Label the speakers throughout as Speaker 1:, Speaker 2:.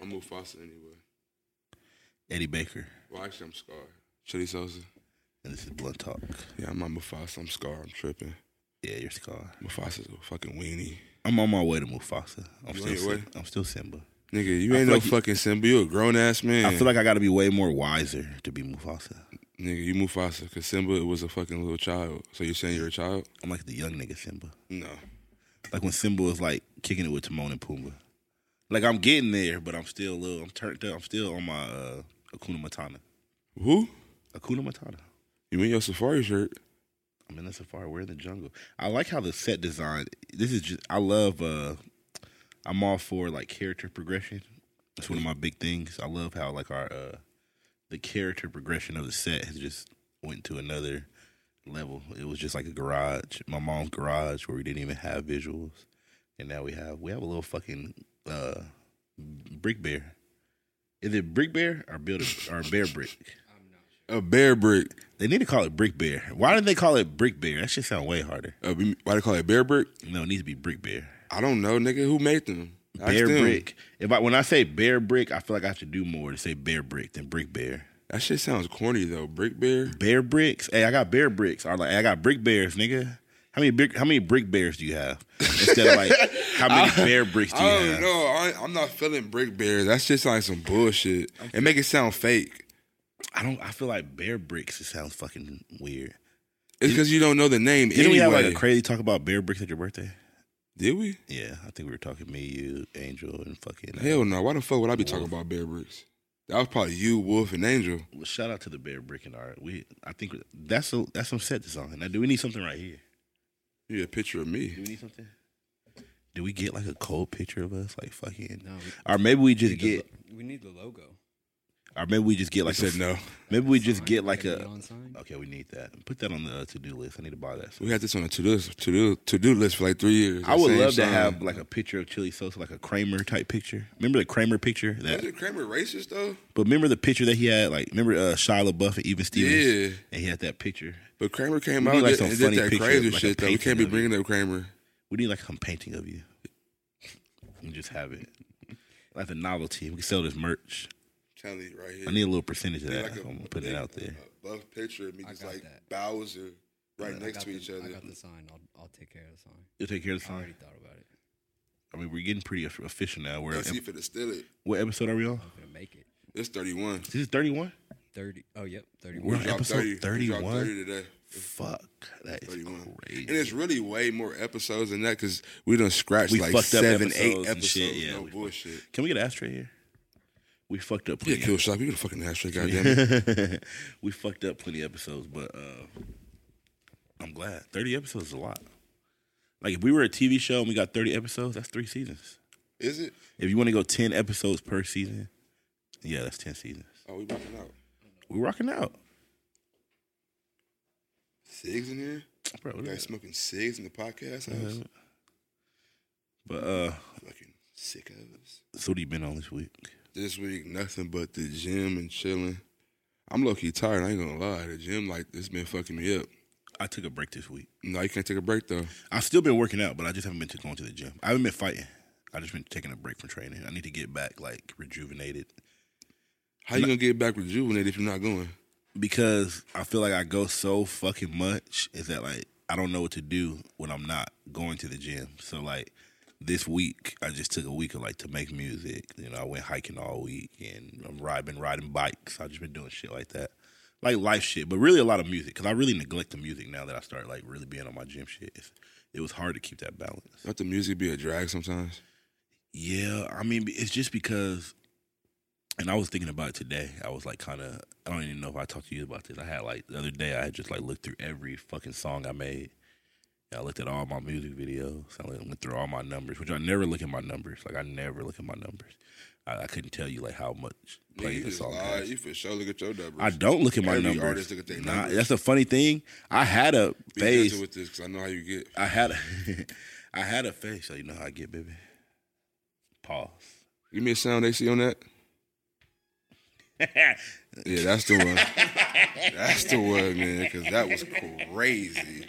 Speaker 1: I'm Mufasa anyway.
Speaker 2: Eddie Baker,
Speaker 1: Well, actually, I'm Scar. Shitty Sosa.
Speaker 2: and this is Blunt Talk.
Speaker 1: Yeah, I'm not Mufasa. I'm Scar. I'm tripping.
Speaker 2: Yeah, you're Scar.
Speaker 1: Mufasa's a fucking weenie.
Speaker 2: I'm on my way to Mufasa. I'm
Speaker 1: You
Speaker 2: still,
Speaker 1: on your
Speaker 2: Sim- I'm still Simba.
Speaker 1: Nigga, you
Speaker 2: I
Speaker 1: ain't
Speaker 2: feel
Speaker 1: no
Speaker 2: like you-
Speaker 1: fucking Simba. You a grown ass man.
Speaker 2: I feel like I got to be way more wiser to be Mufasa.
Speaker 1: Nigga, you Mufasa because Simba was a fucking little child. So you're saying you're a child?
Speaker 2: I'm like the young nigga Simba.
Speaker 1: No.
Speaker 2: Like when Simba was like kicking it with Timon and Pumbaa. Like I'm getting there, but I'm still a little. I'm turned up. I'm still on my uh, Akuna Matata.
Speaker 1: Who?
Speaker 2: Akuna Matata.
Speaker 1: You in your safari shirt?
Speaker 2: I'm in the safari. We're in the jungle. I like how the set design. This is just. I love. uh I'm all for like character progression. That's one of my big things. I love how like our uh the character progression of the set has just went to another level. It was just like a garage, my mom's garage, where we didn't even have visuals, and now we have we have a little fucking uh brick bear. Is it brick bear or build a, or bear brick?
Speaker 1: A bear brick.
Speaker 2: They need to call it brick bear. Why did they call it brick bear? That should sound way harder.
Speaker 1: Uh, why they call it bear brick?
Speaker 2: No, it needs to be brick bear.
Speaker 1: I don't know, nigga. Who made them? Ask
Speaker 2: Bear
Speaker 1: them.
Speaker 2: brick. If I when I say bear brick, I feel like I have to do more to say bear brick than brick bear.
Speaker 1: That shit sounds corny though. Brick bear.
Speaker 2: Bear bricks. Hey, I got bear bricks. Or like I got brick bears, nigga. How many brick, how many brick bears do you have? Instead of like how many bear bricks do you
Speaker 1: I don't
Speaker 2: have?
Speaker 1: know. I, I'm not feeling brick bears. That's just like some bullshit. And make it sound fake.
Speaker 2: I don't. I feel like bear bricks. It sounds fucking weird.
Speaker 1: It's because you don't know the name
Speaker 2: Didn't we have
Speaker 1: anyway.
Speaker 2: like a crazy talk about bear bricks at your birthday?
Speaker 1: Did we?
Speaker 2: Yeah, I think we were talking me, you, Angel, and fucking. uh,
Speaker 1: Hell no. Why the fuck would I be talking about bear bricks? That was probably you, Wolf, and Angel.
Speaker 2: Well, shout out to the bear brick and art. We, I think that's a, that's some set design. Now, do we need something right here?
Speaker 1: You need a picture of
Speaker 2: Do
Speaker 1: me.
Speaker 2: we need something? Do we get like a cold picture of us, like fucking,
Speaker 3: No,
Speaker 2: or maybe we
Speaker 3: we
Speaker 2: just
Speaker 3: need the
Speaker 2: get,
Speaker 3: lo- we need the logo.
Speaker 2: or maybe we just get
Speaker 1: I
Speaker 2: like a,
Speaker 1: said no.
Speaker 2: Maybe we just
Speaker 3: Sign,
Speaker 2: get like
Speaker 3: gotta
Speaker 2: a.
Speaker 3: on sign.
Speaker 2: Okay, we need that. Put that on the uh, to do list. I need to buy that.
Speaker 1: We had this on a to do to do to do list for like three years.
Speaker 2: I would
Speaker 1: Same
Speaker 2: love to
Speaker 1: sign.
Speaker 2: have like a picture of Chili Sosa, like a Kramer type picture. Remember the Kramer picture? That,
Speaker 1: Wasn't Kramer racist though?
Speaker 2: but remember the picture that he had. Like remember uh, Shia LaBeouf and Even Stevens,
Speaker 1: Yeah.
Speaker 2: and he had that picture.
Speaker 1: But Kramer came
Speaker 2: We
Speaker 1: out
Speaker 2: need, like,
Speaker 1: and did-
Speaker 2: some
Speaker 1: and
Speaker 2: funny
Speaker 1: did that
Speaker 2: picture,
Speaker 1: crazy
Speaker 2: like a
Speaker 1: shit though. We can't be
Speaker 2: painting of
Speaker 1: bringing up Kramer.
Speaker 2: We need like some painting of you. And just have it like the novelty. We can sell this merch.
Speaker 1: telling you right here.
Speaker 2: I need a little percentage of
Speaker 1: Need
Speaker 2: that.
Speaker 1: like a-
Speaker 2: I'm gonna put it out there.
Speaker 1: A buff picture of me
Speaker 3: I
Speaker 1: just
Speaker 3: got
Speaker 1: like
Speaker 3: that.
Speaker 1: Bowser right
Speaker 3: I
Speaker 1: next
Speaker 3: got
Speaker 1: to
Speaker 3: the-
Speaker 1: each other.
Speaker 3: I got the sign. I'll, I'll take care of the sign.
Speaker 2: You'll take care of the
Speaker 3: I
Speaker 2: sign.
Speaker 3: already thought about it.
Speaker 2: I mean, we're getting pretty official now. We're
Speaker 1: Let's see if it steal it.
Speaker 2: what episode are we on?
Speaker 3: I'm gonna make it.
Speaker 1: It's 31.
Speaker 2: This is thirty one.
Speaker 3: Thirty. Oh, yep. Thirty.
Speaker 2: We're
Speaker 1: We dropped
Speaker 2: episode
Speaker 1: 30. We dropped
Speaker 2: 31?
Speaker 1: 30 today.
Speaker 2: Fuck, that is
Speaker 1: 31.
Speaker 2: crazy.
Speaker 1: And it's really way more episodes than that because we done scratched
Speaker 2: We
Speaker 1: like
Speaker 2: fucked up
Speaker 1: seven,
Speaker 2: episodes
Speaker 1: eight
Speaker 2: and
Speaker 1: episodes.
Speaker 2: shit, yeah,
Speaker 1: no
Speaker 2: we fucked-
Speaker 1: bullshit.
Speaker 2: Can we get an ashtray here? We fucked up
Speaker 1: Yeah,
Speaker 2: plenty.
Speaker 1: kill shop. You the fucking ashtray, goddamn it.
Speaker 2: Yeah, we fucked up plenty of episodes, but uh, I'm glad. Thirty episodes is a lot. Like if we were a TV show and we got thirty episodes, that's three seasons.
Speaker 1: Is it?
Speaker 2: If you want to go ten episodes per season, yeah, that's ten seasons.
Speaker 1: Oh, we rocking out.
Speaker 2: We're rocking out,
Speaker 1: Cigs in here?
Speaker 2: bro.
Speaker 1: You
Speaker 2: what
Speaker 1: guys
Speaker 2: is
Speaker 1: smoking cigs in the podcast
Speaker 2: that?
Speaker 1: house?
Speaker 2: Uh, But uh,
Speaker 1: Fucking sickos.
Speaker 2: so what you been on this week?
Speaker 1: This week, nothing but the gym and chilling. I'm low key tired. I ain't gonna lie. The gym, like, it's been fucking me up.
Speaker 2: I took a break this week.
Speaker 1: No, you can't take a break though.
Speaker 2: I've still been working out, but I just haven't been to going to the gym. I haven't been fighting. I just been taking a break from training. I need to get back like rejuvenated
Speaker 1: How you gonna get back rejuvenated if you're not going?
Speaker 2: because I feel like I go so fucking much is that like I don't know what to do when I'm not going to the gym. So like this week I just took a week of like to make music. You know, I went hiking all week and I'm riding been riding bikes. I've just been doing shit like that. Like life shit, but really a lot of music because I really neglect the music now that I start like really being on my gym shit. It's, it was hard to keep that balance.
Speaker 1: Let the music be a drag sometimes.
Speaker 2: Yeah, I mean, it's just because, and I was thinking about it today. I was like, kind of, I don't even know if I talked to you about this. I had like the other day, I had just like looked through every fucking song I made. I looked at all my music videos. I went went through all my numbers, which I never look at my numbers. Like I never look at my numbers. I, I couldn't tell you like how much
Speaker 1: Nigga, you
Speaker 2: plays a
Speaker 1: just
Speaker 2: song
Speaker 1: lie.
Speaker 2: has.
Speaker 1: You for sure look at your numbers.
Speaker 2: I don't look at my
Speaker 1: Every
Speaker 2: numbers.
Speaker 1: artist look at their
Speaker 2: Nah,
Speaker 1: numbers.
Speaker 2: that's a funny thing. I had a
Speaker 1: Be
Speaker 2: phase.
Speaker 1: gentle with this because I know how you get.
Speaker 2: I had, a, I had a phase. So you know how I get, baby. Pause.
Speaker 1: Give me a sound they see on that. Yeah, that's the one. that's the one, man. Because that was crazy.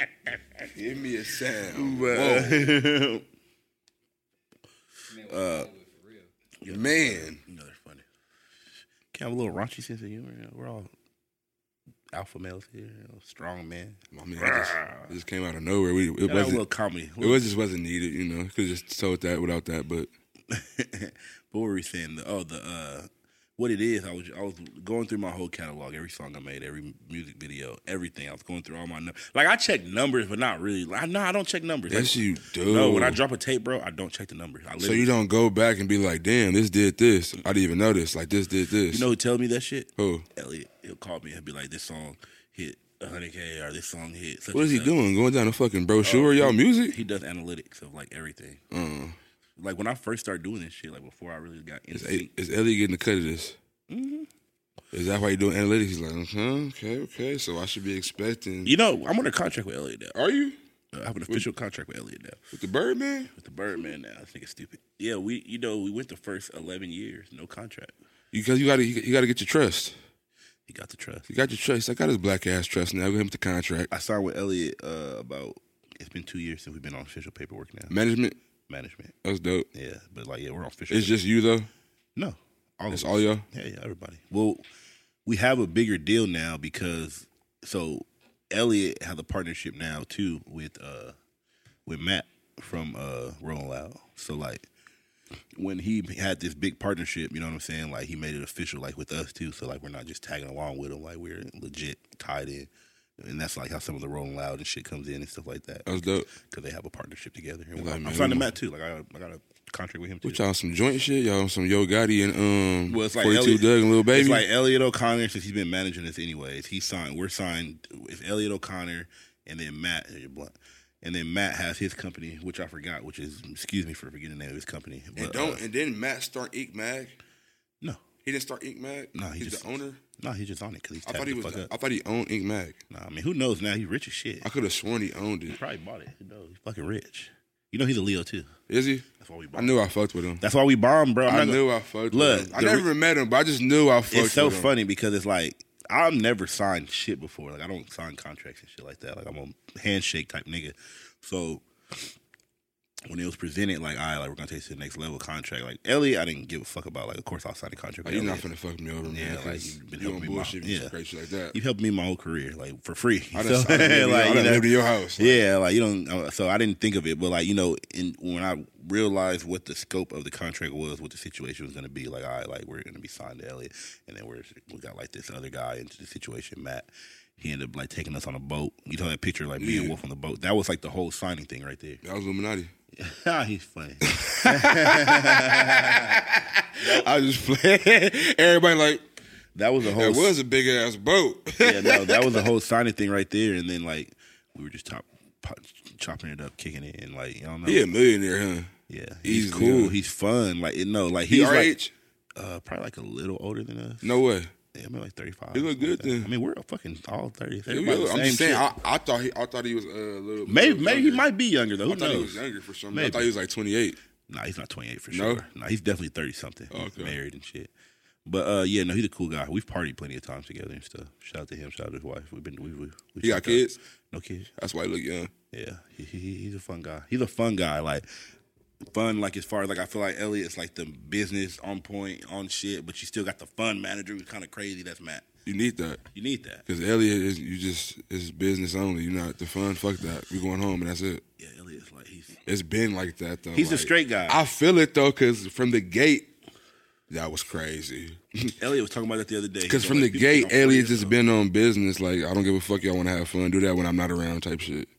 Speaker 1: Give me a sound. Whoa,
Speaker 2: But- Uh,
Speaker 1: man.
Speaker 2: Another have a little raunchy sense of humor. You know, we're all alpha males here, you know, strong man.
Speaker 1: I mean, I just, it just came out of nowhere. We, it
Speaker 2: It was a
Speaker 1: wasn't.
Speaker 2: little comedy.
Speaker 1: It was just wasn't needed, you know. Could have just told that without that, but
Speaker 2: but what were we saying? The, oh, the uh, what it is. I was I was going through my whole catalog, every song I made, every music video, everything. I was going through all my num- like I check numbers, but not really. Like, no, I don't check numbers.
Speaker 1: yes,
Speaker 2: like,
Speaker 1: you do.
Speaker 2: no, when I drop a tape, bro, I don't check the numbers.
Speaker 1: so
Speaker 2: I
Speaker 1: you
Speaker 2: literally,
Speaker 1: don't go back and be like, "Damn, this did this. I didn't even know this. Like this did this."
Speaker 2: you know who tells me that shit?
Speaker 1: Who?
Speaker 2: Elliot. He'll call me. He'll be like, "This song hit 100k, or this song hit." Such
Speaker 1: What is
Speaker 2: and
Speaker 1: he
Speaker 2: such."
Speaker 1: doing? Going down a fucking brochure, y'all music?
Speaker 2: Oh, He does analytics of like everything.
Speaker 1: Uh,
Speaker 2: Like when I first started doing this shit, like before I really got into
Speaker 1: is, is Ellie getting the cut of this?
Speaker 2: Mm-hmm.
Speaker 1: Is that why you're doing analytics? He's like, "Mhm, okay, okay. So I should be expecting.
Speaker 2: You know, I'm under contract with Elliot now.
Speaker 1: Are you
Speaker 2: I have an official contract with Elliot now.
Speaker 1: with the Birdman?
Speaker 2: with the Birdman now. This nigga stupid. Yeah, we you know we went the first eleven years, no contract.
Speaker 1: Because you got to you got to get your trust.
Speaker 2: He got the trust.
Speaker 1: You got your trust. I got his black ass trust now. Go ahead with the contract
Speaker 2: I signed with Elliot uh, about it's been two years since we've been on official paperwork now.
Speaker 1: management.
Speaker 2: Management.
Speaker 1: That's dope.
Speaker 2: Yeah, but like yeah, we're on official.
Speaker 1: It's just you though.
Speaker 2: no, all
Speaker 1: It's
Speaker 2: of us.
Speaker 1: all y'all.
Speaker 2: Yeah, yeah, everybody. Well, we have a bigger deal now because so Elliot has a partnership now too with uh with Matt from uh Rolling Loud. So like when he had this big partnership, you know what I'm saying? Like he made it official like with us too. So like we're not just tagging along with him, like we're legit tied in. And that's like how some of the Rolling Loud and shit comes in and stuff like that.
Speaker 1: That's dope.
Speaker 2: Cause they have a partnership together. And
Speaker 1: Uh, Like,
Speaker 2: I'm
Speaker 1: man,
Speaker 2: signing
Speaker 1: we-
Speaker 2: Matt too. Like I, I got a contract with him too.
Speaker 1: What y'all on some joint shit? Y'all on some Yo Gotti and um
Speaker 2: Well, it's like
Speaker 1: 42
Speaker 2: Elliot-
Speaker 1: Doug and Lil Baby?
Speaker 2: It's like Elliot O'Connor since he's been managing this anyways. He signed. We're signed. It's Elliot O'Connor and then Matt uh, Blunt. And then Matt has his company, which I forgot, which is excuse me for forgetting the name of his company.
Speaker 1: and
Speaker 2: But,
Speaker 1: don't
Speaker 2: uh,
Speaker 1: and then Matt start Ink Mag.
Speaker 2: no,
Speaker 1: He didn't start Ink Mag.
Speaker 2: No, he
Speaker 1: he's
Speaker 2: just-
Speaker 1: the owner.
Speaker 2: no, he's just on it because he's
Speaker 1: I
Speaker 2: tapped
Speaker 1: thought he
Speaker 2: the
Speaker 1: was.
Speaker 2: fuck up.
Speaker 1: I thought he owned Ink Mag.
Speaker 2: Nah, I mean, who knows now? He's rich as shit.
Speaker 1: I could have sworn he owned
Speaker 2: He
Speaker 1: it.
Speaker 2: probably bought it. Who knows? He's fucking rich. You know he's a Leo too.
Speaker 1: Is he?
Speaker 2: That's why we
Speaker 1: I
Speaker 2: bombed.
Speaker 1: knew I fucked with him.
Speaker 2: That's why we bombed, bro. I'm
Speaker 1: I
Speaker 2: not gonna-
Speaker 1: knew I fucked.
Speaker 2: Look,
Speaker 1: with him. I
Speaker 2: the
Speaker 1: never
Speaker 2: re-
Speaker 1: even met him, but I just knew I fucked.
Speaker 2: it's so
Speaker 1: with him.
Speaker 2: funny because it's like I've never signed shit before. Like I don't sign contracts and shit like that. Like I'm a handshake type nigga. So when it was presented, like I like we're gonna take this to the next level contract. Like Elliot, I didn't give a fuck about. Like of course I'll sign a contract.
Speaker 1: Like,
Speaker 2: with
Speaker 1: you're Oh, not
Speaker 2: Elliot.
Speaker 1: finna fuck me over, man.
Speaker 2: Yeah, like,
Speaker 1: 'cause
Speaker 2: you've been
Speaker 1: you
Speaker 2: helping
Speaker 1: don't
Speaker 2: me, Mom.
Speaker 1: bullshit yeah.
Speaker 2: Yeah.
Speaker 1: crazy like that.
Speaker 2: You've helped me my whole career, like for free.
Speaker 1: I
Speaker 2: So,
Speaker 1: done, I done lived,
Speaker 2: like,
Speaker 1: I
Speaker 2: you
Speaker 1: done
Speaker 2: know,
Speaker 1: lived in your house. Like,
Speaker 2: yeah, like you don't. uh, So I didn't think of it, but like you know, in, when I realized what the scope of the contract was, what the situation was going to be, like I like we're going to be signed to Elliot, and then we're we got like this other guy into the situation, Matt. He ended up like taking us on a boat. You know that picture, like me and
Speaker 1: Yeah.
Speaker 2: Wolf on the boat. That was like the whole signing thing right there.
Speaker 1: That was Illuminati.
Speaker 2: Ah, He's funny.
Speaker 1: I was just playing. Everybody like
Speaker 2: That was a whole.
Speaker 1: that was a big ass boat.
Speaker 2: yeah, no, that was a whole signing thing right there, and then like we were just top, pop, chopping it up, kicking it, and like you don't know.
Speaker 1: he a millionaire, huh?
Speaker 2: Yeah, he's
Speaker 1: Easily,
Speaker 2: cool.
Speaker 1: huh?
Speaker 2: He's fun. Like you know, like
Speaker 1: He
Speaker 2: he's
Speaker 1: our
Speaker 2: like
Speaker 1: age?
Speaker 2: uh, probably like a little older than us.
Speaker 1: No way.
Speaker 2: Yeah, I mean like thirty five.
Speaker 1: He look good then.
Speaker 2: I mean we're fucking all thirty.
Speaker 1: Yeah,
Speaker 2: Everybody the
Speaker 1: I'm just
Speaker 2: same
Speaker 1: saying.
Speaker 2: shit.
Speaker 1: I, I thought he. I thought he was uh, a little.
Speaker 2: maybe
Speaker 1: little
Speaker 2: maybe he
Speaker 1: younger.
Speaker 2: might be younger though. Who
Speaker 1: I thought he was
Speaker 2: knows?
Speaker 1: younger for some. reason. I
Speaker 2: Maybe.
Speaker 1: thought he was like 28.
Speaker 2: Nah, he's not twenty eight for
Speaker 1: No?
Speaker 2: sure. Nah, he's definitely thirty something.
Speaker 1: Oh,
Speaker 2: He's
Speaker 1: okay.
Speaker 2: married and shit. But uh, yeah, no, he's a cool guy. We've partied plenty of times together and stuff. Shout out to him. Shout out to his wife. We've been we we. we
Speaker 1: He got
Speaker 2: stuck up.
Speaker 1: kids.
Speaker 2: No kids.
Speaker 1: That's why he look young.
Speaker 2: Yeah, he, he, he- he's a fun guy. He's a fun guy. Like fun, like as far as like I feel like Elliot's like the business on point on shit, but you still got the fun manager who's kind of crazy. That's Matt.
Speaker 1: You need that
Speaker 2: You need that.
Speaker 1: because Elliot is you just it's business only. You're not the fun. Fuck that. We going home and that's it.
Speaker 2: Yeah, Elliot's like he's
Speaker 1: It's been like that though.
Speaker 2: he's a
Speaker 1: like,
Speaker 2: straight guy.
Speaker 1: I feel it though because from the gate, that was crazy.
Speaker 2: Elliot was talking about that the other day.
Speaker 1: Because from the gate, Elliot just been on business. Like I don't give a fuck. Y'all want to have fun? Do that when I'm not around. Type shit.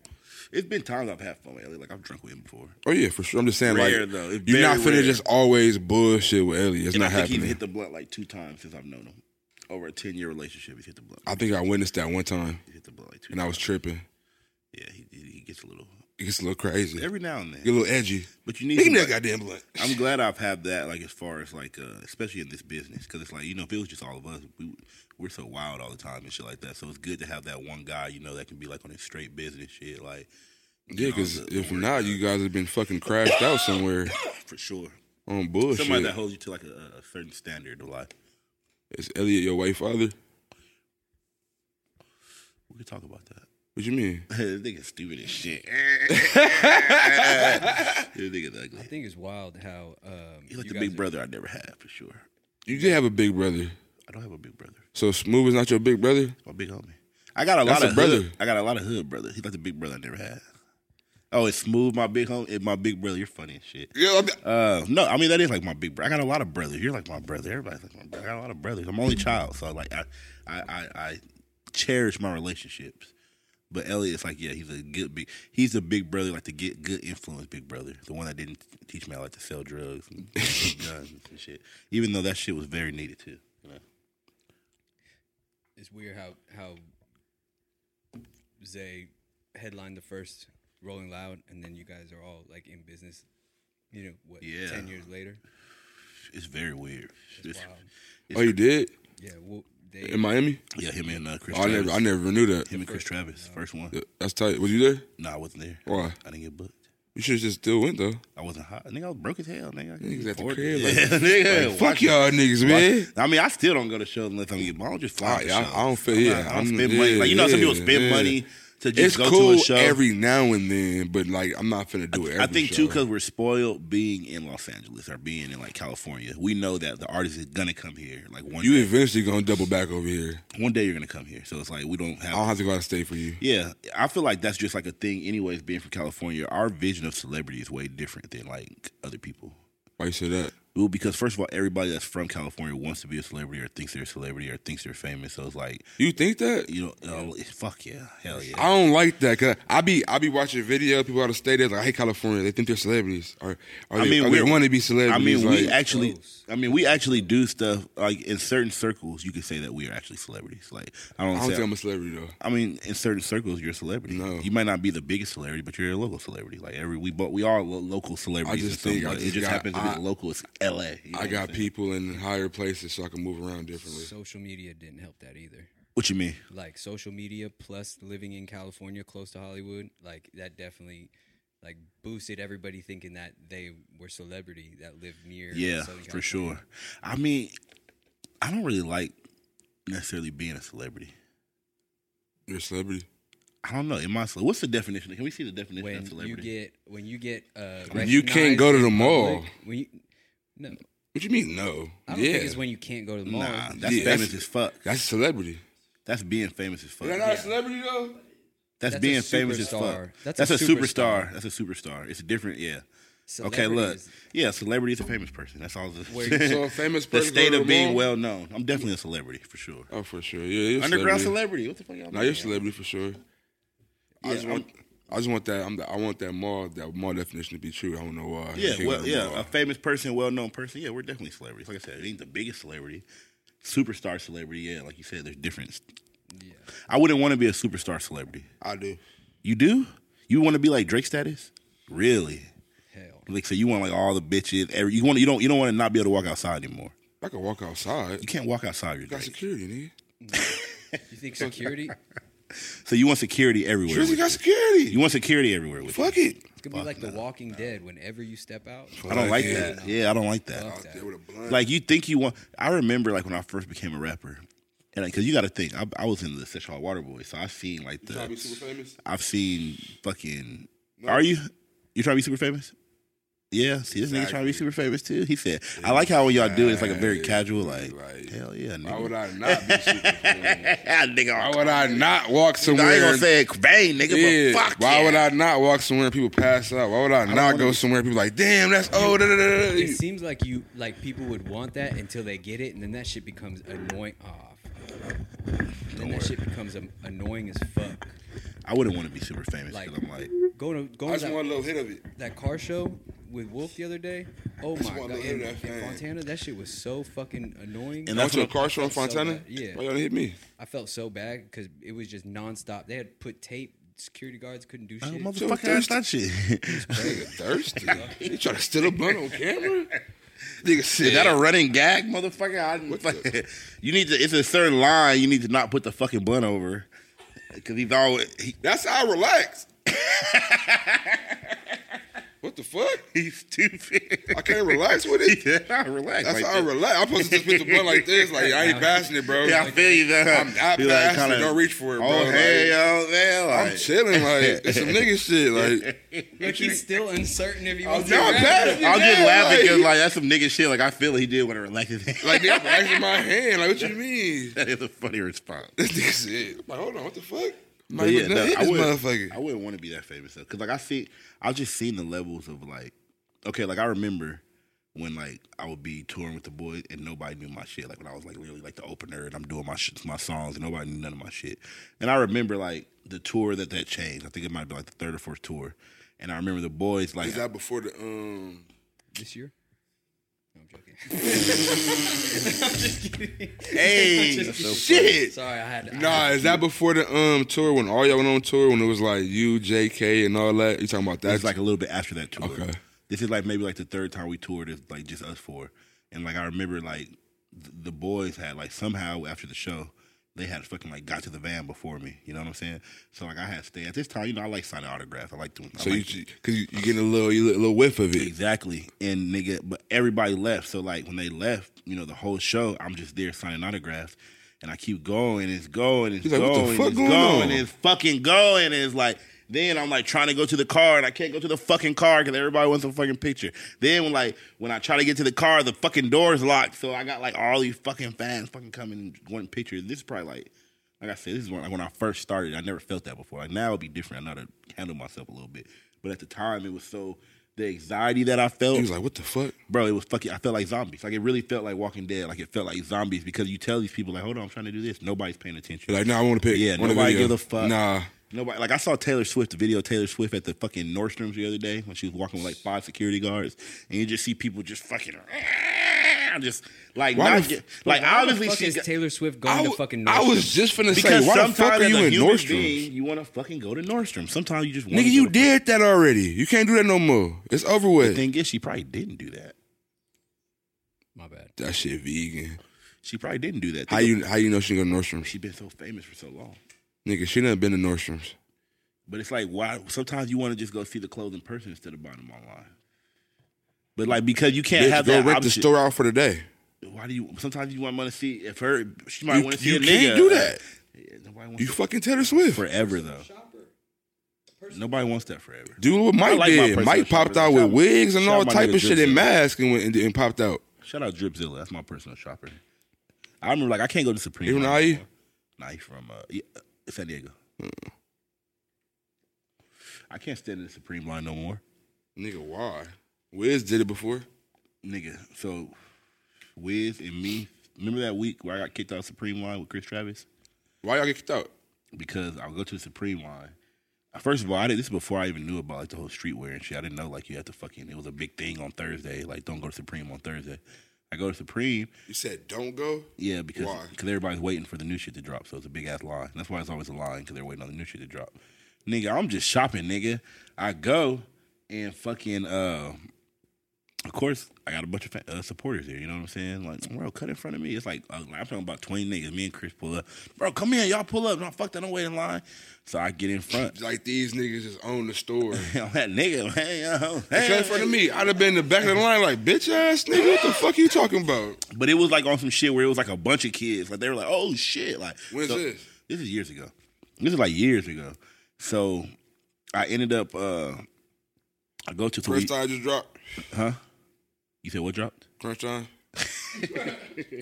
Speaker 2: It's been times I've had fun with Elliot. Like I've drunk with him before.
Speaker 1: Oh yeah, for sure. I'm just saying,
Speaker 2: Rare,
Speaker 1: like,
Speaker 2: though. It's
Speaker 1: you're not
Speaker 2: very
Speaker 1: finna
Speaker 2: rare.
Speaker 1: just always bullshit with Elliot. It's
Speaker 2: And I
Speaker 1: not
Speaker 2: think
Speaker 1: happening.
Speaker 2: he's hit the blunt like two times since I've known him. Over a ten year relationship, he's hit the blunt.
Speaker 1: I think I witnessed that one time,
Speaker 2: He's hit the blunt like two.
Speaker 1: and I was tripping.
Speaker 2: yeah, he, he he gets a little
Speaker 1: It gets a little crazy,
Speaker 2: every now and
Speaker 1: get a
Speaker 2: then.
Speaker 1: little edgy.
Speaker 2: But you need
Speaker 1: Give me that
Speaker 2: somebody-
Speaker 1: goddamn blunt.
Speaker 2: I'm glad I've had that, like as far as like, uh, especially in this business, because it's like you know, if it was just all of us, we we're so wild all the time and shit like that. So it's good to have that one guy, you know, that can be like on his straight business shit, like
Speaker 1: Yeah, because if not, you guys have been fucking crashed out somewhere
Speaker 2: for sure.
Speaker 1: on
Speaker 3: Oh,
Speaker 1: bullshit.
Speaker 2: Somebody that holds you to like a, a certain standard of life.
Speaker 1: Is Elliot your white father?
Speaker 2: We could talk about that.
Speaker 1: What you mean?
Speaker 2: this nigga's stupid as shit. this nigga's
Speaker 3: I
Speaker 2: ugly.
Speaker 3: think it's wild how um,
Speaker 2: He's like
Speaker 3: you
Speaker 2: the
Speaker 3: guys
Speaker 2: big
Speaker 3: are-
Speaker 2: brother I never had for sure.
Speaker 1: You did have a big brother.
Speaker 2: I don't have a big brother.
Speaker 1: So Smooth is not your big brother?
Speaker 2: My big homie. I got a
Speaker 1: That's
Speaker 2: lot
Speaker 1: a
Speaker 2: of
Speaker 1: brother.
Speaker 2: Hood. I got a lot of hood brother. He's like the big brother I never had. Oh, it's smooth, my big homie. eh, My big brother, you're funny and shit.
Speaker 1: Yeah, I mean,
Speaker 2: Uh, no, I mean that is like my big brother. I got a lot of brothers. You're like my brother. Everybody's like my brother. I got a lot of brothers. I'm only child, so like I, I, I, I cherish my relationships. But Elliot's like, yeah, he's a good big. He's a big brother, like the get good influence big brother, the one that didn't teach me how like to sell drugs and guns and shit. Even though that shit was very needed too. You know?
Speaker 3: It's weird how how Zay headlined the first Rolling Loud, and then you guys are all like in business. You know what?
Speaker 2: Yeah.
Speaker 3: Ten years later.
Speaker 2: It's very weird.
Speaker 3: It's
Speaker 2: It's-
Speaker 3: wild.
Speaker 1: oh, you did
Speaker 3: Yeah. Well, they
Speaker 1: in Miami?
Speaker 2: Yeah, him and uh, Chris.
Speaker 1: Oh, I
Speaker 2: Travis.
Speaker 1: never, I never knew that.
Speaker 2: Him and Chris Travis, first one.
Speaker 1: Yeah, That's tight. Was you there?
Speaker 2: No, I wasn't there.
Speaker 1: Why?
Speaker 2: I didn't get booked.
Speaker 1: You should have just still went though.
Speaker 2: I wasn't hot. Nigga, I was broke as hell. Nigga, I couldn't
Speaker 1: Niggas at the
Speaker 2: afford
Speaker 1: crib,
Speaker 2: it.
Speaker 1: like-
Speaker 2: Yeah, nigga,
Speaker 1: Fuck
Speaker 2: watch-
Speaker 1: y'all niggas, man.
Speaker 2: watch- I mean, I still don't go to shows unless I'm getting. I don't just fly.
Speaker 1: I-
Speaker 2: to
Speaker 1: I-
Speaker 2: shows.
Speaker 1: I don't feel-
Speaker 2: I'm
Speaker 1: yeah,
Speaker 2: I don't
Speaker 1: I'm-
Speaker 2: spend money. Like you know, some
Speaker 1: yeah,
Speaker 2: people spend
Speaker 1: yeah.
Speaker 2: money to just
Speaker 1: It's
Speaker 2: go
Speaker 1: cool
Speaker 2: to a show.
Speaker 1: every now and then, but like I'm not finna do it. Every
Speaker 2: I think
Speaker 1: show.
Speaker 2: too, because we're spoiled being in Los Angeles or being in like California. We know that the artist is gonna come here. Like one
Speaker 1: you
Speaker 2: day,
Speaker 1: eventually gonna double back over here.
Speaker 2: one day you're gonna come here. So it's like we don't have
Speaker 1: I don't have to go out of state for you.
Speaker 2: Yeah, I feel like that's just like a thing. Anyways, being from California, our vision of celebrity is way different than like other people.
Speaker 1: Why you say that?
Speaker 2: Well, because first of all, everybody that's from California wants to be a celebrity or thinks they're a celebrity or thinks they're famous. So it's like
Speaker 1: You think that?
Speaker 2: you know, oh, fuck yeah, hell yeah.
Speaker 1: I don't like that. Cause I be I be watching video. People out of state. They're like, I hate California. They think they're celebrities. Or, or
Speaker 2: I
Speaker 1: they,
Speaker 2: mean,
Speaker 1: or they
Speaker 2: we're-
Speaker 1: want to be
Speaker 2: I mean,
Speaker 1: celebrities.
Speaker 2: we
Speaker 1: like-
Speaker 2: actually,
Speaker 3: Close.
Speaker 2: I mean, we actually do stuff like in certain circles. You could say that we are actually celebrities. Like I don't,
Speaker 1: I don't
Speaker 2: say
Speaker 1: think I'm a celebrity though.
Speaker 2: I mean, in certain circles, you're a celebrity.
Speaker 1: No.
Speaker 2: You might not be the biggest celebrity, but you're a local celebrity. Like every we, but we are lo- local celebrities.
Speaker 1: just
Speaker 2: in some
Speaker 1: think I
Speaker 2: way. it
Speaker 1: just
Speaker 2: just
Speaker 1: got-
Speaker 2: happens to
Speaker 1: I-
Speaker 2: be local. It's L.A. you know
Speaker 1: I
Speaker 2: what
Speaker 1: got
Speaker 2: I'm saying?
Speaker 1: people in higher places, so I can move around differently.
Speaker 3: social media didn't help that either.
Speaker 2: What you mean?
Speaker 3: Like social media plus living in California, close to Hollywood, like that definitely like boosted everybody thinking that they were celebrity that lived near.
Speaker 2: Yeah,
Speaker 3: Southern
Speaker 2: for
Speaker 3: California.
Speaker 2: sure. I mean, I don't really like necessarily being a celebrity.
Speaker 1: You're a celebrity.
Speaker 2: I don't know. Am I? a cele- What's the definition? Can we see the definition
Speaker 3: When
Speaker 2: of
Speaker 3: you
Speaker 2: celebrity?
Speaker 3: get when you get uh,
Speaker 1: mean, you can't go to
Speaker 3: recognized
Speaker 1: the
Speaker 3: in
Speaker 1: mall.
Speaker 3: public, When you, no,
Speaker 1: What you mean? No.
Speaker 3: I don't
Speaker 1: yeah,
Speaker 3: think it's when you can't go to the mall.
Speaker 2: nah, that's
Speaker 1: Yeah, that's-
Speaker 2: famous as fuck.
Speaker 1: that's a celebrity.
Speaker 2: That's being famous as fuck.
Speaker 1: You're not a celebrity though.
Speaker 2: That's,
Speaker 3: That's
Speaker 2: being
Speaker 3: a
Speaker 2: famous as
Speaker 3: superstar.
Speaker 2: fuck.
Speaker 3: That's
Speaker 2: That's,
Speaker 3: a
Speaker 2: a, superstar.
Speaker 3: superstar.
Speaker 2: That's a superstar. It's different. Yeah.
Speaker 3: Celebrity
Speaker 2: okay, look.
Speaker 3: is-
Speaker 2: Yeah, celebrity is a famous person. That's all. The,
Speaker 3: Where-
Speaker 1: So a famous
Speaker 2: the
Speaker 1: person. go
Speaker 2: state
Speaker 1: to
Speaker 2: of
Speaker 1: the
Speaker 2: being
Speaker 1: mall?
Speaker 2: well known. I'm definitely a celebrity for sure.
Speaker 1: Oh, for sure. Yeah, you're a
Speaker 2: Underground
Speaker 1: celebrity.
Speaker 2: celebrity. What the fuck y'all?
Speaker 1: No, you're a
Speaker 2: doing?
Speaker 1: celebrity for sure. I
Speaker 2: Yeah,
Speaker 1: just want. i just want that. I'm the, I want that mall. That mall definition to be true. I don't know why. I
Speaker 2: Yeah,
Speaker 1: can't
Speaker 2: well,
Speaker 1: go to
Speaker 2: yeah,
Speaker 1: mall.
Speaker 2: a famous person, well known person. Yeah, we're definitely celebrities. Like I said, it ain't the biggest celebrity, superstar celebrity. Yeah, like you said, there's difference.
Speaker 3: yeah.
Speaker 2: I wouldn't want to be a superstar celebrity.
Speaker 1: I do.
Speaker 2: You do? You want to be like Drake status? Really?
Speaker 3: Hell,
Speaker 2: Like so, you want like all the bitches. Every you want you don't you don't want to not be able to walk outside anymore.
Speaker 1: I can walk outside.
Speaker 2: You can't walk outside. Your
Speaker 1: got
Speaker 2: Drake.
Speaker 1: security, nigga.
Speaker 3: you think security? it's
Speaker 2: So you want security everywhere.
Speaker 1: Jersey
Speaker 2: with
Speaker 1: got
Speaker 2: you.
Speaker 1: security.
Speaker 2: You want security everywhere with
Speaker 1: Fuck
Speaker 2: you.
Speaker 1: it.
Speaker 3: gonna be like The Walking Dead. Whenever you step out,
Speaker 2: I don't like
Speaker 1: Fuck it.
Speaker 2: that. Yeah, I don't like that.
Speaker 3: Fuck
Speaker 1: They
Speaker 3: that.
Speaker 1: would have blunt.
Speaker 2: Like you think you want. I remember like when I first became a rapper, and because you got to think, I, I was in the Sexual Water Boy, so I've seen like
Speaker 1: Trying to be
Speaker 2: the.
Speaker 1: super famous.
Speaker 2: I've seen fucking. Are you? You trying to be super famous? Yeah. See, this nigga trying to be super famous too. He said, "I like how when y'all do it, it's like a very casual, like,
Speaker 1: Right.
Speaker 2: hell yeah, nigga.
Speaker 1: Why would I not be super famous?
Speaker 2: nigga,
Speaker 1: Why would I not walk somewhere?
Speaker 2: I ain't gonna say it, bang, nigga,
Speaker 1: Yeah.
Speaker 2: but fuck
Speaker 1: Why
Speaker 2: yeah.
Speaker 1: would I not walk somewhere and people pass out? Why would I, not
Speaker 2: wanna
Speaker 1: go
Speaker 2: be-
Speaker 1: somewhere and people like, damn, that's old. Da, da, da, da.
Speaker 3: It seems like you like people would want that until they get it, and then that shit becomes annoying. Off. Then that shit becomes um, annoying as fuck.
Speaker 2: I wouldn't want to be super famous
Speaker 3: Like-
Speaker 2: because I'm like,
Speaker 3: Going to
Speaker 1: I
Speaker 3: going to
Speaker 1: just want a
Speaker 3: that,
Speaker 1: little hit of it.
Speaker 3: that car show with Wolf the other day. Oh my
Speaker 1: just
Speaker 3: god!
Speaker 1: wanna
Speaker 3: In,
Speaker 1: hear that
Speaker 3: in
Speaker 1: thing.
Speaker 3: Montana, that shit was so fucking annoying.
Speaker 2: And
Speaker 1: I went
Speaker 2: that's
Speaker 1: to a
Speaker 2: what-
Speaker 1: car show in
Speaker 3: so
Speaker 1: Fontana.
Speaker 3: bad. Yeah.
Speaker 1: Why y'all hit me?
Speaker 3: I felt so bad because it was just nonstop. They had put tape. Security guards couldn't do
Speaker 2: oh,
Speaker 3: shit.
Speaker 2: motherfucker, that's that shit.
Speaker 1: Nigga thirsty. you trying to steal a blunt on camera? Nigga
Speaker 2: Is
Speaker 1: said
Speaker 2: that a running gag, motherfucker? I, you need to. It's a certain line. You need to not put the fucking blunt over, because he's always. He,
Speaker 1: That's how I relax. What the fuck?
Speaker 2: He's stupid.
Speaker 1: I can't relax with it.
Speaker 2: yeah, I relax.
Speaker 1: That's
Speaker 2: like
Speaker 1: how I
Speaker 2: that.
Speaker 1: relax. I'm supposed to just put the blunt like this. Like I ain't passing it, bro.
Speaker 2: Yeah, I feel you. Though.
Speaker 1: I'm not
Speaker 2: You,
Speaker 1: passing it.
Speaker 2: kinda-
Speaker 1: Don't reach for it, bro.
Speaker 2: Oh,
Speaker 1: Like,
Speaker 2: hey, yo, man. Like,
Speaker 1: I'm chilling. Like it's some nigga shit. Like
Speaker 3: Look, he's still uncertain if he wants
Speaker 1: Oh, no,
Speaker 3: to.
Speaker 1: I'm
Speaker 3: grab
Speaker 1: bad.
Speaker 3: it.
Speaker 2: I'll just
Speaker 1: Yeah,
Speaker 2: laugh
Speaker 1: like-
Speaker 2: because like that's some nigga shit. Like I feel like he did when I relaxed.
Speaker 1: like nigga, I'm relaxing my hand. Like what you mean?
Speaker 2: that is a funny response.
Speaker 1: This nigga shit. Like hold on, what the fuck? I'm not
Speaker 2: But yeah,
Speaker 1: even
Speaker 2: no,
Speaker 1: done
Speaker 2: I
Speaker 1: hitting this
Speaker 2: wouldn't.
Speaker 1: motherfucker.
Speaker 2: I wouldn't want to be that famous though, because like I see, I've just seen the levels of like, okay, like I remember when like I would be touring with the boys and nobody knew my shit. Like when I was like literally like the opener and I'm doing my shit, my songs and nobody knew none of my shit. And I remember like the tour that that changed. I think it might be like the third or fourth tour. And I remember the boys like
Speaker 1: Is that before the um?
Speaker 3: This year? No, I'm joking. I'm just kidding.
Speaker 2: Hey,
Speaker 3: I'm just
Speaker 2: that's so
Speaker 3: kidding.
Speaker 1: funny.
Speaker 3: Sorry, I had. I
Speaker 1: Nah,
Speaker 3: had-
Speaker 1: is that before the um tour when all y'all went on tour when it was like you, JK, and all that? You talking about
Speaker 2: That's
Speaker 1: that?
Speaker 2: like a little bit after that tour.
Speaker 1: Okay.
Speaker 2: This is like maybe like the third time we toured is like just us four. And like I remember like th- the boys had like somehow after the show, they had fucking like got to the van before me. You know what I'm saying? So like I had to stay at this time, you know, I like signing autographs. I like doing I
Speaker 1: so
Speaker 2: like
Speaker 1: you because you, you getting a little you a little whiff of it.
Speaker 2: Exactly. And nigga, but everybody left. So like when they left, you know, the whole show, I'm just there signing autographs. And I keep going, it's going, it's
Speaker 1: He's like, what the
Speaker 2: going,
Speaker 1: fuck
Speaker 2: it's
Speaker 1: going on?
Speaker 2: going, it's fucking going. And it's like, then I'm like trying to go to the car and I can't go to the fucking car because everybody wants a fucking picture. Then when like when I try to get to the car, the fucking door's locked. So I got like all these fucking fans fucking coming and wanting pictures. This is probably like like I said, this is when, like, when I first started. I never felt that before. Like now it'd be different. I know how to handle myself a little bit. But at the time, it was so the anxiety that I felt,
Speaker 1: He was like, what the fuck?
Speaker 2: bro, it was fucking. I felt like zombies. Like it really felt like Walking Dead. Like it felt like zombies because you tell these people like, hold on, I'm trying to do this. Nobody's paying attention.
Speaker 1: You're like, nah, I want to pick.
Speaker 2: Yeah,
Speaker 1: want
Speaker 2: nobody
Speaker 1: video.
Speaker 2: gives a fuck.
Speaker 1: Nah,
Speaker 2: Nobody like I saw Taylor Swift the video of Taylor Swift at the fucking Nordstrom's the other day when she was walking with like five security guards and you just see people just fucking just like
Speaker 1: Why
Speaker 2: not
Speaker 1: the
Speaker 2: get-
Speaker 1: f-
Speaker 2: like
Speaker 3: Why the
Speaker 2: obviously
Speaker 3: fuck
Speaker 2: she
Speaker 3: is
Speaker 2: got-
Speaker 3: Taylor Swift
Speaker 1: I
Speaker 3: going to
Speaker 1: w-
Speaker 3: fucking.
Speaker 1: I
Speaker 3: Nordstrom?
Speaker 1: was just finna
Speaker 2: because
Speaker 1: say, why the
Speaker 2: sometimes
Speaker 1: fuck are
Speaker 2: as
Speaker 1: you
Speaker 2: a
Speaker 1: in
Speaker 2: human
Speaker 1: Nordstrom?
Speaker 2: being, you want to fucking go to Nordstrom. Sometimes you just wanna
Speaker 1: Nigga,
Speaker 2: go
Speaker 1: you
Speaker 2: to-
Speaker 1: did that already. You can't do that no more. It's over
Speaker 2: The
Speaker 1: with.
Speaker 2: thing is, she probably didn't do that.
Speaker 3: My bad.
Speaker 1: that shit vegan.
Speaker 2: She probably didn't do that.
Speaker 1: How you how you know she go to Nordstrom's?
Speaker 2: She's been so famous for so long.
Speaker 1: Nigga, she done been to Nordstrom's.
Speaker 2: But it's like why sometimes you want to just go see the clothes in person instead of buying them online. But like because you can't
Speaker 1: Bitch,
Speaker 2: have
Speaker 1: go
Speaker 2: that
Speaker 1: rent the
Speaker 2: option.
Speaker 1: store out for the day.
Speaker 2: Why do you sometimes you want to see if her she might
Speaker 1: You-
Speaker 2: want to see
Speaker 1: you
Speaker 2: a
Speaker 1: can't
Speaker 2: nigga.
Speaker 1: do that.
Speaker 2: Yeah, nobody wants
Speaker 1: You
Speaker 2: that
Speaker 1: fucking Taylor Swift.
Speaker 2: forever though. Nobody wants that forever.
Speaker 1: Do what Mike
Speaker 2: like my
Speaker 1: did.
Speaker 2: personal
Speaker 1: Mike popped
Speaker 2: shopper.
Speaker 1: out with
Speaker 2: Shout-
Speaker 1: wigs and
Speaker 2: shout
Speaker 1: all
Speaker 2: my
Speaker 1: type
Speaker 2: nigga
Speaker 1: of shit and
Speaker 2: Dripzilla.
Speaker 1: mask and, went, and, and popped out.
Speaker 2: Shout out Dripzilla. That's my personal shopper. I remember like I can't go to Supreme.
Speaker 1: You know
Speaker 2: Now
Speaker 1: how you?
Speaker 2: Nah, he from uh, yeah, uh, San Diego. Hmm. I can't stand in the Supreme line no more,
Speaker 1: Nigga, why? Wiz did it before.
Speaker 2: nigga. So, Wiz and me. Remember that week where I got kicked out of Supreme line with Chris Travis
Speaker 1: Why y'all get kicked out?
Speaker 2: because I would go to the Supreme line. Uh, First of all, I did this is before I even knew about like the whole streetwear and shit. I didn't know like you had to fucking. It was a big thing on Thursday. Like, don't go to Supreme on Thursday. I go to Supreme.
Speaker 1: You said don't go.
Speaker 2: Yeah, because
Speaker 1: Why?
Speaker 2: cause everybody's waiting for the new shit to drop, so it's a big ass line. That's why it's always a line because they're waiting on the new shit to drop. Nigga, I'm just shopping, nigga. I go and fucking, uh, of course, I got a bunch of fa- uh, supporters there. You know what I'm saying? Like, bro, cut in front of me. It's like, uh, like, I'm talking about 20 niggas. Me and Chris pull up. Bro, come in. Y'all pull up. No, fuck that. Don't wait in line. So I get in front.
Speaker 1: Like these niggas just own the store.
Speaker 2: I'm that nigga, hey, yo,
Speaker 1: Cut in front of me. I'd have been in the back of the line like, bitch ass nigga, what the fuck you talking about?
Speaker 2: But it was like on some shit where it was like a bunch of kids. Like they were like, oh shit. Like
Speaker 1: When's this?
Speaker 2: This is years ago. This is like years ago. So I ended up uh I go to
Speaker 1: First
Speaker 2: so we-
Speaker 1: time I just dropped.
Speaker 2: You said what dropped?
Speaker 1: Crunch time.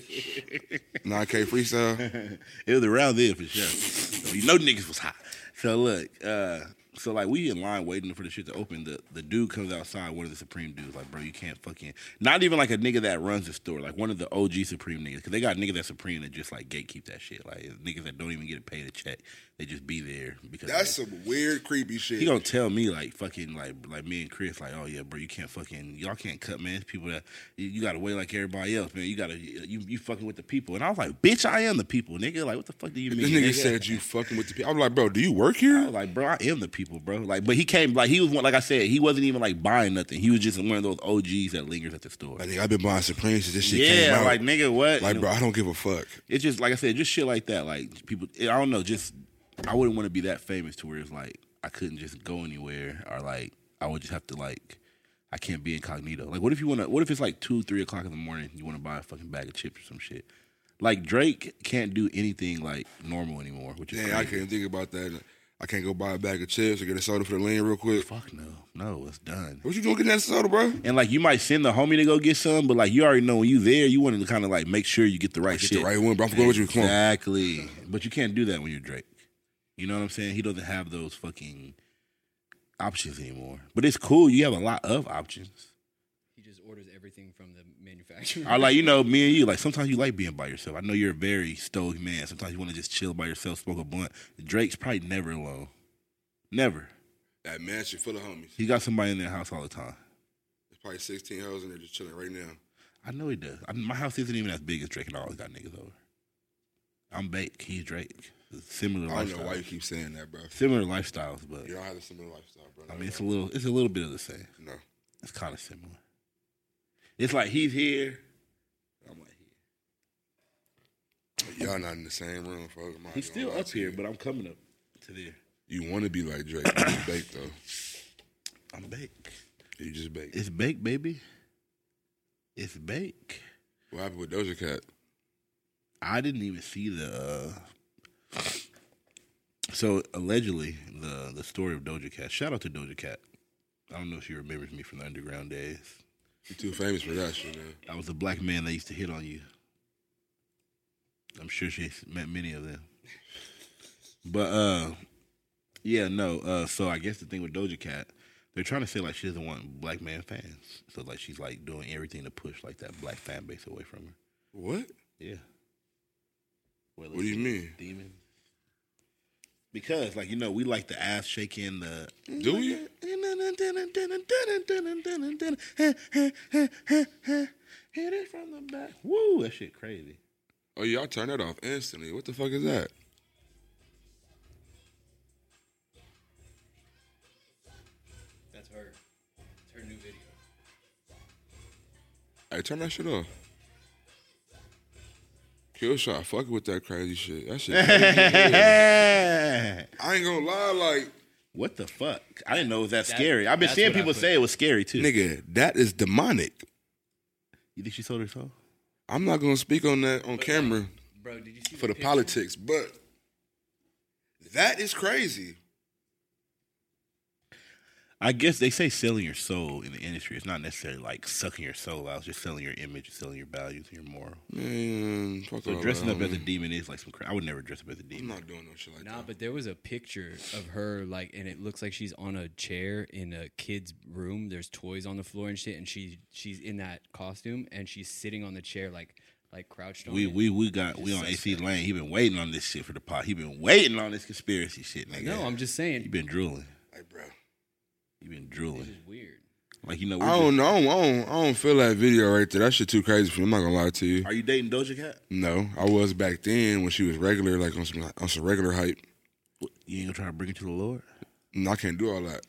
Speaker 1: 9K freestyle.
Speaker 2: It was around there for sure. So you know niggas was hot. So look, uh so like we in line waiting for the shit to open. The the dude comes outside, one of the Supreme dudes, like, bro, you can't fucking not even like a nigga that runs the store, like one of the OG Supreme niggas. Cause they got niggas that Supreme that just like gatekeep that shit. Like niggas that don't even get paid a check. They just be there because
Speaker 1: That's some weird, creepy shit.
Speaker 2: He gonna tell me like fucking like like me and Chris like oh yeah bro you can't fucking y'all can't cut man It's people that you, you gotta wait like everybody else man you gotta you you fucking with the people and I was like bitch I am the people nigga like what the fuck do you
Speaker 1: this
Speaker 2: mean
Speaker 1: nigga said you fucking with the people. I'm like, bro, do you work here?
Speaker 2: I was like bro I am the people bro like but he came like he was one like I said he wasn't even like buying nothing he was just one of those OGs that lingers at the store
Speaker 1: Like, nigga, I've been buying Supreme since this shit came
Speaker 2: yeah
Speaker 1: out.
Speaker 2: like nigga what
Speaker 1: like, bro, I don't give a fuck.
Speaker 2: it's just like I said, just shit like that. Like people, I don't know. Just I wouldn't want to be that famous to where it's like I couldn't just go anywhere, or like I would just have to like I can't be incognito. Like, what if you want to? What if it's like two, three o'clock in the morning? You want to buy a fucking bag of chips or some shit? Like Drake can't do anything like normal anymore, which is
Speaker 1: Dang, I
Speaker 2: crazy.
Speaker 1: can't think about that. I can't go buy a bag of chips or get a soda for the lane real quick.
Speaker 2: Fuck no, no, it's done.
Speaker 1: What you doing getting that soda, bro?
Speaker 2: And like you might send the homie to go get some, but like you already know when you there, you want to kind of like make sure you get the right
Speaker 1: Get
Speaker 2: shit.
Speaker 1: the right one, bro. I'm going with you. Come on.
Speaker 2: Exactly. But you can't do that when you're Drake. You know what I'm saying? He doesn't have those fucking options anymore. But it's cool. You have a lot of options.
Speaker 3: He just orders everything from the manufacturer.
Speaker 2: Or like, you know, me and you, like sometimes you like being by yourself. I know you're a very stoic man. Sometimes you want to just chill by yourself, smoke a blunt. Drake's probably never alone. Never.
Speaker 1: That mansion full of homies.
Speaker 2: He got somebody in their house all the time.
Speaker 1: There's probably 16 hoes in there just chilling right now.
Speaker 2: I know he does. I mean, my house isn't even as big as Drake, and I always got niggas over. I'm Bake. He's Drake. Similar
Speaker 1: I don't know why you
Speaker 2: lifestyles.
Speaker 1: keep saying that, bro.
Speaker 2: Similar lifestyles, but
Speaker 1: You don't have a similar lifestyle, bro.
Speaker 2: I mean, it's a little, it's a little bit of the same.
Speaker 1: no.
Speaker 2: It's kind of similar. It's like he's here. I'm like here.
Speaker 1: Y'all not in the same room, fuck. I'm not
Speaker 2: He's
Speaker 1: gonna
Speaker 2: still
Speaker 1: lie
Speaker 2: up
Speaker 1: to
Speaker 2: here,
Speaker 1: you.
Speaker 2: but I'm coming up to there.
Speaker 1: You want to be like Drake. You just bake, though.
Speaker 2: I'm Bake.
Speaker 1: You just bake.
Speaker 2: It's Bake, baby. It's Bake.
Speaker 1: What happened with Doja Cat?
Speaker 2: I didn't even see the. Uh, so allegedly, the the story of Doja Cat. Shout out to Doja Cat. I don't know if she remembers me from the underground days.
Speaker 1: You too famous for that shit, man.
Speaker 2: I was a black man that used to hit on you. I'm sure she met many of them. But uh yeah, no. Uh so I guess the thing with Doja Cat, they're trying to say like she doesn't want black man fans. So like she's like doing everything to push like that black fan base away from her.
Speaker 1: What?
Speaker 2: Yeah. Whether
Speaker 1: What do you
Speaker 2: it's
Speaker 1: mean?
Speaker 2: Demon. Because like you know, we like the ass shaking the
Speaker 1: Do we?
Speaker 2: Hit it from the back. Woo, that shit crazy.
Speaker 1: Oh, y'all turn that off instantly. What the fuck is that?
Speaker 3: That's her. It's her new video.
Speaker 1: Hey, turn that shit off. Kill shot, fuck with that crazy shit. That shit. Crazy. I ain't gonna lie, like
Speaker 2: what the fuck? I didn't know it was that,
Speaker 3: That-
Speaker 2: scary. I've been
Speaker 3: that's
Speaker 2: seeing
Speaker 3: what I
Speaker 2: people
Speaker 3: put.
Speaker 2: say it was scary too.
Speaker 1: nigga, that is demonic.
Speaker 2: You think she sold her soul?
Speaker 1: I'm not gonna speak on that on camera
Speaker 3: Bro, did you see
Speaker 1: for the
Speaker 3: picture?
Speaker 1: politics, but that is crazy.
Speaker 2: I guess they say selling your soul in the industry. It's not necessarily like sucking your soul out. It's just selling your image, selling your values, and your moral.
Speaker 1: Man, fuck
Speaker 2: So
Speaker 1: all
Speaker 2: dressing
Speaker 1: that,
Speaker 2: up as a
Speaker 1: homie.
Speaker 2: demon is like some. Cra- I would never dress up as a
Speaker 1: I'm
Speaker 2: demon.
Speaker 1: not doing no shit like
Speaker 3: Nah,
Speaker 1: that.
Speaker 3: but there was a picture of her like, and it looks like she's on a chair in a kid's room. There's toys on the floor and shit, and she she's in that costume and she's sitting on the chair like like crouched on.
Speaker 2: We
Speaker 3: it.
Speaker 2: we we got we on AC Lane. He been waiting on this shit for the pot. He been waiting on this conspiracy shit, nigga.
Speaker 3: no, I'm just
Speaker 2: you
Speaker 3: saying.
Speaker 2: been drooling.
Speaker 1: Hey, bro.
Speaker 2: You been
Speaker 3: This
Speaker 2: drooling.
Speaker 3: is weird.
Speaker 2: Like you know.
Speaker 1: I
Speaker 2: We're
Speaker 1: don't know. I don't, I don't. I don't feel that video right there. That shit too crazy for me. I'm not gonna lie to you.
Speaker 2: just, are you dating Doja Cat?
Speaker 1: No, I was back then when she was regular, like on some on some regular hype.
Speaker 2: What, you ain't gonna try to bring it to the Lord.
Speaker 1: No, I can't do all that.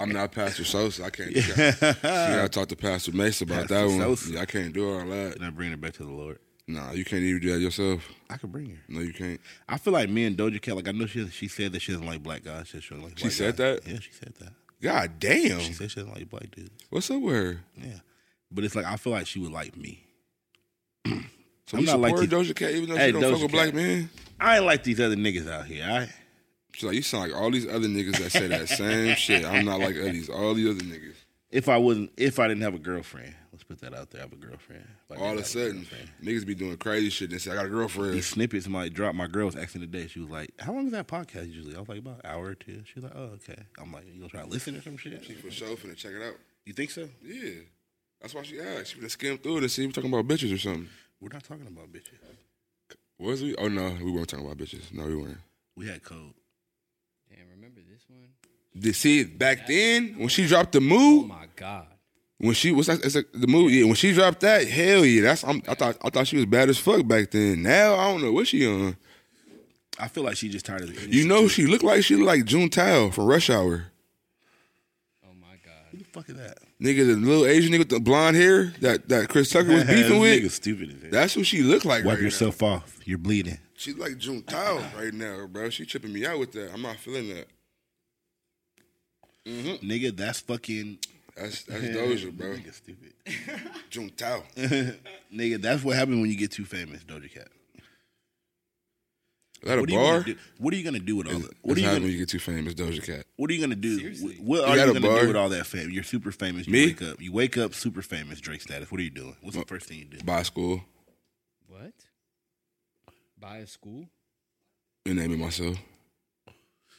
Speaker 1: I'm not Pastor Sosa. I can't. do that. You
Speaker 2: yeah.
Speaker 1: gotta talk to Pastor Mace about
Speaker 2: Pastor
Speaker 1: that one.
Speaker 2: Sosa.
Speaker 1: Yeah, I can't do all that.
Speaker 2: Not bringing it back to the Lord.
Speaker 1: Nah, you can't even do that yourself.
Speaker 2: I could bring her.
Speaker 1: No, you can't.
Speaker 2: I feel like me and Doja Cat. Like I know she she said that she doesn't like black guys. She, doesn't like
Speaker 1: She
Speaker 2: white
Speaker 1: said
Speaker 2: guys.
Speaker 1: that?
Speaker 2: Yeah, she said that. Oh.
Speaker 1: God
Speaker 2: She
Speaker 1: damn.
Speaker 2: said she doesn't like black dudes.
Speaker 1: What's up with her?
Speaker 2: Yeah, but it's like I feel like she would like me.
Speaker 1: So
Speaker 2: I'm
Speaker 1: we
Speaker 2: not like
Speaker 1: support
Speaker 2: these-
Speaker 1: Doja Cat even though
Speaker 2: Hey,
Speaker 1: she don't
Speaker 2: Doja
Speaker 1: fuck with black
Speaker 2: Cat.
Speaker 1: men.
Speaker 2: I ain't like these other niggas out here. I
Speaker 1: She's like, you sound like all these other niggas that say that same shit. I'm not like all these all these other niggas.
Speaker 2: if I wasn't if I didn't have a girlfriend. Let's put that out there. I have a girlfriend. If I
Speaker 1: All
Speaker 2: didn't
Speaker 1: of a
Speaker 2: have
Speaker 1: sudden,
Speaker 2: girlfriend.
Speaker 1: niggas be doing crazy shit and say, I got a
Speaker 2: These
Speaker 1: girlfriend.
Speaker 2: snippets might drop. My girl was asking today. She was like, "How long is that podcast usually?" I was like, "About an hour or two. She was like, "Oh, okay." I'm like, "You gonna try to listen or some shit?"
Speaker 1: She for sure finna check it out.
Speaker 2: You think so?
Speaker 1: Yeah. That's why she asked. She finna skim through it and see if we talking about bitches or something.
Speaker 2: We're not talking about bitches.
Speaker 1: Was we? Oh no, we weren't talking about bitches. No, we weren't.
Speaker 2: We had code.
Speaker 3: Damn, remember this one?
Speaker 1: Did see back then when she dropped the
Speaker 3: Oh
Speaker 1: move?
Speaker 3: my god.
Speaker 1: When she was that, it's like the move? Yeah, when she dropped that, hell yeah, that's I'm, I thought I thought she was bad as fuck back then. Now I don't know what she on.
Speaker 2: I feel like she just tired of the
Speaker 1: You know she looked like she looked like June Tao from Rush Hour.
Speaker 3: Oh my
Speaker 2: Who
Speaker 3: god.
Speaker 2: the fuck is that?
Speaker 1: Nigga, the little Asian nigga with the blonde hair that, that Chris Tucker was
Speaker 2: This
Speaker 1: beefing
Speaker 2: nigga
Speaker 1: with.
Speaker 2: stupid as hell.
Speaker 1: That's who she looked like
Speaker 2: Wipe
Speaker 1: right now.
Speaker 2: yourself off. You're bleeding.
Speaker 1: She's like June Tao right now, bro. She tripping me out with that. I'm not feeling that.
Speaker 2: Nigga, that's fucking
Speaker 1: That's that's Mm. Doja, bro.
Speaker 2: Nigga, stupid.
Speaker 1: Juntao.
Speaker 2: Nigga, that's what happened when you get too famous, Doja Cat.
Speaker 1: Is that a
Speaker 2: What are you gonna
Speaker 1: bar?
Speaker 2: do? What are you gonna do with all
Speaker 1: Is-
Speaker 2: that? What are
Speaker 1: is
Speaker 2: you
Speaker 1: how
Speaker 2: gonna
Speaker 1: when you get too famous, Doja Cat?
Speaker 2: What are you gonna do?
Speaker 3: Seriously.
Speaker 2: What
Speaker 1: You
Speaker 2: are you
Speaker 1: got a
Speaker 2: gonna
Speaker 1: bar?
Speaker 2: do with all that fame? You're super famous. You
Speaker 1: Me?
Speaker 2: wake up. You wake up super famous. Drake status. What are you doing? What's the
Speaker 1: Well,
Speaker 2: first thing you do?
Speaker 1: Buy school
Speaker 3: What? Buy a school?
Speaker 1: and name it myself.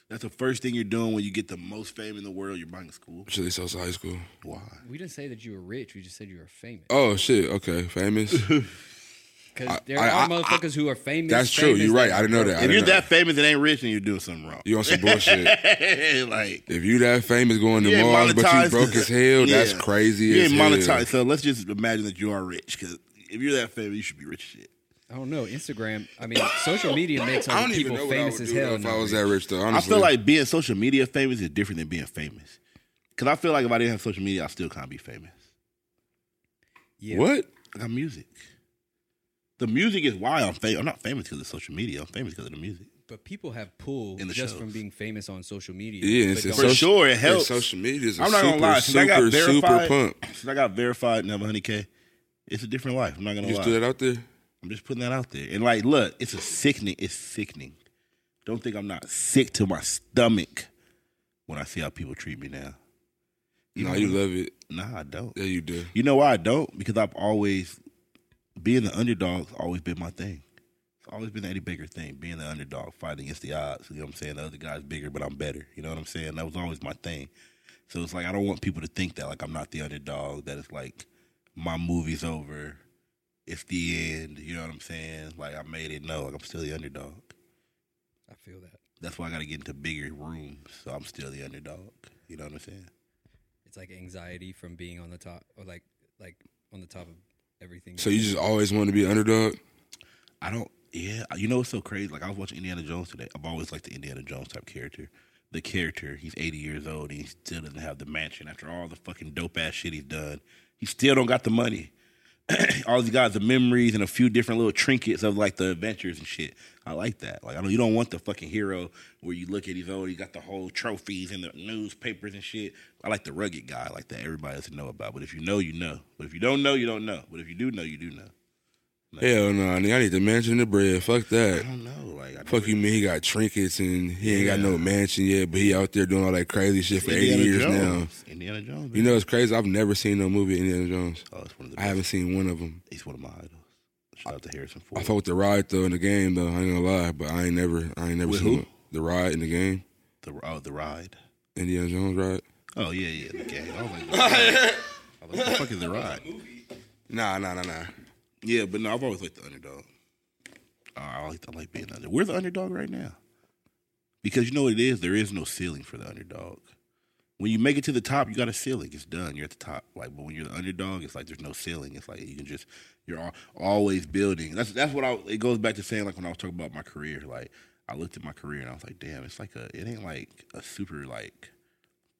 Speaker 2: That's the first thing you're doing when you get the most fame in the world. You're buying a school.
Speaker 1: Chili Salsa High School.
Speaker 2: Why?
Speaker 3: We didn't say that you were rich. We just said you were famous.
Speaker 1: Oh shit. Okay, famous.
Speaker 3: Because
Speaker 1: I-
Speaker 3: there
Speaker 1: I-
Speaker 3: are
Speaker 1: I-
Speaker 3: motherfuckers who are famous.
Speaker 1: That's true.
Speaker 3: famous
Speaker 1: You're right.
Speaker 3: that
Speaker 1: I didn't know
Speaker 3: are
Speaker 1: that. I
Speaker 2: if
Speaker 1: didn't
Speaker 2: you're
Speaker 1: know
Speaker 2: that famous, it ain't rich, and you're doing something wrong.
Speaker 1: You on some bullshit.
Speaker 2: like
Speaker 1: If you that famous going to
Speaker 2: You ain't
Speaker 1: Mars, but you
Speaker 2: monetized.
Speaker 1: broke as hell,
Speaker 2: Yeah.
Speaker 1: that's crazy.
Speaker 2: you
Speaker 1: as
Speaker 2: ain't
Speaker 1: hell.
Speaker 2: monetized. So let's just imagine that you are rich. Because if you're that famous, you should be rich as shit.
Speaker 3: I don't know. Instagram. I mean, social media makes
Speaker 1: I
Speaker 3: other
Speaker 1: don't even
Speaker 3: people
Speaker 1: know what I
Speaker 3: famous
Speaker 1: would
Speaker 3: as
Speaker 1: do
Speaker 3: hell.
Speaker 1: if I
Speaker 3: now.
Speaker 1: was that rich. Though
Speaker 2: I
Speaker 1: honestly,
Speaker 2: feel like being social media famous is different than being famous. Because I feel like if I didn't have social media, I still can't be famous.
Speaker 3: yeah.
Speaker 1: what?
Speaker 2: I got music. The music is why I'm famous. I'm not famous because of social media. I'm famous because of the music.
Speaker 3: But people have pull
Speaker 2: In the
Speaker 3: just
Speaker 2: shows.
Speaker 3: from being famous on social media.
Speaker 1: Yeah,
Speaker 3: but
Speaker 1: it's, it's
Speaker 2: For
Speaker 3: don't-
Speaker 1: social-
Speaker 2: sure, it
Speaker 1: and
Speaker 2: helps.
Speaker 1: Social media is a
Speaker 2: I'm not
Speaker 1: super,
Speaker 2: gonna lie. Since I got
Speaker 1: super, super
Speaker 2: verified,
Speaker 1: pump.
Speaker 2: since I got verified and have 100k, it's a different life. I'm not gonna
Speaker 1: You just
Speaker 2: lie.
Speaker 1: threw that out there.
Speaker 2: I'm just putting that out there. And like, look, it's a sickening. It's sickening. Don't think I'm not sick to my stomach when I see how people treat me now.
Speaker 1: No, you love it.
Speaker 2: Nah, I don't.
Speaker 1: Yeah, you do.
Speaker 2: You know why I don't? Because I've always being the underdog's always been my thing. It's always been the Eddie Baker thing, being the underdog, fighting against the odds. You know what I'm saying? The other guy's bigger, but I'm better. You know what I'm saying? That was always my thing. So it's like I don't want people to think that like I'm not the underdog, that it's like my movie's over. It's the end. You know what I'm saying? Like I made it. No, like I'm still the underdog.
Speaker 3: I feel that.
Speaker 2: That's why I gotta get into bigger rooms. So I'm still the underdog. You know what I'm saying?
Speaker 3: It's like anxiety from being on the top, or like like on the top of everything.
Speaker 1: So you just always want to be an underdog.
Speaker 2: I don't. Yeah, you know what's so crazy? Like I was watching Indiana Jones today. I've always liked the Indiana Jones type character. The character, he's 80 years old and he still doesn't have the mansion after all the fucking dope ass shit he's done. He still don't got the money. all he's got is the memories and a few different little trinkets of like the adventures and shit. I like that. Like I know you don't want the fucking hero where you look at he's old, he got the whole trophies and the newspapers and shit. I like the rugged guy, like that everybody doesn't know about. But if you know, you know. But if you don't know, you don't know. But if you do know, you do know.
Speaker 1: Hell no, nigga. I need the mansion and the bread. Fuck
Speaker 2: I
Speaker 1: that.
Speaker 2: don't know. Like I
Speaker 1: Fuck you, mean he got trinkets and he ain't got
Speaker 2: Yeah.
Speaker 1: no mansion yet, but he out there doing all that crazy shit for eighty years now.
Speaker 2: now. Indiana Jones.
Speaker 1: You know it's crazy. I've never seen no movie Indiana Jones.
Speaker 2: oh, it's one of the
Speaker 1: I
Speaker 2: best.
Speaker 1: haven't seen one of them.
Speaker 2: he's one of my idols. Shout out to Harrison Ford.
Speaker 1: I fuck with the ride though in the game though. I ain't gonna lie, but I ain't never, I ain't never
Speaker 2: With
Speaker 1: seen
Speaker 2: who?
Speaker 1: it. the ride in the game.
Speaker 2: the oh, the ride.
Speaker 1: Indiana Jones ride.
Speaker 2: Oh yeah, yeah, the game. I was like, the ride. I was like, the fuck is the ride?
Speaker 1: Nah, nah, nah, nah.
Speaker 2: Yeah, but no, I've always liked the underdog. Uh, I like I like being the under. We're the underdog right now, because you know what it is. There is no ceiling for the underdog. When you make it to the top, you got a ceiling. It's done. You're at the top. Like, but when you're the underdog, it's like there's no ceiling. It's like you can just you're al always building. That's that's what I. It goes back to saying like when I was talking about my career. Like I looked at my career and I was like, damn, it's like a. It ain't like a super like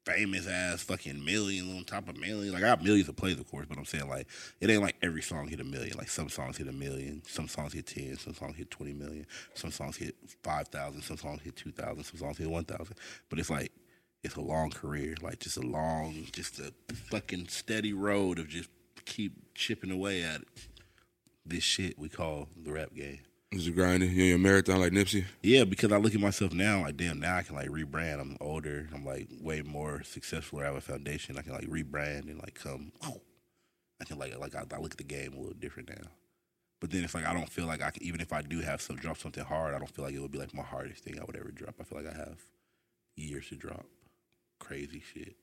Speaker 2: famous ass fucking million on top of million. Like I got millions of plays, of course, but I'm saying like it ain't like every song hit a million. Like some songs hit a million, some songs hit ten, some songs hit twenty million, some songs hit five thousand, some songs hit two thousand, some songs hit one thousand. But it's like it's a long career, like just a long, just a fucking steady road of just keep chipping away at it. This shit we call the rap game.
Speaker 1: Just grinding. You on your marathon like Nipsey?
Speaker 2: Yeah, because I look at myself now, like damn, now I can like rebrand. I'm older, I'm like way more successful. I have a foundation. I can like rebrand and like come. I can like like I, I look at the game a little different now. But then it's like I don't feel like I can, even if I do have some drop something hard, I don't feel like it would be like my hardest thing I would ever drop. I feel like I have years to drop crazy shit.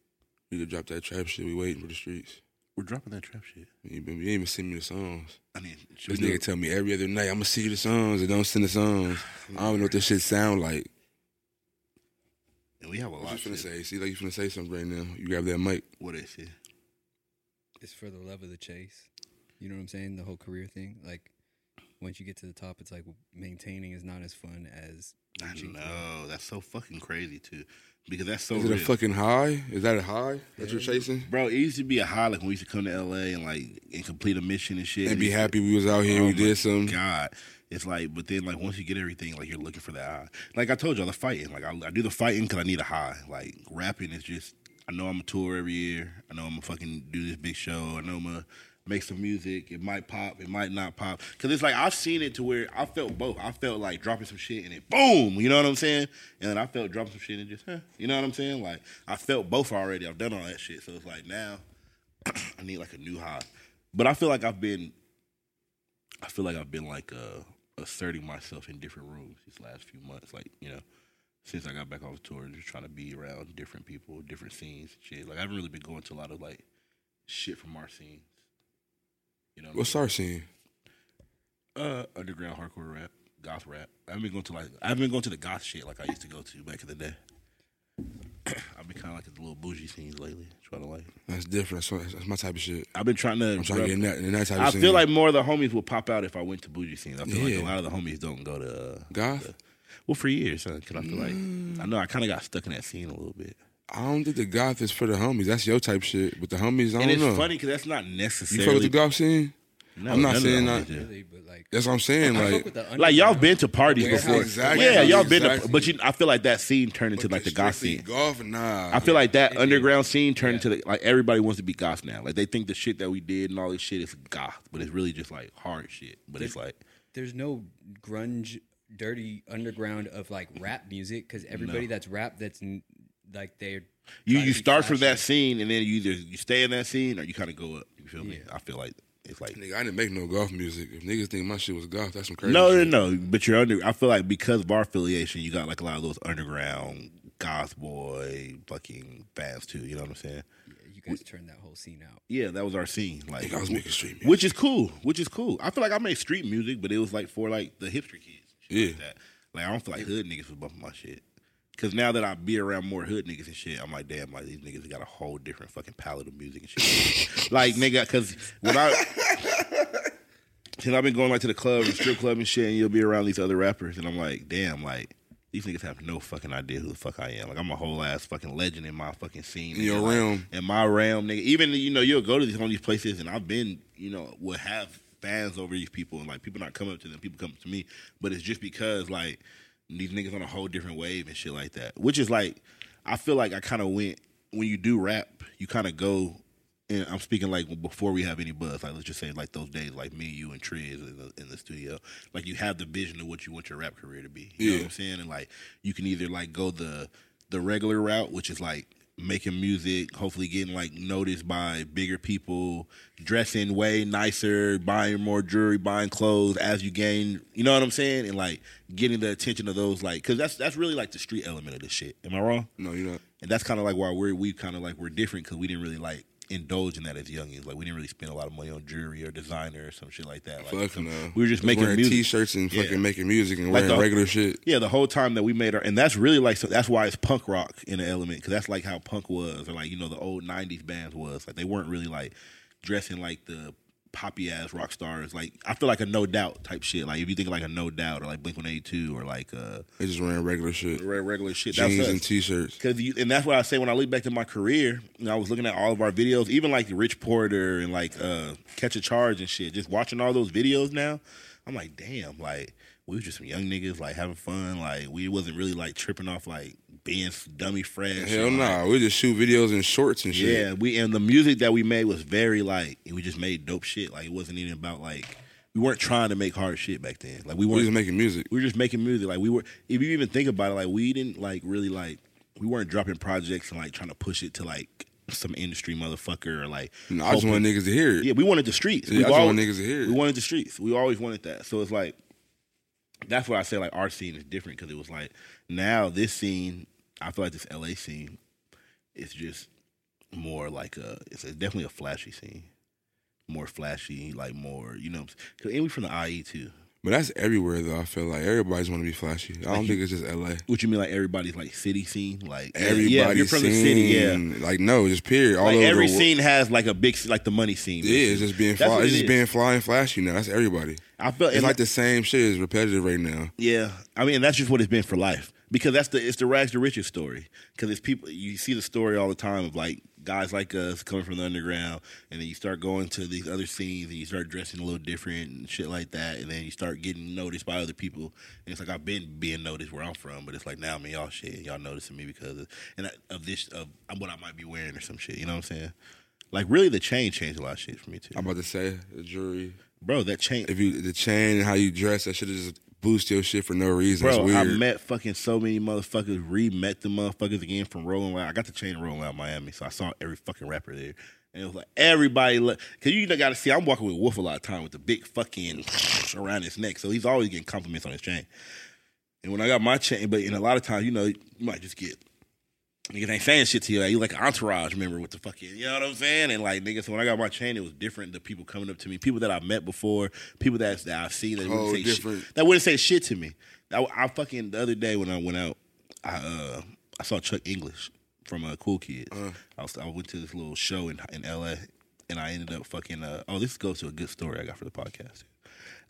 Speaker 1: You could drop that trap shit. We waiting for the streets.
Speaker 2: We're dropping that trap shit.
Speaker 1: You, been, you ain't even send me the songs.
Speaker 2: I mean, should
Speaker 1: This
Speaker 2: we do
Speaker 1: nigga
Speaker 2: it?
Speaker 1: tell me every other night, I'm gonna see you the songs and don't send the songs. I don't even know what this shit sound like.
Speaker 2: and we have a
Speaker 1: What
Speaker 2: lot.
Speaker 1: you finna
Speaker 2: Of shit.
Speaker 1: say? See, like you finna say something right now. You grab that mic.
Speaker 2: What is it?
Speaker 3: it's for the love of the chase. You know what I'm saying? The whole career thing. Like once you get to the top, it's like maintaining is not as fun as
Speaker 2: I
Speaker 3: reaching.
Speaker 2: know that's so fucking crazy too, because that's so.
Speaker 1: Is it a
Speaker 2: real.
Speaker 1: fucking high? Is that a high that you're chasing?
Speaker 2: Bro, it used to be a high like when we used to come to LA and like and complete a mission and shit.
Speaker 1: And be happy we was out here.
Speaker 2: Oh
Speaker 1: we
Speaker 2: my
Speaker 1: did some.
Speaker 2: God, it's like, but then like once you get everything, like you're looking for that high. Like I told y'all, the fighting. Like I, I do the fighting because I need a high. Like rapping is just I know I'm a tour every year. I know I'm gonna fucking do this big show. I know I'm gonna make some music. It might pop. It might not pop. Cause it's like I've seen it to where I felt both. I felt like dropping some shit and it boom. You know what I'm saying? And then I felt dropping some shit and just huh. You know what I'm saying? Like I felt both already. I've done all that shit. So it's like now I need like a new high. But I feel like I've been I feel like I've been like uh asserting myself in different rooms these last few months. Like, you know, since I got back off tour, just trying to be around different people, different scenes and shit. Like I haven't really been going to a lot of like shit from our scenes. You know what I'm
Speaker 1: What's our scene?
Speaker 2: uh, underground hardcore rap, goth rap. I haven't been going to like I haven't been going to the goth shit like I used to go to back in the day. I've been kind of like at the little bougie scenes lately, trying to like.
Speaker 1: That's different. So that's my type of shit.
Speaker 2: I've been trying to.
Speaker 1: I'm trying to get in that, in that type of
Speaker 2: I
Speaker 1: scene.
Speaker 2: feel like more of the homies will pop out if I went to bougie scenes. I feel like
Speaker 1: Yeah.
Speaker 2: a lot of the homies don't go to. Uh,
Speaker 1: goth.
Speaker 2: the- well, for years, because I feel like I know I kind of got stuck in that scene a little bit,
Speaker 1: I don't think the goth is for the homies. That's your type shit. But the homies, I
Speaker 2: and
Speaker 1: don't
Speaker 2: it's
Speaker 1: know.
Speaker 2: funny because that's not
Speaker 1: you fuck with
Speaker 2: necessarily.
Speaker 1: the goth scene?
Speaker 2: No,
Speaker 1: I'm not
Speaker 2: none of the
Speaker 1: saying
Speaker 2: homies
Speaker 1: I-
Speaker 2: do.
Speaker 3: really, but like,
Speaker 1: That's what I'm saying.
Speaker 3: I fuck
Speaker 1: Like,
Speaker 3: with the
Speaker 2: Like y'all
Speaker 3: underground.
Speaker 2: been to parties
Speaker 3: Warehouse.
Speaker 2: before,
Speaker 1: Exactly.
Speaker 2: yeah. Y'all been, to,
Speaker 1: Exactly.
Speaker 2: but you, I feel like that scene turned into
Speaker 1: but
Speaker 2: like the
Speaker 1: just
Speaker 2: goth
Speaker 1: strictly
Speaker 2: scene.
Speaker 1: Golf, nah.
Speaker 2: I feel like that underground scene turned
Speaker 3: Yeah.
Speaker 2: into the, like everybody wants to be goth now. Like they think the shit that we did and all this shit is goth, but it's really just like hard shit. But it's like
Speaker 3: there's no grunge, dirty underground of like rap music because everybody that's rap that's n- like they're
Speaker 2: you
Speaker 3: trying to
Speaker 2: you
Speaker 3: be
Speaker 2: start from
Speaker 3: flashy.
Speaker 2: that scene and then you either you stay in that scene or you kind of go up. You feel me? I feel like it's like
Speaker 1: Nigga, I didn't make no golf music. If niggas think my shit was golf, that's some crazy
Speaker 2: no no
Speaker 1: shit.
Speaker 2: no. But you're under. I feel like because of our affiliation, you got like a lot of those underground goth boy fucking fans too. You know what I'm saying?
Speaker 3: You guys turned that whole scene out.
Speaker 2: Yeah, that was our scene. Like
Speaker 1: Nigga, I was making street music.
Speaker 2: which is cool. Which is cool. I feel like I made street music, but it was like for like the hipster kids. and shit Like,
Speaker 1: Yeah.
Speaker 2: that. like I don't feel like hood niggas was bumping my shit. Cause now that I be around more hood niggas and shit, I'm like, damn, like these niggas got a whole different fucking palette of music and shit. like nigga, cause when I since I've been going like to the club and strip club and shit, and you'll be around these other rappers, and I'm like, damn, like these niggas have no fucking idea who the fuck I am. Like I'm a whole ass fucking legend in my fucking scene,
Speaker 1: In your
Speaker 2: nigga. Like,
Speaker 1: realm.
Speaker 2: in Mm-hmm. my realm, nigga. Even you know, you'll go to these on these places, and I've been, you know, will have fans over these people, and like people not come up to them, people come up to me, but it's just because like these niggas on a whole different wave and shit like that, which is like, I feel like I kind of went when you do rap, you kind of go and I'm speaking like before we have any buzz. Like let's just say like those days, like me, you, and Triz in the, in the studio. Like you have the vision of what you want your rap career to be. You know
Speaker 1: Yeah.
Speaker 2: what I'm saying? And like you can either like go the the regular route, which is like making music, hopefully getting like noticed by bigger people, dressing way nicer, buying more jewelry, buying clothes as you gain. You know what I'm saying? And like getting the attention of those like because that's that's really like the street element of this shit. Am I wrong?
Speaker 1: No, you're not.
Speaker 2: and that's kind of like why we're we kind of like we're different because we didn't really like indulge in that as youngins. Like we didn't really spend a lot of money on jewelry or designer or some shit like that. Like,
Speaker 1: Fuck
Speaker 2: some-
Speaker 1: no.
Speaker 2: We were
Speaker 1: Just
Speaker 2: just making
Speaker 1: wearing
Speaker 2: music.
Speaker 1: t-shirts and
Speaker 2: Yeah.
Speaker 1: fucking making music and
Speaker 2: Like
Speaker 1: wearing
Speaker 2: the-
Speaker 1: regular shit.
Speaker 2: Yeah, the whole time that we made our, and that's really like, so that's why it's punk rock in the element, because that's like how punk was, or like, you know, the old 90s bands was. Like, they weren't really like dressing like the poppy ass rock stars. Like, I feel like a no doubt type shit. Like, if you think like a no doubt, or like Blink 182, or like uh,
Speaker 1: They just wearing regular shit.
Speaker 2: re- regular shit, that's
Speaker 1: Jeans
Speaker 2: us.
Speaker 1: and t-shirts.
Speaker 2: Cause you, and that's what I say when I look back to my career. And I was looking at all of our videos, even like Rich Porter and like uh, Catch a Charge and shit. Just watching all those videos now, I'm like, damn, like we was just some young niggas like having fun. Like we wasn't really like tripping off like being dummy fresh.
Speaker 1: Hell
Speaker 2: and, like,
Speaker 1: nah. We just shoot videos in shorts and shit.
Speaker 2: yeah, we and the music that we made was very like we just made dope shit. Like it wasn't even about like we weren't trying to make hard shit back then. Like we
Speaker 1: We
Speaker 2: weren't
Speaker 1: just making music.
Speaker 2: we were just making music. Like we were, if you even think about it, like we didn't like really like we weren't dropping projects and like trying to push it to like some industry motherfucker or like.
Speaker 1: No, I just
Speaker 2: hoping-
Speaker 1: want niggas to hear it.
Speaker 2: Yeah, we wanted the streets.
Speaker 1: Yeah,
Speaker 2: We've
Speaker 1: I just want
Speaker 2: always-
Speaker 1: niggas to hear it.
Speaker 2: We wanted the streets. We always wanted that. So it's like that's why I say like our scene is different because it was like now this scene. I feel like this LA scene is just more like a. It's a, definitely a flashy scene. More flashy, like more, you know. Because and we from the IE too.
Speaker 1: But that's everywhere though. I feel like everybody's want to be flashy. I don't think it's just LA.
Speaker 2: What you mean, like everybody's like city scene? Like
Speaker 1: Everybody's
Speaker 2: yeah, if you're from the city, yeah.
Speaker 1: seen- Like no, just period. All
Speaker 2: Like
Speaker 1: over
Speaker 2: every
Speaker 1: the world.
Speaker 2: scene has like a big, like the money scene.
Speaker 1: Yeah, it's just being
Speaker 2: That's
Speaker 1: fly.
Speaker 2: what
Speaker 1: It's
Speaker 2: it
Speaker 1: just
Speaker 2: is.
Speaker 1: being fly and flashy now. That's everybody.
Speaker 2: I feel
Speaker 1: It's like the same shit is repetitive right now.
Speaker 2: Yeah, I mean that's just what it's been for life. because that's the it's the rags to riches story. Because it's people you see the story all the time of like guys like us coming from the underground, and then you start going to these other scenes and you start dressing a little different and shit like that, and then you start getting noticed by other people. And it's like I've been being noticed where I'm from, but it's like now me y'all shit, and y'all noticing me because of, and I, of this of what I might be wearing or some shit. You know what I'm saying? Like really, the chain changed a lot of shit for me too,
Speaker 1: I'm about to say the jury.
Speaker 2: bro. That chain,
Speaker 1: If you the chain and how you dress, that should have just boost your shit for no reason. it's
Speaker 2: Bro,
Speaker 1: weird.
Speaker 2: I met fucking so many motherfuckers, re met the motherfuckers again from Rolling Loud. I got the chain of Rolling Loud Miami, so I saw every fucking rapper there. And it was like everybody, le- cause you gotta see, I'm walking with Wolf a lot of time with the big fucking around his neck, so he's always getting compliments on his chain. And when I got my chain, but in a lot of times, you know, you might just get niggas ain't saying shit to you. Like, you like an entourage member with the fucking, you know what I'm saying? And like niggas, so when I got my chain, it was different. The people coming up to me, people that I've met before, people that, that I've seen that
Speaker 1: Oh,
Speaker 2: wouldn't say
Speaker 1: different.
Speaker 2: shit, that wouldn't say shit to me. I, I fucking the other day when I went out, I uh I saw Chuck English from uh, Cool Kids. I was, I went to this little show in in L.A. and I ended up fucking uh oh this goes to a good story I got for the podcast.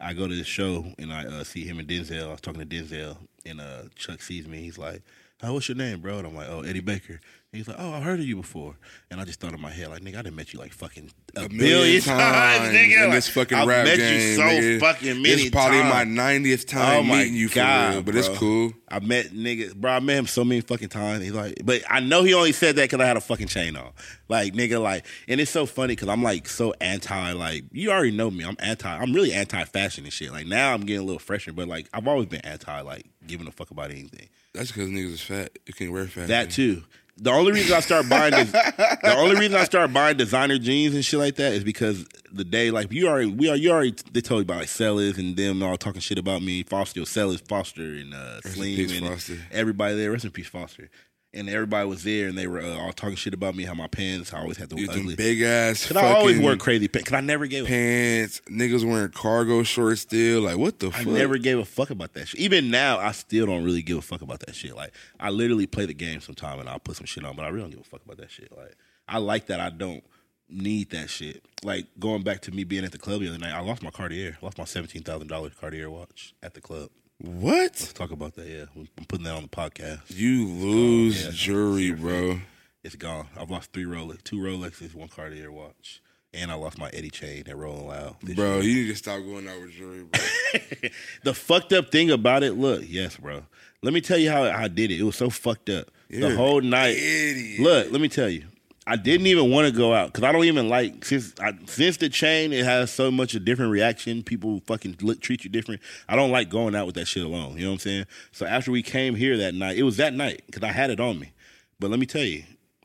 Speaker 2: I go to this show and I uh, see him and Denzel. I was talking to Denzel and uh, Chuck sees me. He's like, "Oh, what's your name, bro?" And I'm like, "Oh, Eddie Baker." And he's like, "Oh, I've heard of you before." And I just thought in my head, like, "Nigga, I done met you like fucking a,
Speaker 1: A
Speaker 2: billion,
Speaker 1: million
Speaker 2: times, nigga.
Speaker 1: in
Speaker 2: Like,
Speaker 1: this fucking
Speaker 2: I've
Speaker 1: rap
Speaker 2: met
Speaker 1: game,
Speaker 2: you so
Speaker 1: nigga.
Speaker 2: fucking many
Speaker 1: This probably
Speaker 2: times.
Speaker 1: my ninetieth time
Speaker 2: Oh my
Speaker 1: meeting you
Speaker 2: God,
Speaker 1: for real, but it's
Speaker 2: bro.
Speaker 1: cool.
Speaker 2: I met niggas, bro. I met him so many fucking times. He's like, but I know he only said that because I had a fucking chain on. Like, nigga, like, and it's so funny because I'm like so anti, like, you already know me. I'm anti, I'm really anti fashion and shit. Like, now I'm getting a little fresher, but like, I've always been anti, like, giving a fuck about anything.
Speaker 1: That's because niggas is fat. You can't wear fat.
Speaker 2: That too. The only reason I start buying des- the only reason I start buying designer jeans and shit like that is because the day like you already we are you already they told you about like sellers and them all talking shit about me Foster sellers Foster and uh,
Speaker 1: in
Speaker 2: Slim
Speaker 1: peace,
Speaker 2: and
Speaker 1: Foster.
Speaker 2: everybody there rest in peace Foster and everybody was there and they were uh, all talking shit about me how my pants I always had to
Speaker 1: You
Speaker 2: look
Speaker 1: them
Speaker 2: ugly
Speaker 1: big ass.
Speaker 2: because I always
Speaker 1: fucking
Speaker 2: wore crazy pants because I never gave a,
Speaker 1: pants. Niggas wearing cargo shorts still. Like what the
Speaker 2: I
Speaker 1: fuck?
Speaker 2: never gave a fuck about that shit even now I still don't really give a fuck about that shit like I literally play the game sometime and I'll put some shit on but I really don't give a fuck about that shit like I like that I don't need that shit like going back to me being at the club the other night I lost my Cartier lost my seventeen thousand dollar Cartier watch at the club
Speaker 1: what?
Speaker 2: talk about that yeah I'm putting that on the podcast
Speaker 1: You
Speaker 2: Oh,
Speaker 1: lose jewelry, bro.
Speaker 2: It's gone. I've lost three Rolex, two Rolexes, one Cartier watch, and I lost my Eddie chain at Rolling Loud. this
Speaker 1: Bro, you need to stop going out with jewelry, bro.
Speaker 2: year. the fucked up thing about it, look, yes, bro. Let me tell you how I did it. It was so fucked up.
Speaker 1: You're
Speaker 2: the whole night.
Speaker 1: Idiot.
Speaker 2: Look, let me tell you. I didn't even want to go out because I don't even like since I, since the chain it has so much a different reaction. People fucking look, treat you different. I don't like going out with that shit alone. You know what I'm saying? So after we came here that night, it was that night because I had it on me. But let me tell you,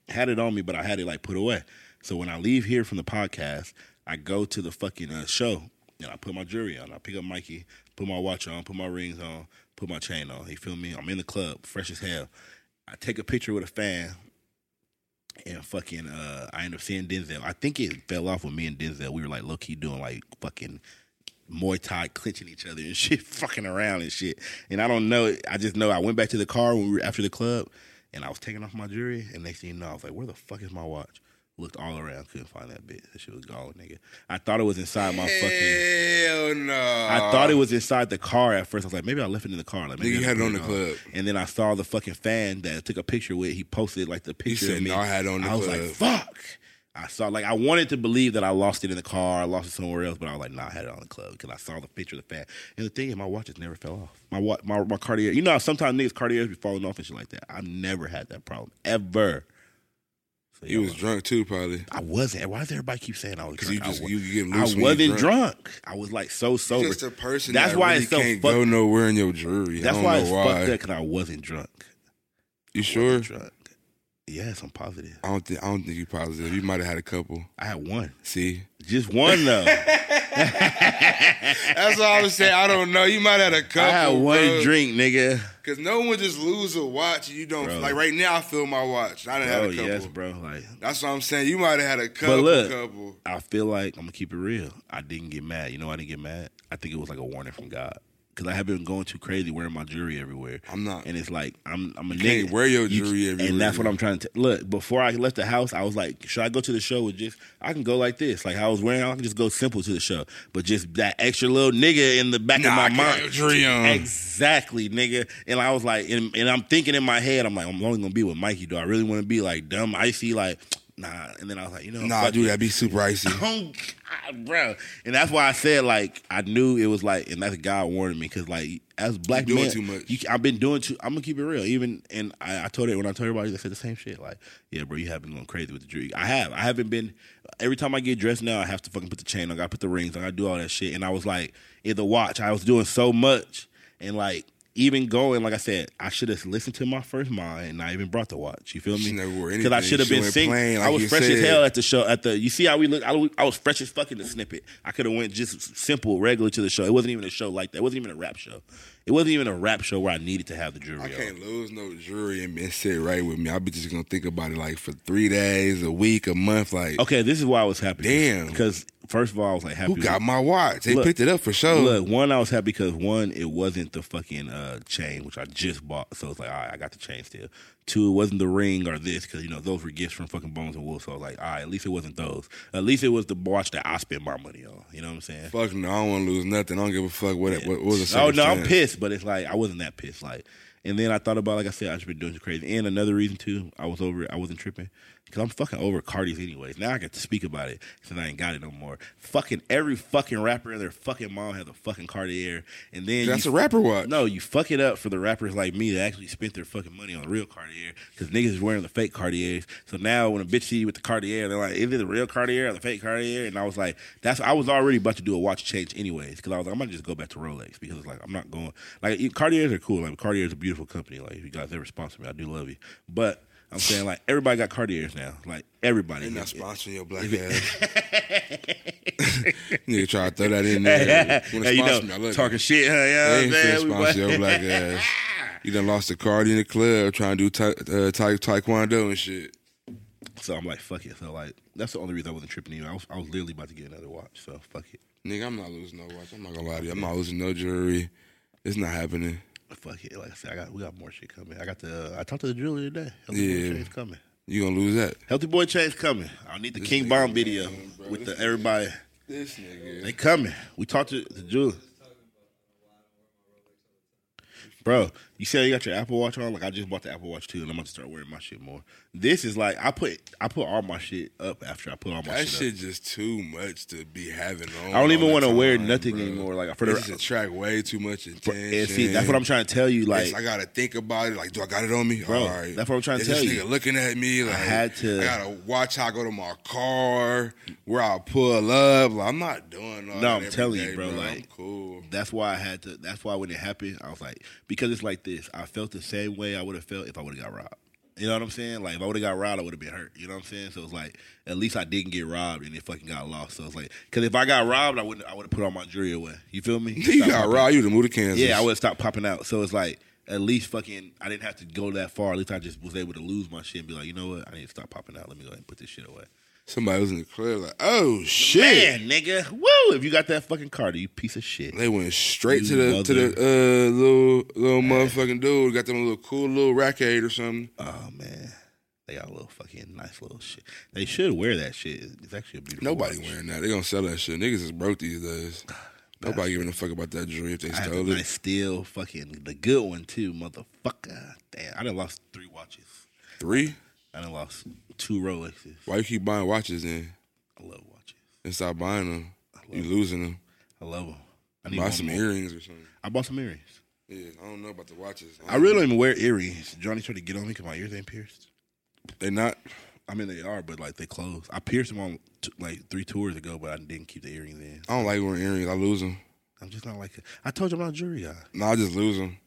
Speaker 2: had it on me, but I had it like put away. So when I leave here from the podcast, I go to the fucking uh, show and I put my jewelry on. I pick up Mikey, put my watch on, put my rings on, put my chain on. You feel me? I'm in the club, fresh as hell. I take a picture with a fan and fucking uh I end up seeing Denzel. I think it fell off with me and Denzel. We were like low key doing like fucking Muay Thai clinching each other and shit, fucking around and shit. And I don't know. I just know I went back to the car when we were after the club and I was taking off my jewelry and next thing you know, I was like, Where the fuck is my watch? Looked all around, couldn't find that bitch. That shit was gone, nigga. I thought it was inside my fucking
Speaker 1: Hell no.
Speaker 2: I thought it was inside the car at first. I was like, maybe I left it in the car. Like,
Speaker 1: Um, Nigga,
Speaker 2: maybe I
Speaker 1: you had it on the
Speaker 2: put
Speaker 1: club.
Speaker 2: And then I saw the fucking fan that I took a picture with. He posted like the picture
Speaker 1: said,
Speaker 2: of me.
Speaker 1: "No, I had it on the
Speaker 2: I was
Speaker 1: club."
Speaker 2: like, fuck. I saw like I wanted to believe that I lost it in the car, I lost it somewhere else, but I was like, nah, I had it on the club because I saw the picture of the fan. And the thing is, my watches never fell off. My wa- my my Cartier, you know, how sometimes niggas Cartiers be falling off and shit like that. I've never had that problem ever. So,
Speaker 1: You
Speaker 2: yeah,
Speaker 1: was
Speaker 2: my-
Speaker 1: drunk too, probably.
Speaker 2: I wasn't. Why does everybody keep saying I was?
Speaker 1: Because you
Speaker 2: drunk? I
Speaker 1: just
Speaker 2: wa-
Speaker 1: you get
Speaker 2: I
Speaker 1: loose. when you
Speaker 2: wasn't drunk. I was like so
Speaker 1: You're
Speaker 2: sober.
Speaker 1: Just a person.
Speaker 2: That's
Speaker 1: that
Speaker 2: why
Speaker 1: really
Speaker 2: it's so
Speaker 1: can't
Speaker 2: fuck-
Speaker 1: go nowhere in your jewelry.
Speaker 2: That's
Speaker 1: I don't
Speaker 2: why
Speaker 1: know
Speaker 2: it's
Speaker 1: why.
Speaker 2: fucked up because I wasn't drunk.
Speaker 1: You sure?
Speaker 2: Drunk. Yes, I'm positive.
Speaker 1: I don't think I don't think you positive. You might have had a couple.
Speaker 2: I had one.
Speaker 1: See,
Speaker 2: Just one though. I
Speaker 1: that's all I'm saying. I don't know. You might have had a couple.
Speaker 2: had one
Speaker 1: bro.
Speaker 2: drink, nigga.
Speaker 1: Cause no one just lose a watch. and You don't
Speaker 2: Bro.
Speaker 1: like right now. I feel my watch. I done
Speaker 2: Oh
Speaker 1: had a couple.
Speaker 2: yes, bro. Like
Speaker 1: That's what I'm saying. You might have had a couple.
Speaker 2: look.
Speaker 1: couple.
Speaker 2: I feel like I'm gonna keep it real. I didn't get mad. You know, why I didn't get mad. I think it was like a warning from God. because I have been going too crazy wearing my jewelry everywhere.
Speaker 1: I'm not.
Speaker 2: and it's like I'm I'm a
Speaker 1: can't
Speaker 2: nigga.
Speaker 1: wear your
Speaker 2: You-
Speaker 1: jewelry everywhere.
Speaker 2: and that's what I'm trying to look. Before I left the house, I was like, should I go to the show with just I can go like this, like I was wearing. I can just go simple to the show, but just that extra little nigga in the back
Speaker 1: Nah, I
Speaker 2: of
Speaker 1: can't
Speaker 2: my mind.
Speaker 1: dream.
Speaker 2: Exactly, nigga. And I was like, and, and I'm thinking in my head, I'm like, I'm only gonna be with Mikey. Do I really want to be like dumb, icy, like nah? And then I was like, you know,
Speaker 1: Nah,
Speaker 2: fuck
Speaker 1: dude,
Speaker 2: it.
Speaker 1: that'd be super icy.
Speaker 2: Oh God, bro. And that's why I said like I knew it was like, and that's God warning me because like as a black
Speaker 1: doing
Speaker 2: man,
Speaker 1: too much.
Speaker 2: you- I've been doing too. I'm gonna keep it real. Even and I, I told it when I told everybody, they said the same shit. Like, yeah, bro, you have been going crazy with the jewelry. I have. I haven't been. Every time I get dressed now, I have to fucking put the chain. on, I gotta put the rings. on, I gotta do all that shit. And I was like, in the watch, I was doing so much, and like. Even going, like I said, I should have listened to my first mind and I even brought the watch. You feel me?
Speaker 1: She never wore
Speaker 2: I
Speaker 1: anything.
Speaker 2: should have
Speaker 1: She
Speaker 2: been
Speaker 1: went
Speaker 2: sing-
Speaker 1: plain,
Speaker 2: I
Speaker 1: like
Speaker 2: was
Speaker 1: you
Speaker 2: fresh as
Speaker 1: said.
Speaker 2: hell at the show. At the you see how we look. I, was- I was fresh as fucking the snippet. I could have went just simple, regular to the show. It wasn't even a show like that. It wasn't even a rap show. It wasn't even a rap show where I needed to have the
Speaker 1: I
Speaker 2: jewelry. on.
Speaker 1: can't lose no jewelry and and sit right with me. I be just gonna think about it like for three days, a week, a month. Like,
Speaker 2: Okay, this is why I was happy.
Speaker 1: Damn.
Speaker 2: Because first of all, I was like happy.
Speaker 1: who
Speaker 2: with-
Speaker 1: got my watch? They
Speaker 2: Look,
Speaker 1: picked it up for sure.
Speaker 2: Look, one, I was happy because one, it wasn't the fucking uh, chain, which I just bought. So it's like, all right, I got the chain still. Two, it wasn't the ring or this because, you know, those were gifts from fucking Bones and Wool. So I was like, all right, at least it wasn't those. At least it was the watch that I spent my money on. You know what I'm saying?
Speaker 1: Fuck no, I don't want to lose nothing. I don't give a fuck what it, what, what was the
Speaker 2: Oh no, I'm
Speaker 1: circumstance.
Speaker 2: pissed, but it's like I wasn't that pissed. Like, and then I thought about like I said, I should been doing some crazy. And another reason too, I was over. it. I wasn't tripping because I'm fucking over Cardi's anyways. Now I get to speak about it since I ain't got it no more. Fucking every fucking rapper and their fucking mom has a fucking Cartier, and then
Speaker 1: That's
Speaker 2: you-
Speaker 1: a rapper watch.
Speaker 2: No, you fuck it up for the rappers like me that actually spent their fucking money on the real Cartier because niggas is wearing the fake Cartiers. So now when a bitch see you with the Cartier, they're like, is it the real Cartier or the fake Cartier? And I was like, that's I was already about to do a watch change anyways because I was like, I'm gonna just go back to Rolex because like I'm not going like you- Cartiers are cool. Like Cartier is a beautiful company. Like if you guys ever sponsor me, I do love you. But I'm saying like everybody got Cartiers now. Like everybody.
Speaker 1: They not
Speaker 2: If-
Speaker 1: sponsoring your black ass. Nigga try to throw that in there. Wanna
Speaker 2: Hey, you
Speaker 1: sponsor me, I
Speaker 2: know,
Speaker 1: love it.
Speaker 2: talking shit, huh? Yeah,
Speaker 1: They
Speaker 2: you
Speaker 1: ain't
Speaker 2: know what
Speaker 1: finna
Speaker 2: I'm saying? We
Speaker 1: sponsor
Speaker 2: black-
Speaker 1: your black ass. You done lost a card in the club trying to do ta- uh, ta- taekwondo and shit.
Speaker 2: So I'm like, fuck it. So like, that's the only reason I wasn't tripping you. I was, I was literally about to get another watch. So fuck it,
Speaker 1: Nigga, I'm not losing no watch. I'm not gonna lie to you. I'm not losing no jewelry. It's not happening.
Speaker 2: fuck it. Like I said, I got we got more shit coming. I got the I talked to the jeweler today. Healthy
Speaker 1: Yeah.
Speaker 2: boy chain's coming.
Speaker 1: You gonna lose that.
Speaker 2: Healthy boy chain's coming. I need the King
Speaker 1: nigga,
Speaker 2: Bomb video
Speaker 1: man, bro,
Speaker 2: with
Speaker 1: this
Speaker 2: the everybody.
Speaker 1: This nigga.
Speaker 2: They coming. We talked to the jeweler. Bro, you said you got your Apple Watch on. Like I just bought the Apple Watch too, and I'm about to start wearing my shit more. This is like I put I put all my shit up after I put all my
Speaker 1: That
Speaker 2: shit,
Speaker 1: shit
Speaker 2: up.
Speaker 1: just too much to be having on.
Speaker 2: I don't even
Speaker 1: want to
Speaker 2: wear nothing anymore. Like for
Speaker 1: It
Speaker 2: the
Speaker 1: just attract way too much attention.
Speaker 2: and see that's what I'm trying to tell you. Like
Speaker 1: It's- I gotta think about it. Like, do I got it on me?
Speaker 2: Bro,
Speaker 1: All right.
Speaker 2: that's what I'm trying to
Speaker 1: Is
Speaker 2: tell
Speaker 1: this
Speaker 2: you.
Speaker 1: Nigga looking at me. Like, I
Speaker 2: had to-
Speaker 1: I gotta watch how I go to my car, where I pull up. Like, I'm not doing all
Speaker 2: No,
Speaker 1: that
Speaker 2: I'm
Speaker 1: every
Speaker 2: telling you,
Speaker 1: day,
Speaker 2: bro,
Speaker 1: I'm
Speaker 2: like-
Speaker 1: cool.
Speaker 2: that's why I had to. That's why when it happened, I was like, because it's like this. I felt the same way I would have felt if I would have got robbed. You know what I'm saying? Like if I would have got robbed, I would have been hurt. You know what I'm saying? So it's like at least I didn't get robbed and it fucking got lost. So it's like because if I got robbed, I wouldn't. I would have put all my jewelry away. You feel me?
Speaker 1: You
Speaker 2: Stop
Speaker 1: got
Speaker 2: popping-
Speaker 1: raw. You the move to Kansas.
Speaker 2: Yeah, I would have stopped popping out. So it's like at least fucking I didn't have to go that far. At least I just was able to lose my shit and be like, you know what? I need to stop popping out. Let me go ahead and put this shit away.
Speaker 1: Somebody was in the club. Like, oh shit.
Speaker 2: Man, nigga, woo! If you got that fucking card, you piece of shit.
Speaker 1: They went straight to
Speaker 2: You
Speaker 1: the to the
Speaker 2: mother-
Speaker 1: uh, little little motherfucking dude. Got them a little cool little racket or something.
Speaker 2: Oh man, they got a little fucking nice little shit. They should wear that shit. It's actually a beautiful.
Speaker 1: Nobody
Speaker 2: watch.
Speaker 1: wearing that. They gonna sell that shit. Niggas is broke these days. Nobody giving a fuck about that jewelry if they
Speaker 2: I had the
Speaker 1: stole it.
Speaker 2: nice steel fucking the good one too, motherfucker. Damn, I done lost three watches.
Speaker 1: Three.
Speaker 2: I done lost two Rolexes.
Speaker 1: Why you keep buying watches then?
Speaker 2: I love watches.
Speaker 1: And stop buying them. You losing them.
Speaker 2: I love them. I need
Speaker 1: Buy
Speaker 2: one
Speaker 1: some
Speaker 2: more.
Speaker 1: earrings or something.
Speaker 2: I bought some earrings.
Speaker 1: Yeah, I don't know about the watches.
Speaker 2: I really don't even wear earrings. Johnny tried to get on me because my ears ain't pierced.
Speaker 1: they not.
Speaker 2: I mean, they are, but like they closed. I pierced them on t- like three tours ago, but I didn't keep the earrings in.
Speaker 1: I don't like wearing earrings. I lose them.
Speaker 2: I'm just not like a, I told you I'm not a jewelry guy.
Speaker 1: No, I just lose them.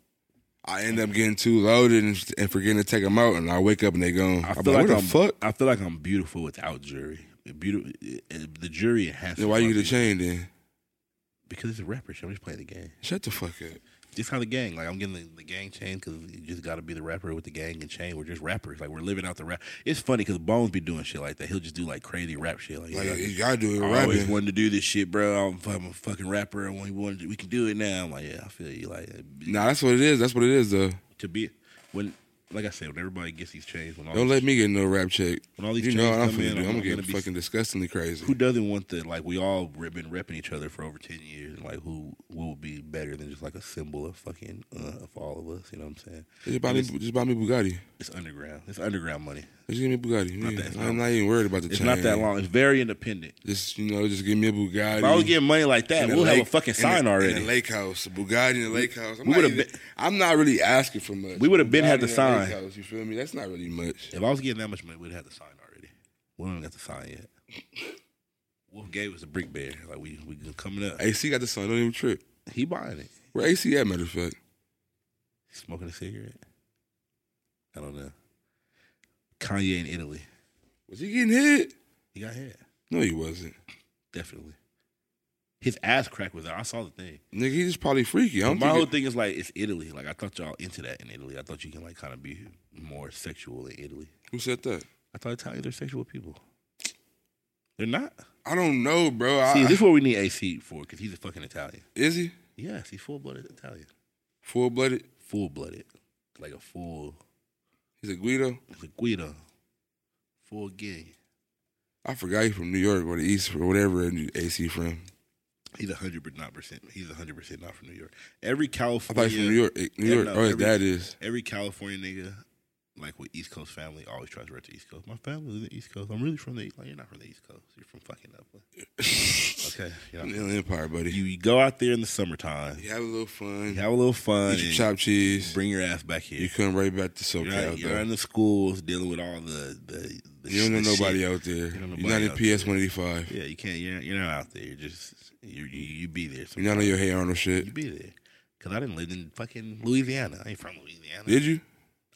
Speaker 1: I end up getting too loaded and, and forgetting to take them out, and I wake up and they gone.
Speaker 2: I
Speaker 1: I am
Speaker 2: feel
Speaker 1: like,
Speaker 2: like
Speaker 1: what
Speaker 2: I'm,
Speaker 1: the fuck?
Speaker 2: I feel like I'm beautiful without jewelry. Beautiful, eh, the jury has.
Speaker 1: Then
Speaker 2: to
Speaker 1: why you
Speaker 2: love
Speaker 1: get a chain then?
Speaker 2: Because it's a rapper. shit. I'm just playing the game.
Speaker 1: Shut the fuck up.
Speaker 2: just how the gang. Like I'm getting the, the gang chain because you just got to be the rapper with the gang and chain. We're just rappers. Like we're living out the rap. It's funny because Bones be doing shit like that. He'll just do like crazy rap shit. Like,
Speaker 1: Like
Speaker 2: yeah,
Speaker 1: you gotta do it
Speaker 2: I always
Speaker 1: rapping.
Speaker 2: wanted to do this shit, bro. I'm, I'm a fucking rapper, and we wanted to, we can do it now. I'm like, yeah, I feel you. Like
Speaker 1: Nah, that's what it is. That's what it is. Though.
Speaker 2: to be when, like I said, when everybody gets these chains, when all
Speaker 1: Don't
Speaker 2: these
Speaker 1: let me get no rap check.
Speaker 2: Oh. When all these
Speaker 1: you know
Speaker 2: chains
Speaker 1: what I'm
Speaker 2: come
Speaker 1: finna
Speaker 2: in,
Speaker 1: do. I'm
Speaker 2: I'm
Speaker 1: gonna get
Speaker 2: gonna be-
Speaker 1: fucking disgustingly crazy.
Speaker 2: Who doesn't want the like? We all re- been repping each other for over ten years, and like, who what would be better than just like a symbol of fucking uh, of all of us? You know what I'm saying?
Speaker 1: Just buy me, just buy me Bugatti.
Speaker 2: It's underground. It's underground money.
Speaker 1: Just give me Bugatti. Yeah,
Speaker 2: that long.
Speaker 1: I'm not even worried about the
Speaker 2: It's
Speaker 1: chain.
Speaker 2: not that long. It's very independent.
Speaker 1: Just you know, just give me a Bugatti.
Speaker 2: If I was getting money like that,
Speaker 1: in
Speaker 2: we'll have a
Speaker 1: lake-
Speaker 2: fucking
Speaker 1: in
Speaker 2: sign
Speaker 1: a- In
Speaker 2: already.
Speaker 1: a lake house, a Bugatti in a lake house. I'm,
Speaker 2: We
Speaker 1: not,
Speaker 2: would've
Speaker 1: even- I'm not really asking for much.
Speaker 2: We would've been had
Speaker 1: Bugatti
Speaker 2: the
Speaker 1: in a lake
Speaker 2: sign.
Speaker 1: House, you feel me? That's not really much.
Speaker 2: if I was getting that much money, we'd have the sign already. We don't even got the sign yet. Wolf gave us a brick bear. Like we we good coming up.
Speaker 1: AC got the sign. Don't even trip.
Speaker 2: He buying it.
Speaker 1: Where AC at? Matter of fact,
Speaker 2: Smoking a cigarette. I don't know. Kanye in Italy.
Speaker 1: was he getting hit?
Speaker 2: He got hit.
Speaker 1: No, he wasn't.
Speaker 2: Definitely. His ass crack was out. I saw the thing.
Speaker 1: Nigga, he just probably freaky. I
Speaker 2: But
Speaker 1: don't
Speaker 2: my
Speaker 1: think
Speaker 2: whole
Speaker 1: it-
Speaker 2: thing is like it's Italy. Like I thought y'all into that in Italy. I thought you can like kind of be more sexual in Italy.
Speaker 1: who said that.
Speaker 2: I thought Italians are sexual people. They're not.
Speaker 1: I don't know, bro. I,
Speaker 2: See, this is what we need AC for because he's a fucking Italian.
Speaker 1: is he
Speaker 2: Yes, he's full blooded Italian.
Speaker 1: full blooded?
Speaker 2: Full blooded, like a full
Speaker 1: He's a Guido.
Speaker 2: like a Guido, full gang.
Speaker 1: I forgot he's from New York or the East or whatever. and AC from.
Speaker 2: He's a hundred but not percent. He's a hundred percent not from New York. Every
Speaker 1: I
Speaker 2: California,
Speaker 1: thought he's from New York. Eh, New
Speaker 2: Yeah,
Speaker 1: York.
Speaker 2: no,
Speaker 1: oh, his
Speaker 2: every-
Speaker 1: dad is.
Speaker 2: every California nigga, like with East Coast family, always tries to rep the East Coast. My family's in the East Coast. I'm really from the East. Like, you're not from the East Coast. You're from fucking Upland. okay. You're not-
Speaker 1: Inland Empire, buddy.
Speaker 2: You, you go out there in the summertime,
Speaker 1: You have a little fun.
Speaker 2: you have a little fun,
Speaker 1: eat your
Speaker 2: and
Speaker 1: chopped cheese.
Speaker 2: bring your ass back here.
Speaker 1: You come right back to SoCal.
Speaker 2: You're,
Speaker 1: though.
Speaker 2: out- you're in the schools dealing with all the the. the
Speaker 1: You don't know
Speaker 2: the shit.
Speaker 1: nobody out there.
Speaker 2: don't
Speaker 1: You're
Speaker 2: know nobody
Speaker 1: not in
Speaker 2: out
Speaker 1: PS 185.
Speaker 2: Yeah, you can't. You're, not- you're not out there. You're just you you, you be there.
Speaker 1: You're not on your Hey Arnold shit.
Speaker 2: You be there. Cause I didn't live in fucking Louisiana. I ain't from Louisiana.
Speaker 1: Did you?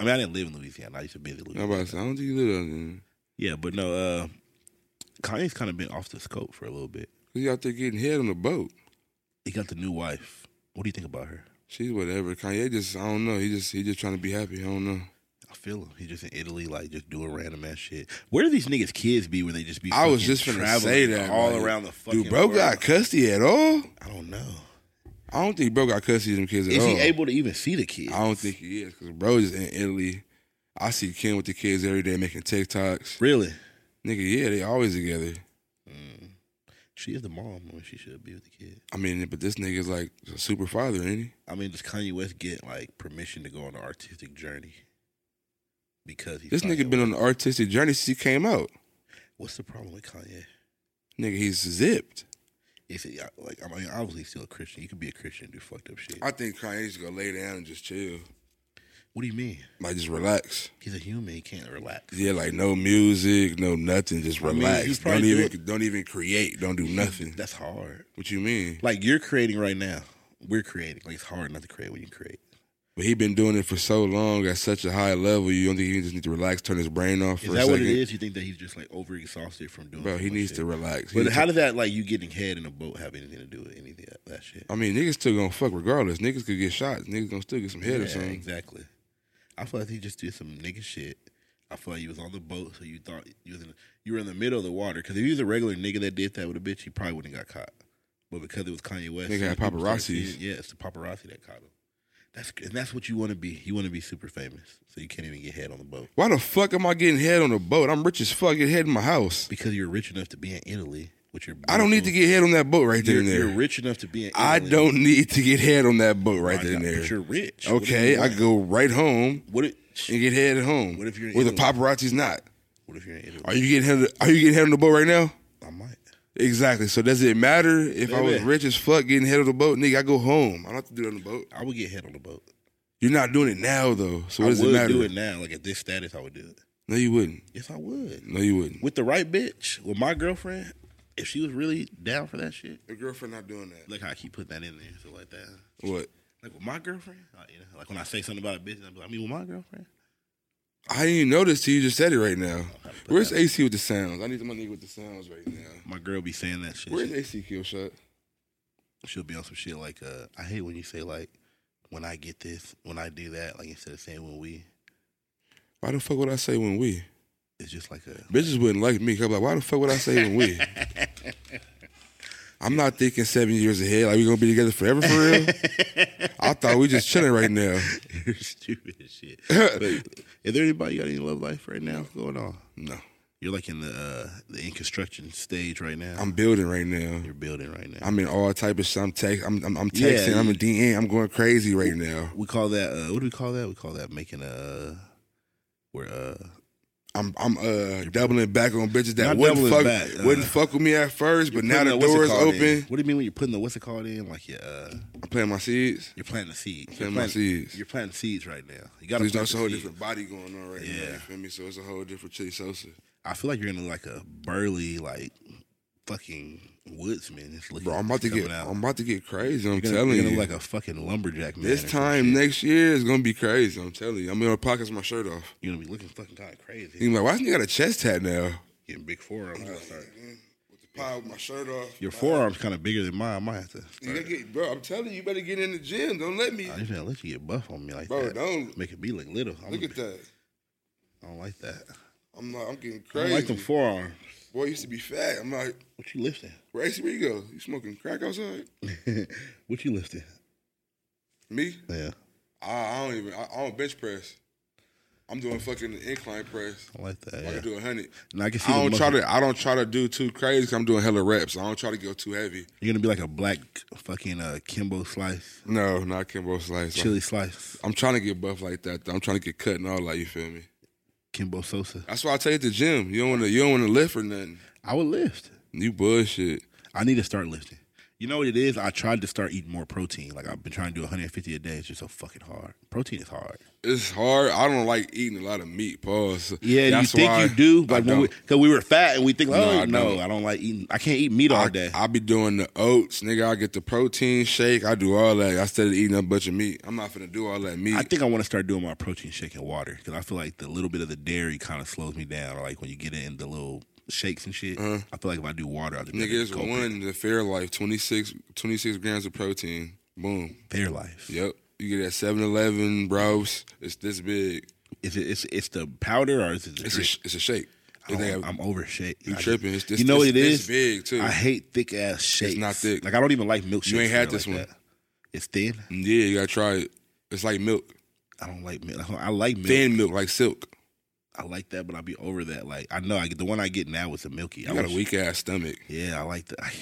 Speaker 2: I mean, I didn't live in Louisiana. I used to be in Louisiana.
Speaker 1: Nobody said, I don't think you live out there.
Speaker 2: Yeah, but no, uh Kanye's kind of been off the scope for a little bit.
Speaker 1: Because you out there getting head on the boat.
Speaker 2: He got the new wife. What do you think about her?
Speaker 1: She's whatever. Kanye just, I don't know. He just, he just trying to be happy. I don't know.
Speaker 2: I feel him. He's just in Italy, like just doing random ass shit. Where do these niggas kids be when they just be?
Speaker 1: I was
Speaker 2: fucking
Speaker 1: just finna
Speaker 2: traveling
Speaker 1: say that.
Speaker 2: all
Speaker 1: like,
Speaker 2: around the fucking.
Speaker 1: Do bro
Speaker 2: world?
Speaker 1: got custody at all?
Speaker 2: I don't know.
Speaker 1: I don't think bro got custody of them kids at
Speaker 2: Is
Speaker 1: all.
Speaker 2: he able to even see the kids?
Speaker 1: I don't think he is. Because bro is in Italy. I see Ken with the kids every day making TikToks.
Speaker 2: Really?
Speaker 1: Nigga, yeah, they always together.
Speaker 2: Mm. She is the mom when she should be with the kid.
Speaker 1: I mean, but this nigga's like a super father, ain't he?
Speaker 2: I mean, does Kanye West get like permission to go on an artistic journey? Because he's
Speaker 1: This
Speaker 2: Kanye
Speaker 1: nigga been on
Speaker 2: West.
Speaker 1: the artistic journey since he came out.
Speaker 2: What's the problem with Kanye?
Speaker 1: Nigga, he's zipped.
Speaker 2: Is it like I mean, obviously he's still a Christian. You could be a Christian and do fucked up shit.
Speaker 1: I think Kanye's gonna lay down and just chill.
Speaker 2: What do you mean?
Speaker 1: Like just relax.
Speaker 2: He's a human. He can't relax.
Speaker 1: Yeah, like no music, no nothing. Just
Speaker 2: I mean,
Speaker 1: relax.
Speaker 2: he's
Speaker 1: don't
Speaker 2: probably
Speaker 1: even don't even create. Don't do nothing.
Speaker 2: That's hard.
Speaker 1: What you mean?
Speaker 2: Like you're creating right now. We're creating. Like it's hard not to create when you create.
Speaker 1: But he been doing it for so long at such a high level. You don't think he just need to relax, turn his brain off for
Speaker 2: Is
Speaker 1: a
Speaker 2: that
Speaker 1: second?
Speaker 2: what it is? You think that he's just like overexhausted from doing?
Speaker 1: Bro,
Speaker 2: so
Speaker 1: he
Speaker 2: much
Speaker 1: needs
Speaker 2: shit?
Speaker 1: to relax. He
Speaker 2: But
Speaker 1: needs
Speaker 2: how
Speaker 1: to-
Speaker 2: does that like you getting head in a boat have anything to do with anything of that shit?
Speaker 1: I mean, niggas still gonna fuck regardless. Niggas could get shot. Niggas gonna still get some head or
Speaker 2: Yeah,
Speaker 1: something.
Speaker 2: Exactly. I feel like he just did some nigga shit. I feel like you was on the boat, so you thought you was in, you were in the middle of the water. Because if you was a regular nigga that did that with a bitch, he probably wouldn't got caught. But because it was Kanye West,
Speaker 1: Nigga had
Speaker 2: people
Speaker 1: paparazzis.
Speaker 2: started seeing- Yeah, it's the paparazzi that caught him. That's and that's what you want to be. You want to be super famous, so you can't even get head on the boat
Speaker 1: Why the fuck am I getting head on a boat? I'm rich as fuck. Get head in my house.
Speaker 2: because you're rich enough to be in Italy. With your
Speaker 1: I don't need to
Speaker 2: beautiful-
Speaker 1: get head on that boat right there
Speaker 2: You're,
Speaker 1: and there.
Speaker 2: you're rich enough to be in. Italy.
Speaker 1: I don't need to get head on that boat right
Speaker 2: I
Speaker 1: there
Speaker 2: got-
Speaker 1: and
Speaker 2: But
Speaker 1: there.
Speaker 2: you're rich. What do you
Speaker 1: Okay, I
Speaker 2: want?
Speaker 1: go right home
Speaker 2: What? If,
Speaker 1: and get head at home.
Speaker 2: What if you're in
Speaker 1: where the
Speaker 2: Italy?
Speaker 1: paparazzi's not?
Speaker 2: what if you're in Italy?
Speaker 1: Are you getting head? Are you getting head on the boat right now?
Speaker 2: I might.
Speaker 1: Exactly. So does it matter if I was
Speaker 2: Baby.
Speaker 1: rich as fuck getting head on the boat, nigga? I go home. I don't have to do it on the boat.
Speaker 2: I would get head on the boat.
Speaker 1: You're not doing it now though. So what does
Speaker 2: I
Speaker 1: it
Speaker 2: would
Speaker 1: matter?
Speaker 2: do it now. Like at this status, I would do it.
Speaker 1: No, you wouldn't.
Speaker 2: Yes, I would.
Speaker 1: No, you wouldn't.
Speaker 2: With the right bitch, with my girlfriend, if she was really down for that shit.
Speaker 1: Your girlfriend not doing that.
Speaker 2: Look how I keep putting that in there, so like that.
Speaker 1: What?
Speaker 2: Like with my girlfriend, like, you know, like when I say something about a bitch, I'm like, I mean, with my girlfriend,
Speaker 1: I didn't even notice till you just said it right now.
Speaker 2: I'll put
Speaker 1: Where's
Speaker 2: that-
Speaker 1: AC with the sounds? I need my nigga with the sounds right now.
Speaker 2: my girl be saying that shit.
Speaker 1: Where's
Speaker 2: She,
Speaker 1: AC kill shot?
Speaker 2: she'll be on some shit like, uh, I hate when you say like, when I get this, when I do that, like instead of saying when we,
Speaker 1: Why the fuck would I say when we?
Speaker 2: it's just like a
Speaker 1: Bitches wouldn't like me. i I'm like, why the fuck would I say when we? I'm not thinking seven years ahead. Like we gonna be together forever for real. I thought we just chilling right now.
Speaker 2: You're stupid as shit. but is there anybody got any love life right now going on?
Speaker 1: No,
Speaker 2: You're like in the uh, the in construction stage right now.
Speaker 1: I'm building right now.
Speaker 2: You're building right now.
Speaker 1: I'm in all type of shit. I'm text. I'm I'm, I'm
Speaker 2: Yeah.
Speaker 1: texting. I'm in DM. I'm going crazy right now.
Speaker 2: we call that uh, what do we call that? We call that making a where uh
Speaker 1: I'm I'm uh doubling back on bitches that
Speaker 2: Not
Speaker 1: wouldn't fuck
Speaker 2: doubling back, uh,
Speaker 1: wouldn't fuck with me at first, but now the
Speaker 2: putting what's it
Speaker 1: door is
Speaker 2: called
Speaker 1: open.
Speaker 2: in. What do you mean when you're putting the what's it called in? Like you uh
Speaker 1: I'm planting my seeds.
Speaker 2: you're planting the seed. You're
Speaker 1: Planting my seeds.
Speaker 2: You're planting seeds right now. You gotta
Speaker 1: There's
Speaker 2: plant
Speaker 1: just a whole
Speaker 2: the seed.
Speaker 1: different body going on right now.
Speaker 2: Yeah.
Speaker 1: You feel me? So it's a whole different Chili Sosa.
Speaker 2: I feel like you're in like a burly like fucking woodsman. It's looking
Speaker 1: Bro, I'm about to
Speaker 2: coming
Speaker 1: get
Speaker 2: out.
Speaker 1: I'm about to get crazy. I'm
Speaker 2: You're gonna,
Speaker 1: telling
Speaker 2: you're gonna
Speaker 1: you.
Speaker 2: look like a fucking lumberjack man. or
Speaker 1: this
Speaker 2: some
Speaker 1: time
Speaker 2: shit.
Speaker 1: next year is gonna be crazy. I'm telling you. I'm gonna pockets my shirt off.
Speaker 2: you're gonna be looking fucking kind of crazy.
Speaker 1: He's like, why doesn't he got a chest tat now?
Speaker 2: Getting big forearms. I'll start-
Speaker 1: With the pie with my shirt off.
Speaker 2: Your forearm's kind of bigger than mine. I might have to.
Speaker 1: You
Speaker 2: Start,
Speaker 1: gotta get, bro, I'm telling you, you better get in the gym. Don't let me.
Speaker 2: I just gotta let you get buff on me like
Speaker 1: Bro,
Speaker 2: that.
Speaker 1: don't.
Speaker 2: make it be like little. I'm
Speaker 1: Look
Speaker 2: a-
Speaker 1: at that.
Speaker 2: I don't like that.
Speaker 1: I'm like, I'm getting
Speaker 2: I
Speaker 1: crazy.
Speaker 2: don't like them forearms.
Speaker 1: Boy, I used to be fat. I'm like,
Speaker 2: What you lifting?
Speaker 1: Racy, where you go? You smoking crack outside?
Speaker 2: what you lifting?
Speaker 1: Me?
Speaker 2: Yeah,
Speaker 1: I, I don't even. I, I don't bench press. I'm doing fucking incline press.
Speaker 2: I like that.
Speaker 1: I can
Speaker 2: Yeah.
Speaker 1: do a hundred.
Speaker 2: And I can see.
Speaker 1: I
Speaker 2: the
Speaker 1: don't try
Speaker 2: muscle.
Speaker 1: to. I don't try to do too crazy. 'cause I'm doing hella reps. I don't try to go too heavy.
Speaker 2: You're gonna be like a black fucking uh, Kimbo slice,
Speaker 1: No, not Kimbo Slice.
Speaker 2: chili slice,
Speaker 1: I'm trying to get buff like that. Though. I'm trying to get cut and all that. You feel me?
Speaker 2: Kimbo Sosa.
Speaker 1: That's why I take the gym. You don't want to. You don't want to lift or nothing.
Speaker 2: I would lift.
Speaker 1: You bullshit.
Speaker 2: I need to start lifting. You know what it is? I tried to start eating more protein. Like I've been trying to do 150 a day. It's just so fucking hard. Protein is hard.
Speaker 1: It's hard. I don't like eating a lot of meat. Pause.
Speaker 2: Yeah,
Speaker 1: That's
Speaker 2: you think
Speaker 1: why
Speaker 2: you do,
Speaker 1: I
Speaker 2: but when
Speaker 1: don't.
Speaker 2: we, cause we were fat and we think, like,
Speaker 1: No,
Speaker 2: oh
Speaker 1: I
Speaker 2: no,
Speaker 1: don't.
Speaker 2: I don't like eating. I can't eat meat all day.
Speaker 1: I, I be doing the oats, nigga. I get the protein shake. I do all that. I instead of eating a bunch of meat, I'm not finna do all that meat.
Speaker 2: I think I want to start doing my protein shake and water because I feel like the little bit of the dairy kind of slows me down. Or like when you get it in the little shakes and shit, I feel like if I do water, I'll just
Speaker 1: Uh-huh. nigga,
Speaker 2: be
Speaker 1: it's
Speaker 2: cope
Speaker 1: one the fair life 26, 26 grams of protein. Boom.
Speaker 2: Fair life.
Speaker 1: Yep. You get that 7-Eleven, bros. It's this big.
Speaker 2: Is it? It's, it's the powder or is it the
Speaker 1: It's a
Speaker 2: drink?
Speaker 1: sh- it's a shake.
Speaker 2: I
Speaker 1: It
Speaker 2: don't-
Speaker 1: ain't-
Speaker 2: I'm over shake.
Speaker 1: Oh, You
Speaker 2: I just-
Speaker 1: tripping. It's this-
Speaker 2: you know what
Speaker 1: it's
Speaker 2: it
Speaker 1: this
Speaker 2: is?
Speaker 1: big, too.
Speaker 2: I hate thick ass shakes.
Speaker 1: not thick.
Speaker 2: Like I don't even like milkshakes.
Speaker 1: You ain't had
Speaker 2: or
Speaker 1: this
Speaker 2: like
Speaker 1: one.
Speaker 2: that. It's thin.
Speaker 1: Mm, yeah, you gotta try it. It's like milk,
Speaker 2: I don't like milk. I like milk.
Speaker 1: thin milk, like silk.
Speaker 2: I like that, but I'll be over that. Like I know I get the one I get now is a milky.
Speaker 1: You
Speaker 2: I
Speaker 1: got a
Speaker 2: wish-
Speaker 1: weak ass stomach.
Speaker 2: Yeah, I like that. I,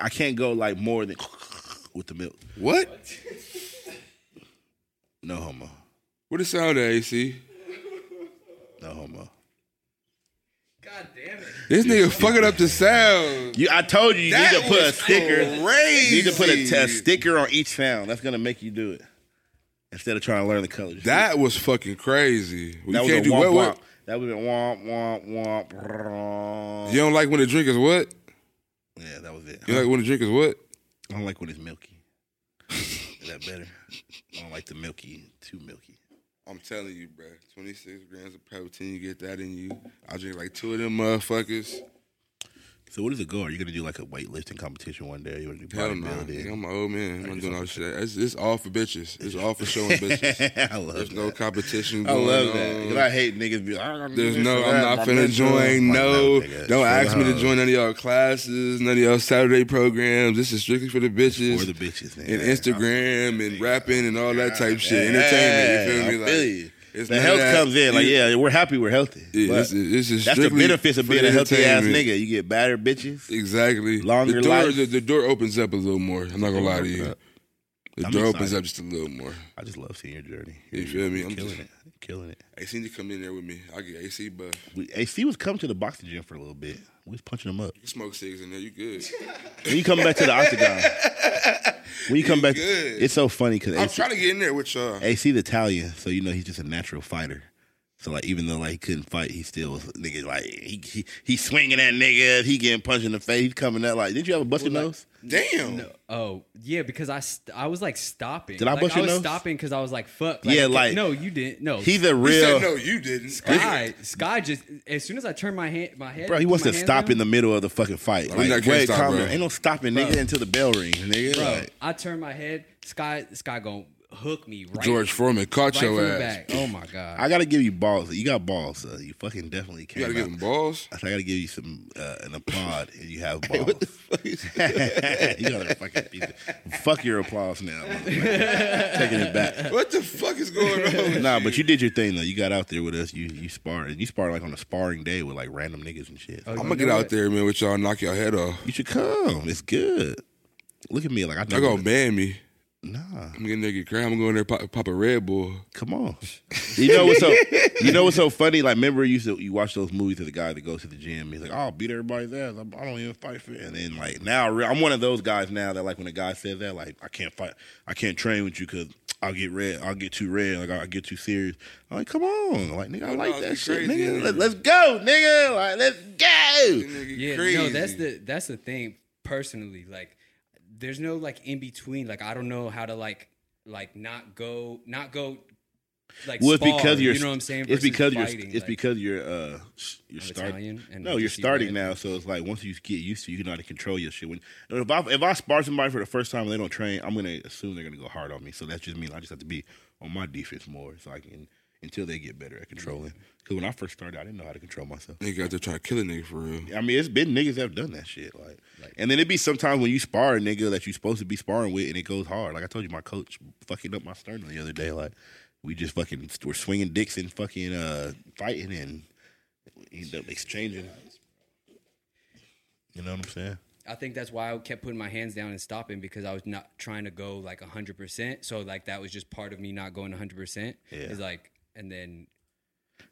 Speaker 2: I can't go like more than with the milk.
Speaker 1: What?
Speaker 2: No homo.
Speaker 1: What it sound at AC?
Speaker 2: No homo.
Speaker 3: God damn it.
Speaker 1: This nigga fucking up the sound.
Speaker 2: You, I told you, you
Speaker 1: That
Speaker 2: need to put a
Speaker 1: was
Speaker 2: sticker.
Speaker 1: crazy.
Speaker 2: You need to put a, a sticker on each sound. That's gonna make you do it instead of trying to learn the colors.
Speaker 1: That was fucking crazy. You
Speaker 2: that was
Speaker 1: can't
Speaker 2: a
Speaker 1: do
Speaker 2: womp
Speaker 1: what,
Speaker 2: womp.
Speaker 1: what?
Speaker 2: That would have been womp womp womp.
Speaker 1: You don't like when the drink is what?
Speaker 2: Yeah, that was it.
Speaker 1: You like when the drink is what?
Speaker 2: I don't like when it's milky. Is that better? I don't like the milky. Too milky.
Speaker 1: I'm telling you, bro. 26 grams of protein, you get that in you. I drink like two of them motherfuckers.
Speaker 2: So what is the goal? Are you gonna do like a weightlifting competition one day? You wanna do
Speaker 1: Hell no.
Speaker 2: bodybuilding?
Speaker 1: nigga, I'm an old man. I'm not doing all this shit. It's, it's all for bitches. It's all for showing bitches.
Speaker 2: I love
Speaker 1: There's
Speaker 2: that.
Speaker 1: no competition
Speaker 2: I
Speaker 1: going
Speaker 2: love that.
Speaker 1: on.
Speaker 2: Because I hate niggas be like, "I'm gonna do
Speaker 1: There's
Speaker 2: this
Speaker 1: no,
Speaker 2: or
Speaker 1: I'm
Speaker 2: that,
Speaker 1: not
Speaker 2: my
Speaker 1: finna
Speaker 2: mental." I'm
Speaker 1: join.
Speaker 2: like,
Speaker 1: No,
Speaker 2: nigga,
Speaker 1: don't
Speaker 2: it's
Speaker 1: ask
Speaker 2: for
Speaker 1: me
Speaker 2: the
Speaker 1: to join none of y'all classes, none of y'all Saturday programs. This is strictly for the bitches.
Speaker 2: hoes. Or the bitches, nigga.
Speaker 1: and Instagram and rapping and all that type shit. Entertainment, you feel me?
Speaker 2: Yeah, I
Speaker 1: Like,
Speaker 2: feel you.
Speaker 1: it's
Speaker 2: the
Speaker 1: none of
Speaker 2: health
Speaker 1: that-
Speaker 2: comes in. Like,
Speaker 1: you-
Speaker 2: yeah, we're happy we're healthy.
Speaker 1: yeah,
Speaker 2: But
Speaker 1: this is, this is
Speaker 2: that's the
Speaker 1: strictly
Speaker 2: benefits of
Speaker 1: for
Speaker 2: being a healthy ass
Speaker 1: entertainment.
Speaker 2: nigga. You get badder bitches.
Speaker 1: Exactly.
Speaker 2: Longer
Speaker 1: the door,
Speaker 2: life.
Speaker 1: The, the door opens up a little more. I'm not gonna lie to
Speaker 2: opens
Speaker 1: you.
Speaker 2: up.
Speaker 1: The
Speaker 2: I'm
Speaker 1: door
Speaker 2: excited.
Speaker 1: opens up just a little more.
Speaker 2: I just love seeing your journey.
Speaker 1: You
Speaker 2: You're-
Speaker 1: feel me?
Speaker 2: you're
Speaker 1: I'm
Speaker 2: killing
Speaker 1: just-
Speaker 2: it. Killing it.
Speaker 1: AC need to come in there with me. I get AC, but
Speaker 2: We, AC was coming to the boxing gym for a little bit. We was punching him up.
Speaker 1: you smoke cigs in there. You good?
Speaker 2: When you come back to the octagon, when you come back,
Speaker 1: good.
Speaker 2: it's so funny because
Speaker 1: I'm
Speaker 2: AC,
Speaker 1: trying to get in there with y'all.
Speaker 2: AC the Italian, so you know he's just a natural fighter. So like, even though like he couldn't fight, he still was nigga like he he, he swinging at niggas, he getting punched in the face, he's coming out like, did you have a busted
Speaker 3: Well, like-
Speaker 2: nose?
Speaker 1: Damn.
Speaker 3: Oh yeah, because I st- I was like stopping.
Speaker 2: Did I
Speaker 3: like,
Speaker 2: bust your
Speaker 3: was
Speaker 2: nose?
Speaker 3: stopping because I was like, fuck.
Speaker 2: Yeah, like-
Speaker 3: no, you didn't. No,
Speaker 2: He's a
Speaker 1: You
Speaker 2: real
Speaker 1: said no, you didn't.
Speaker 3: Sky. Sky just as soon as I turned my hand, my head.
Speaker 2: bro. He
Speaker 3: put
Speaker 2: wants
Speaker 3: my
Speaker 2: to
Speaker 3: hands
Speaker 2: stop
Speaker 3: down,
Speaker 2: in the middle of the fucking fight.
Speaker 1: we
Speaker 2: Like,
Speaker 1: not gonna
Speaker 2: wait,
Speaker 1: stop,
Speaker 2: calm
Speaker 1: bro.
Speaker 2: down. Ain't no stopping nigga until the bell rings, nigga.
Speaker 3: Bro,
Speaker 2: Like,
Speaker 3: I turned my head. Sky. Sky going. hook me right,
Speaker 1: George Foreman caught
Speaker 3: right
Speaker 1: your
Speaker 3: through the
Speaker 1: ass.
Speaker 3: back. Oh my god!
Speaker 2: I gotta give you balls. You got balls, sir. You fucking definitely
Speaker 1: You
Speaker 2: came
Speaker 1: gotta
Speaker 2: out.
Speaker 1: give him balls.
Speaker 2: I gotta give you some uh, an applaud, and you have balls. you gotta fucking piece of- fuck your applause now. motherfucker. Taking it back.
Speaker 1: What the fuck is going on?
Speaker 2: Nah, but you did your thing though. You got out there with us. You you sparred. You sparred like on a sparring day with like random niggas and shit.
Speaker 3: Oh,
Speaker 1: I'm
Speaker 3: you
Speaker 1: gonna get
Speaker 3: know
Speaker 1: out
Speaker 3: what?
Speaker 1: there, man, with y'all knock your head off.
Speaker 2: You should come. It's good. Look at me, like I
Speaker 1: Y'all
Speaker 2: never.
Speaker 1: gonna ban me.
Speaker 2: Nah,
Speaker 1: I'm getting nigga cram. I'm going there pop, pop a Red Bull.
Speaker 2: come on. You know what's so? You know what's so funny? Like, remember you used to you watch those movies of the guy that goes to the gym. He's like, "I'll beat everybody's ass. I I don't even fight for it." And then like now, re- I'm one of those guys now that like when a guy says that, like, "I can't fight. I can't train with you because." I'll get red. I'll get too red. Like I'll get too serious. I'm like, come on, like nigga, I
Speaker 1: Oh,
Speaker 2: like
Speaker 1: no,
Speaker 2: that
Speaker 1: you
Speaker 2: shit,
Speaker 1: crazy,
Speaker 2: nigga.
Speaker 1: nigga.
Speaker 2: Let, let's go, nigga. Like let's go.
Speaker 1: Nigga
Speaker 3: yeah,
Speaker 1: crazy.
Speaker 3: no, that's the that's the thing. Personally, like, there's no like in between. Like, I don't know how to like like not go not go. Like,
Speaker 2: Well, it's
Speaker 3: spar,
Speaker 2: because you're.
Speaker 3: you know what I'm saying.
Speaker 2: It's
Speaker 3: versus
Speaker 2: because you're.
Speaker 3: fighting,
Speaker 2: It's
Speaker 3: like,
Speaker 2: because you're. Uh, s- you're
Speaker 3: I'm
Speaker 2: starting.
Speaker 3: Italian and
Speaker 2: No, you're
Speaker 3: DC
Speaker 2: starting
Speaker 3: red.
Speaker 2: now, so it's like once you get used to, it, you know how to control your shit. When if I if I spar somebody for the first time and they don't train, I'm gonna assume they're gonna go hard on me. So that just means I just have to be on my defense more, so I can until they get better at controlling. Because when I first started, I didn't know how to control myself.
Speaker 1: nigga out there trying to kill a nigga for real.
Speaker 2: I mean, it's been niggas that have done that shit. Like,
Speaker 3: Like-
Speaker 2: and then it'd be sometimes when you spar a nigga that you're supposed to be sparring with, and it goes hard. Like I told you, my coach fucking up my sternum the other day. Like, we just fucking we're swinging dicks and fucking uh fighting and we end up exchanging. You know what I'm saying?
Speaker 3: I think that's why I kept putting my hands down and stopping because I was not trying to go like 100%. So like that was just part of me not going 100%.
Speaker 2: Yeah.
Speaker 3: It's like and then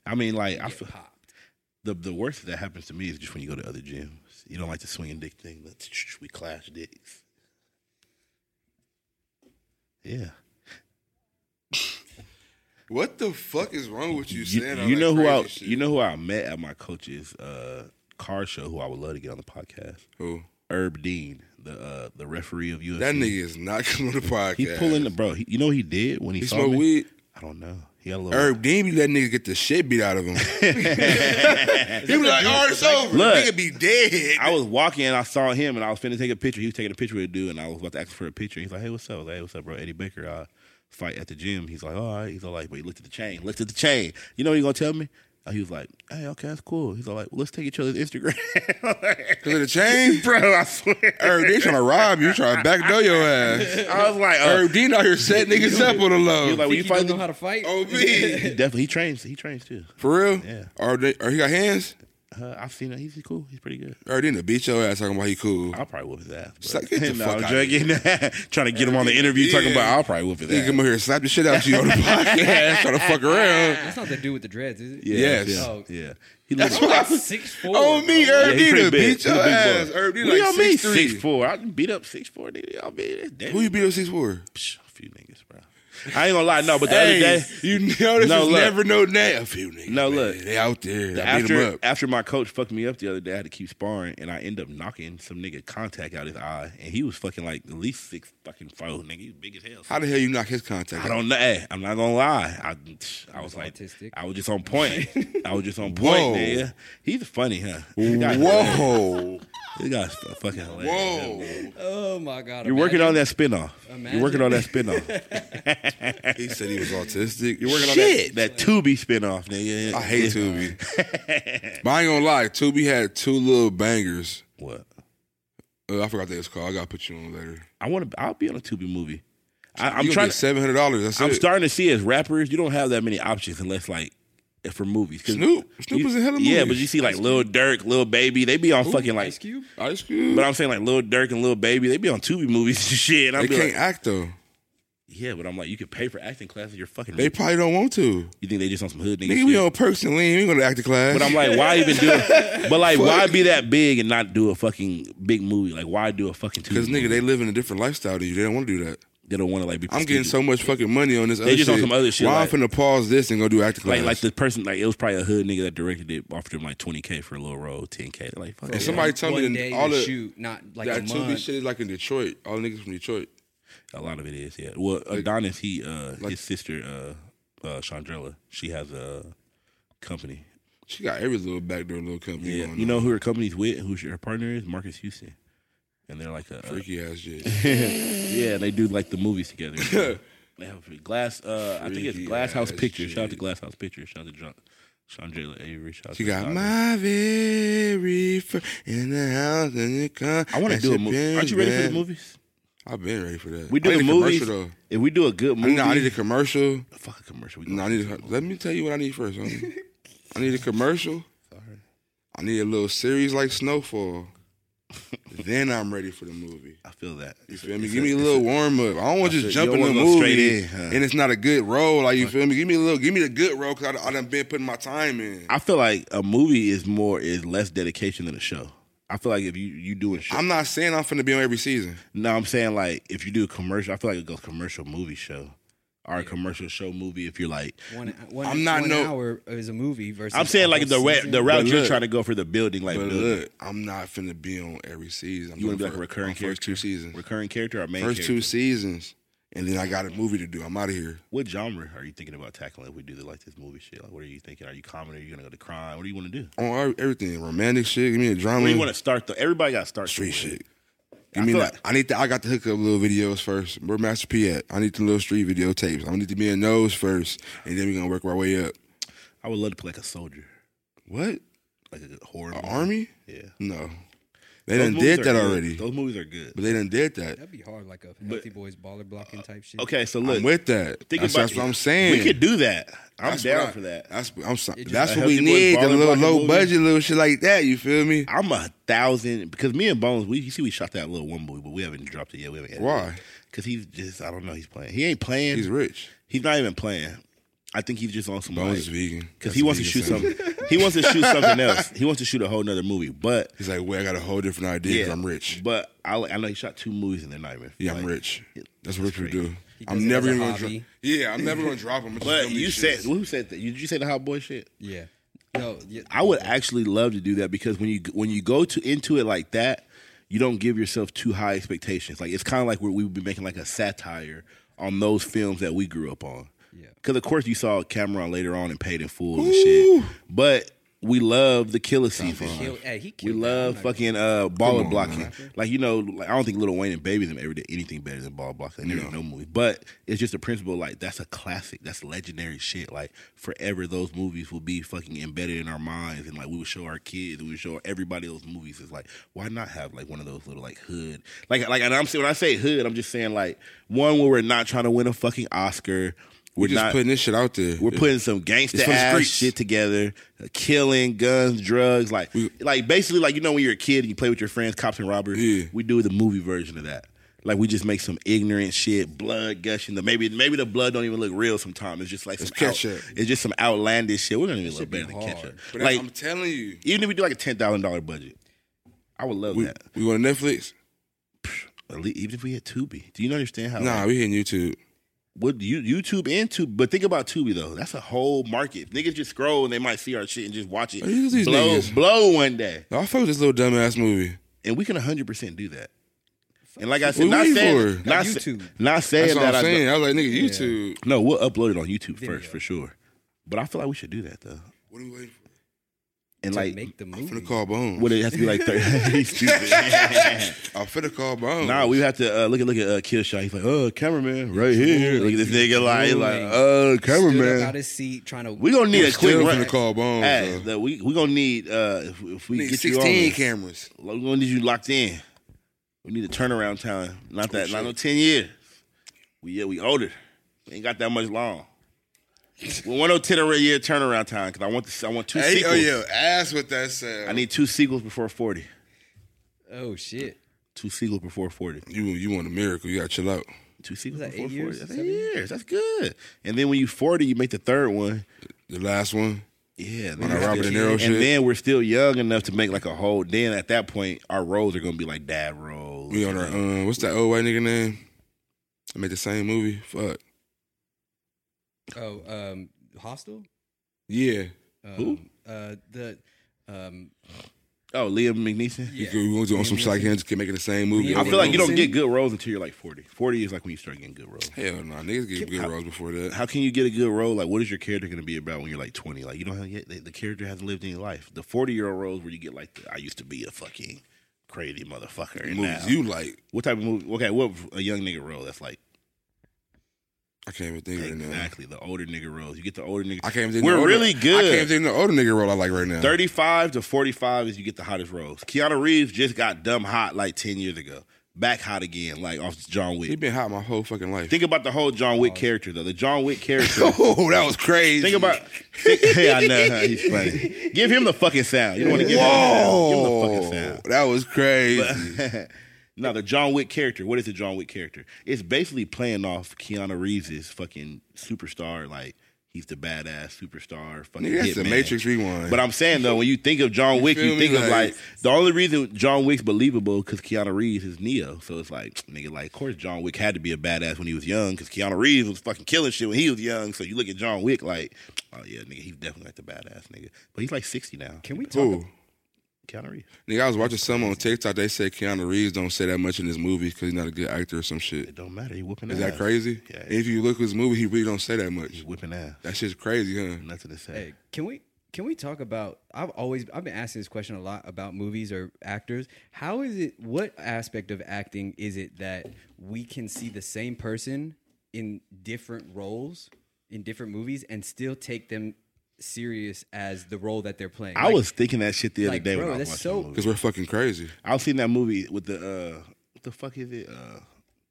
Speaker 2: I mean, like I
Speaker 3: get
Speaker 2: feel
Speaker 3: popped.
Speaker 2: the the worst that happens to me is just when you go to other gyms. You don't like the swinging dick thing, but we clash dicks. Yeah.
Speaker 1: What the fuck is wrong with you,
Speaker 2: you,
Speaker 1: saying?
Speaker 2: you
Speaker 1: all
Speaker 2: know
Speaker 1: that
Speaker 2: who I
Speaker 1: crazy shit?
Speaker 2: you know who I met at my coach's uh, car show who I would love to get on the podcast.
Speaker 1: Who?
Speaker 2: Herb Dean, the uh, the referee of UFC.
Speaker 1: That nigga is not coming on the podcast.
Speaker 2: he pulling the bro. He, you know what he did when he,
Speaker 1: He
Speaker 2: saw
Speaker 1: smoke
Speaker 2: me?
Speaker 1: weed.
Speaker 2: I don't know. He got a little.
Speaker 1: Herb Dean be letting niggas get the shit beat out of him. he be like, "Oh, it's over."
Speaker 2: Look.
Speaker 1: nigga be dead.
Speaker 2: I was walking and I saw him and I was finna take a picture. He was taking a picture with a dude and I was about to ask for a picture. He's like, "Hey, what's up?" I was like, "Hey, what's up, bro? Eddie Baker, I fight at the gym." He's like, "All right." He's all like, "But he looked at the chain. Looked at the chain. You know what he gonna tell me?" Uh, He was like, "Hey, okay, that's cool." He's all like, "Let's take each other's Instagram."
Speaker 1: Cause of the chain,
Speaker 2: bro, I swear.
Speaker 1: Herb Dean trying to rob you, trying to backdoor your ass.
Speaker 2: I was like, uh,
Speaker 1: Herb Dean out here setting niggas up on the
Speaker 2: he
Speaker 1: low.
Speaker 2: was like,
Speaker 3: Think
Speaker 2: when
Speaker 3: you
Speaker 2: you
Speaker 3: don't
Speaker 2: fight
Speaker 3: know
Speaker 2: the,
Speaker 3: how to fight?
Speaker 1: oh, me.
Speaker 2: he definitely he trains. He trains too.
Speaker 1: For real?
Speaker 2: Yeah.
Speaker 1: Are they? Are he got hands?
Speaker 2: Uh, I've seen it. He's cool. He's pretty good.
Speaker 1: Herb Dean to beat your ass talking about he cool.
Speaker 2: I'll probably whoop his ass. but-
Speaker 1: So get the
Speaker 2: No,
Speaker 1: fuck
Speaker 2: I'm
Speaker 1: out of
Speaker 2: joking. Trying to get him on the interview, talking about I'll probably whoop his
Speaker 1: Nigga
Speaker 2: ass.
Speaker 1: come over here and slap the shit out you on the podcast, trying to fuck around.
Speaker 3: That's not the dude with the dreads, is it?
Speaker 1: Yes.
Speaker 2: Yeah,
Speaker 3: Oh.
Speaker 2: yeah. He
Speaker 1: That's
Speaker 2: little-
Speaker 1: why-
Speaker 3: Six four.
Speaker 1: Oh me,
Speaker 2: Yeah,
Speaker 1: Herb
Speaker 2: he
Speaker 1: Dean
Speaker 2: pretty
Speaker 1: to
Speaker 2: big.
Speaker 1: beat
Speaker 2: He's a
Speaker 1: your
Speaker 2: big boy.
Speaker 1: ass. Herb Dean
Speaker 2: What do
Speaker 1: like
Speaker 2: y'all mean
Speaker 1: six three.
Speaker 2: six four? I beat up six four. Nigga, y'all beat it.
Speaker 1: Who you beat up six four?
Speaker 2: Psh, a few niggas, bro. I ain't gonna lie. No, but the
Speaker 1: hey,
Speaker 2: other day,
Speaker 1: you know this
Speaker 2: No,
Speaker 1: is
Speaker 2: look.
Speaker 1: never no name. A few niggas.
Speaker 2: No,
Speaker 1: man.
Speaker 2: look.
Speaker 1: they out there. I beat them
Speaker 2: after
Speaker 1: up.
Speaker 2: after my coach fucked me up the other day, I had to keep sparring, and I end up knocking some nigga contact out his eye, and he was fucking like at least six fucking four. Nigga, he was big as hell.
Speaker 1: How the hell you knock his contact?
Speaker 2: I
Speaker 1: out?
Speaker 2: don't know. Hey, I'm not gonna lie. I, I was like,
Speaker 3: Autistic.
Speaker 2: I was just on point. I was just on point.
Speaker 1: Whoa.
Speaker 2: Nigga. He's funny, huh? This guy's hilarious.
Speaker 1: Whoa,
Speaker 2: this guy's fu- fucking
Speaker 1: whoa!
Speaker 2: hilarious.
Speaker 3: Oh my god.
Speaker 2: You're working on that
Speaker 3: imagine-
Speaker 2: spinoff. You're working on that spinoff.
Speaker 1: he said he was autistic.
Speaker 2: You're working on that, that Tubi spinoff, nigga.
Speaker 1: I hate Tubi, but I ain't gonna lie. Tubi had two little bangers.
Speaker 2: What?
Speaker 1: Uh, I forgot that it's called. I gotta put you on later.
Speaker 2: I want to. I'll be on a Tubi movie. I, I'm
Speaker 1: you
Speaker 2: trying. To,
Speaker 1: seven hundred dollars. That's
Speaker 2: I'm
Speaker 1: it.
Speaker 2: starting to see as rappers, you don't have that many options unless like if for movies. 'Cause
Speaker 1: Snoop. Snoop
Speaker 2: you-
Speaker 1: was in hella
Speaker 2: Yeah,
Speaker 1: movies.
Speaker 2: but you see like Lil Durk, Lil Baby, they be on fucking like
Speaker 3: Ice Cube?
Speaker 1: Ice Cube.
Speaker 2: But I'm saying like Lil Durk and Lil Baby, they be on Tubi movies and shit. And
Speaker 1: they
Speaker 2: I'm
Speaker 1: can't
Speaker 2: like,
Speaker 1: act though.
Speaker 2: yeah, but I'm like, you could pay for acting classes. You're fucking.
Speaker 1: They
Speaker 2: rich.
Speaker 1: probably don't want to.
Speaker 2: you think they just on some hood nigga,
Speaker 1: Nigga,
Speaker 2: shit?
Speaker 1: we on perks and lean. We ain't gonna act the class.
Speaker 2: But I'm like, why even do? it? But like, why be that big and not do a fucking big movie? Like, why do a fucking? Tubi
Speaker 1: because
Speaker 2: movie?
Speaker 1: nigga, they live in a different lifestyle than you. They don't want to do that.
Speaker 2: they don't want to like be.
Speaker 1: I'm getting
Speaker 2: prestigious.
Speaker 1: so much fucking money on this. They other
Speaker 2: just
Speaker 1: shit.
Speaker 2: on some other shit,
Speaker 1: Why
Speaker 2: like-
Speaker 1: I'm finna pause this and go do acting class?
Speaker 2: Like, like the person, like it was probably a hood nigga that directed it, offered him like twenty k for a little role, ten k. Like, fuck
Speaker 1: And
Speaker 2: yeah.
Speaker 1: somebody told me
Speaker 3: One
Speaker 1: that
Speaker 3: day
Speaker 1: all
Speaker 3: to
Speaker 1: the
Speaker 3: shoot, not like a
Speaker 1: that Tubi
Speaker 3: month.
Speaker 1: shit is like in Detroit. All niggas from Detroit.
Speaker 2: a lot of it is, yeah. Well, Adonis, he, uh, his sister, uh, uh, Chandrella, she has a uh, company.
Speaker 1: She got every little backdoor little company.
Speaker 2: Yeah,
Speaker 1: going
Speaker 2: you
Speaker 1: on.
Speaker 2: know who her company's with, who she- her partner is, Marcus Houston, and they're like a, a
Speaker 1: freaky ass shit.
Speaker 2: yeah, they do like the movies together. Man, for Glass. Uh, I think it's
Speaker 1: Freaky
Speaker 2: Glass House
Speaker 1: ass
Speaker 2: Pictures. Shout out to
Speaker 1: shit.
Speaker 2: Glass House Pictures. Shout out to John, Chandra Avery. Shout out
Speaker 1: She
Speaker 2: to
Speaker 1: got
Speaker 2: Tyler.
Speaker 1: my very first in the house and it come.
Speaker 2: I want to
Speaker 1: and
Speaker 2: do a
Speaker 1: she
Speaker 2: movie.
Speaker 1: been
Speaker 2: Aren't you ready for the
Speaker 1: bad.
Speaker 2: movies?
Speaker 1: I've been ready for that.
Speaker 2: We do
Speaker 1: I
Speaker 2: the
Speaker 1: need a
Speaker 2: movies.
Speaker 1: commercial though.
Speaker 2: If we do a good movie,
Speaker 1: No, I need a commercial.
Speaker 2: fuck a commercial. We
Speaker 1: No, I
Speaker 2: gonna-
Speaker 1: need. A, let me tell you what I need first. Homie. I need a commercial.
Speaker 2: Sorry.
Speaker 1: I need a little series like Snowfall. then I'm ready for the movie.
Speaker 2: I feel that.
Speaker 1: You
Speaker 2: It's
Speaker 1: feel me?
Speaker 2: it's
Speaker 1: Give me a
Speaker 2: it's
Speaker 1: little warm up. I don't want
Speaker 2: I
Speaker 1: to
Speaker 2: feel-
Speaker 1: just jump
Speaker 2: you
Speaker 1: in the
Speaker 2: don't wanna go straight
Speaker 1: movie
Speaker 2: in, huh?
Speaker 1: and it's not a good role. Like you feel me? Give me a little. Give me the good role because I, I done been putting my time in.
Speaker 2: I feel like a movie is more is less dedication than a show. I feel like if you you doing show,
Speaker 1: I'm not saying I'm finna be on every season.
Speaker 2: no, I'm saying like if you do a commercial, I feel like a commercial movie show or a commercial show movie. If you're like,
Speaker 3: One, one,
Speaker 1: I'm not
Speaker 3: one
Speaker 1: no-
Speaker 3: hour is a movie versus.
Speaker 2: I'm saying
Speaker 3: a
Speaker 2: like the
Speaker 3: whole
Speaker 2: ra-
Speaker 3: season.
Speaker 2: the route
Speaker 1: But
Speaker 2: you're
Speaker 1: look.
Speaker 2: trying to go for the building, like
Speaker 1: But
Speaker 2: building.
Speaker 1: look, I'm not finna be on every season. I'm
Speaker 2: you want to
Speaker 1: doing
Speaker 2: be like a
Speaker 1: fir-
Speaker 2: recurring
Speaker 1: my
Speaker 2: character,
Speaker 1: First two seasons.
Speaker 2: recurring character or main
Speaker 1: First
Speaker 2: character?
Speaker 1: two seasons, and then I got a movie to do. I'm out of here.
Speaker 2: What genre are you thinking about tackling if we do the, like this movie shit? Like, what are you thinking? Are you comedy? Are you gonna go to crime? What do you want to do?
Speaker 1: On our- everything, romantic shit. Give me a drama.
Speaker 2: Where do you want to start though? Everybody got to start
Speaker 1: Mm. street
Speaker 2: somewhere.
Speaker 1: shit.
Speaker 2: I
Speaker 1: Give me
Speaker 2: feel
Speaker 1: that.
Speaker 2: like-
Speaker 1: I need. To, I got the hookup little videos first. Where Master P at? I need the little street videotapes. I need to be in those first, and then we gonna work our way up.
Speaker 2: I would love to play like a soldier,
Speaker 1: What?
Speaker 2: like a horror
Speaker 1: An
Speaker 2: movie.
Speaker 1: army?
Speaker 2: Yeah,
Speaker 1: No. They
Speaker 2: Those
Speaker 1: done
Speaker 2: movies
Speaker 1: did
Speaker 2: are
Speaker 1: that
Speaker 2: good.
Speaker 1: already.
Speaker 2: Those movies are good.
Speaker 1: But they done did that.
Speaker 3: That'd be hard, like a healthy boys baller blocking type shit.
Speaker 2: Okay, so look,
Speaker 1: I'm with that.
Speaker 2: think
Speaker 1: That's,
Speaker 2: about-
Speaker 1: that's what I'm saying.
Speaker 2: We could do that. I'm
Speaker 1: That's
Speaker 2: down
Speaker 1: what I-
Speaker 2: for that.
Speaker 1: That's I'm sorry.
Speaker 3: just-
Speaker 1: That's
Speaker 2: A
Speaker 1: what we
Speaker 2: healthy boy
Speaker 1: need. The
Speaker 2: baller
Speaker 1: little
Speaker 2: blocking
Speaker 1: low
Speaker 2: movie.
Speaker 1: budget little shit like that. You feel me?
Speaker 2: I'm a thousand because me and Bones, we you see we shot that little one movie, but we haven't dropped it yet. We haven't edited
Speaker 1: Why?
Speaker 2: Because he's just I don't know. He's playing. He ain't playing.
Speaker 1: He's
Speaker 2: He's,
Speaker 1: rich.
Speaker 2: not even playing. I think he's just on some
Speaker 1: Bones is
Speaker 2: because
Speaker 1: vegan.
Speaker 2: he wants to shoot something. he wants to shoot something else. He wants to shoot a whole nother movie. But
Speaker 1: He's like, wait, I got a whole different idea. 'cause
Speaker 2: yeah,
Speaker 1: I'm rich.
Speaker 2: But I I know he shot two movies and they're not even.
Speaker 1: Yeah, I'm
Speaker 2: like-
Speaker 1: rich. That's what rich people do.
Speaker 3: does
Speaker 1: I'm
Speaker 3: it
Speaker 1: never
Speaker 3: as a
Speaker 1: even gonna drop.
Speaker 3: hobby.
Speaker 1: Yeah, I'm never gonna drop him. I'm just
Speaker 2: But
Speaker 1: filming
Speaker 2: you
Speaker 1: these
Speaker 2: said
Speaker 1: shits.
Speaker 2: who said that? You, did you say the hot boy shit?
Speaker 3: Yeah. No. Yeah,
Speaker 2: I would actually love to do that because when you when you go to into it like that, you don't give yourself too high expectations. Like it's kind of like where we would be making like a satire on those films that we grew up on.
Speaker 3: Yeah.
Speaker 2: Because of course you saw Cameron later on and Paid in Full and shit, but we love the killer season.
Speaker 3: Kill- hey, he
Speaker 2: We
Speaker 3: killed that. I'm
Speaker 2: love
Speaker 3: not-
Speaker 2: fucking uh, baller
Speaker 1: on,
Speaker 2: blocking.
Speaker 1: man.
Speaker 2: Like you know, like, I don't think Little Wayne and Baby them ever did anything better than baller blocking. They never did no movie, but it's just a principle. Like that's a classic. That's legendary shit. Like forever, those movies will be fucking embedded in our minds, and like we would show our kids, we would show everybody those movies. It's like why not have like one of those little like hood, like like. And I'm saying when I say hood, I'm just saying like one where we're not trying to win a fucking Oscar. We're
Speaker 1: We're just
Speaker 2: not.
Speaker 1: putting this shit out there.
Speaker 2: We're putting some gangster
Speaker 1: It's for the
Speaker 2: ass
Speaker 1: streets.
Speaker 2: shit together, uh, killing, guns, drugs, like like basically like you know when you're a kid and you play with your friends, cops and robbers.
Speaker 1: Yeah.
Speaker 2: We do the movie version of that. Like we just make some ignorant shit, blood gushing. The maybe maybe the blood don't even look real. Sometimes it's just like some
Speaker 1: ketchup.
Speaker 2: Out, it's just some outlandish shit. We're gonna even look
Speaker 3: should be
Speaker 2: better than
Speaker 3: hard.
Speaker 2: ketchup.
Speaker 1: But um,
Speaker 2: Like
Speaker 1: like, I'm telling you,
Speaker 2: even if we do like a ten thousand dollar budget, I would love
Speaker 1: we,
Speaker 2: that.
Speaker 1: we going to Netflix?
Speaker 2: At least, even if we had Tubi, do you understand how?
Speaker 1: Nah, we hitting YouTube.
Speaker 2: What you YouTube and Tubi, but think about Tubi though. That's a whole market. Niggas just scroll and they might see our shit and just watch it.
Speaker 1: Are you these
Speaker 2: blow,
Speaker 1: niggas?
Speaker 2: blow one day,
Speaker 1: I fuck with this little dumbass movie.
Speaker 2: and we can hundred percent do that. And like I said,
Speaker 1: What
Speaker 2: not
Speaker 1: we
Speaker 2: saying,
Speaker 1: for?
Speaker 2: not,
Speaker 3: Got
Speaker 2: sa-
Speaker 3: YouTube.
Speaker 2: not
Speaker 1: That's
Speaker 2: saying
Speaker 1: what
Speaker 2: that
Speaker 1: I'm
Speaker 2: I
Speaker 1: saying.
Speaker 2: don't-
Speaker 1: I was like, nigga, YouTube.
Speaker 2: no, we'll upload it on YouTube
Speaker 3: Video.
Speaker 2: first for sure. But I feel like we should do that though,
Speaker 1: What are we waiting for?
Speaker 2: and
Speaker 3: to
Speaker 2: like
Speaker 3: make the
Speaker 1: I'm
Speaker 3: movie.
Speaker 1: finna call Bones.
Speaker 2: would it have to be like thirty? He's stupid.
Speaker 1: I'm finna call Bones.
Speaker 2: Nah, we have to uh, look at look at uh, Killshot. He's like, oh, cameraman, right here. Look at this nigga, like, he like, oh,
Speaker 3: Stood up out
Speaker 2: cameraman.
Speaker 3: his seat trying to.
Speaker 2: We gonna need
Speaker 1: We're
Speaker 2: a quick
Speaker 1: still
Speaker 2: run.
Speaker 1: finna call Bones.
Speaker 2: Hey,
Speaker 1: bro.
Speaker 2: the- we we gonna need uh, if, if
Speaker 1: We
Speaker 2: we
Speaker 1: need
Speaker 2: get
Speaker 1: 16
Speaker 2: you on,
Speaker 1: cameras.
Speaker 2: we gonna need you locked in. We need a turnaround time. Not that, not no ten years. We yeah, we older. We ain't got that much long. We want no ten or a year turnaround time because I want this. I want two
Speaker 1: Hey, oh
Speaker 2: sequels.
Speaker 1: yeah, ass with that sound.
Speaker 2: I need two sequels before forty.
Speaker 3: Oh shit!
Speaker 2: Two sequels before forty.
Speaker 1: you. You want a miracle? You gotta chill out.
Speaker 2: Two sequels
Speaker 3: that
Speaker 2: before
Speaker 3: eight
Speaker 2: forty.
Speaker 3: years?
Speaker 2: That's
Speaker 3: Seven
Speaker 2: eight years. That's good. And then when you forty, you make the third one.
Speaker 1: The last one.
Speaker 2: Yeah,
Speaker 1: On
Speaker 2: then
Speaker 1: that
Speaker 2: we're
Speaker 1: Robert
Speaker 2: still-
Speaker 1: De Niro
Speaker 2: and
Speaker 1: shit?
Speaker 2: then we're still young enough to make like a whole. Then at that point, our roles are gonna be like dad roles.
Speaker 1: We on our um. What's that old white nigga name? I made the same movie. Fuck.
Speaker 3: Oh, um, hostile.
Speaker 1: Yeah.
Speaker 3: Um,
Speaker 2: Who?
Speaker 3: Uh, the um,
Speaker 2: Oh, Liam McNeeson.
Speaker 3: yeah.
Speaker 1: We gonna do on some
Speaker 3: Liam
Speaker 1: shit like him. Just keep making the same movie.
Speaker 3: Liam
Speaker 2: I
Speaker 1: over
Speaker 2: feel like
Speaker 1: and
Speaker 2: you don't
Speaker 1: over.
Speaker 2: get good roles until you're like 40. 40 is like when you start getting good roles.
Speaker 1: Hell no, niggas get good roles before that.
Speaker 2: How can you get a good role? Like, what is your character going to be about when you're like 20? Like, you don't have yet, the, the character hasn't lived any life. The 40 year old roles where you get like, the, I used to be a fucking crazy motherfucker. And now,
Speaker 1: Movies you like?
Speaker 2: what type of movie? Okay, what a young nigga role that's like,
Speaker 1: I can't even think of it now.
Speaker 2: Exactly, the older nigga roles. You get the older nigga.
Speaker 1: I can't even think. of
Speaker 2: We're
Speaker 1: the older-
Speaker 2: really good.
Speaker 1: I can't think of the older nigga role I like right now.
Speaker 2: 35 to 45 is you get the hottest roles. Keanu Reeves just got dumb hot like 10 years ago. Back hot again, like off John
Speaker 1: He
Speaker 2: Wick.
Speaker 1: been hot my whole fucking life.
Speaker 2: Think about the whole John Wick character, though. The John Wick character.
Speaker 1: oh, that was crazy.
Speaker 2: Think about. Think, hey, I know huh? he's funny. Give him the fucking sound. You don't want to give
Speaker 1: Whoa,
Speaker 2: him the sound. Give him the fucking sound.
Speaker 1: Oh, that was crazy.
Speaker 2: no, the John Wick character. What is the John Wick character? It's basically playing off Keanu Reeves' fucking superstar. Like he's the badass superstar. Fucking
Speaker 1: Nigga, that's the
Speaker 2: hitman.
Speaker 1: Matrix Rewind.
Speaker 2: But I'm saying though, when you think of John Wick,
Speaker 1: feel
Speaker 2: you think
Speaker 1: me?
Speaker 2: of
Speaker 1: Like-
Speaker 2: like the only reason John Wick's believable because Keanu Reeves is Neo. So it's like nigga, like of course John Wick had to be a badass when he was young because Keanu Reeves was fucking killing shit when he was young. So you look at John Wick like, oh yeah, nigga, he's definitely like the badass nigga. But he's like 60 now.
Speaker 3: Can we talk?
Speaker 1: Who?
Speaker 2: Keanu Reeves.
Speaker 1: Nigga, I was watching some on TikTok. They said Keanu Reeves don't say that much in his movies because he's not a good actor or some shit.
Speaker 2: It don't matter. He whooping.
Speaker 1: Is
Speaker 2: ass.
Speaker 1: that crazy?
Speaker 2: Yeah.
Speaker 1: If you look at his movie, he really don't say that
Speaker 2: He
Speaker 1: much.
Speaker 2: whipping ass.
Speaker 1: That shit's crazy, huh?
Speaker 2: Nothing to say.
Speaker 3: Hey, can we can we talk about? I've always I've been asking this question a lot about movies or actors. How is it? What aspect of acting is it that we can see the same person in different roles in different movies and still take them serious as the role that they're playing?
Speaker 2: I
Speaker 3: Like,
Speaker 2: was thinking that shit the other
Speaker 3: like,
Speaker 2: day
Speaker 3: bro,
Speaker 2: when I was
Speaker 3: that's
Speaker 2: watching
Speaker 3: so-
Speaker 2: the movie.
Speaker 1: Because we're fucking crazy.
Speaker 2: I was seeing that movie with the uh, what the fuck is it? Uh,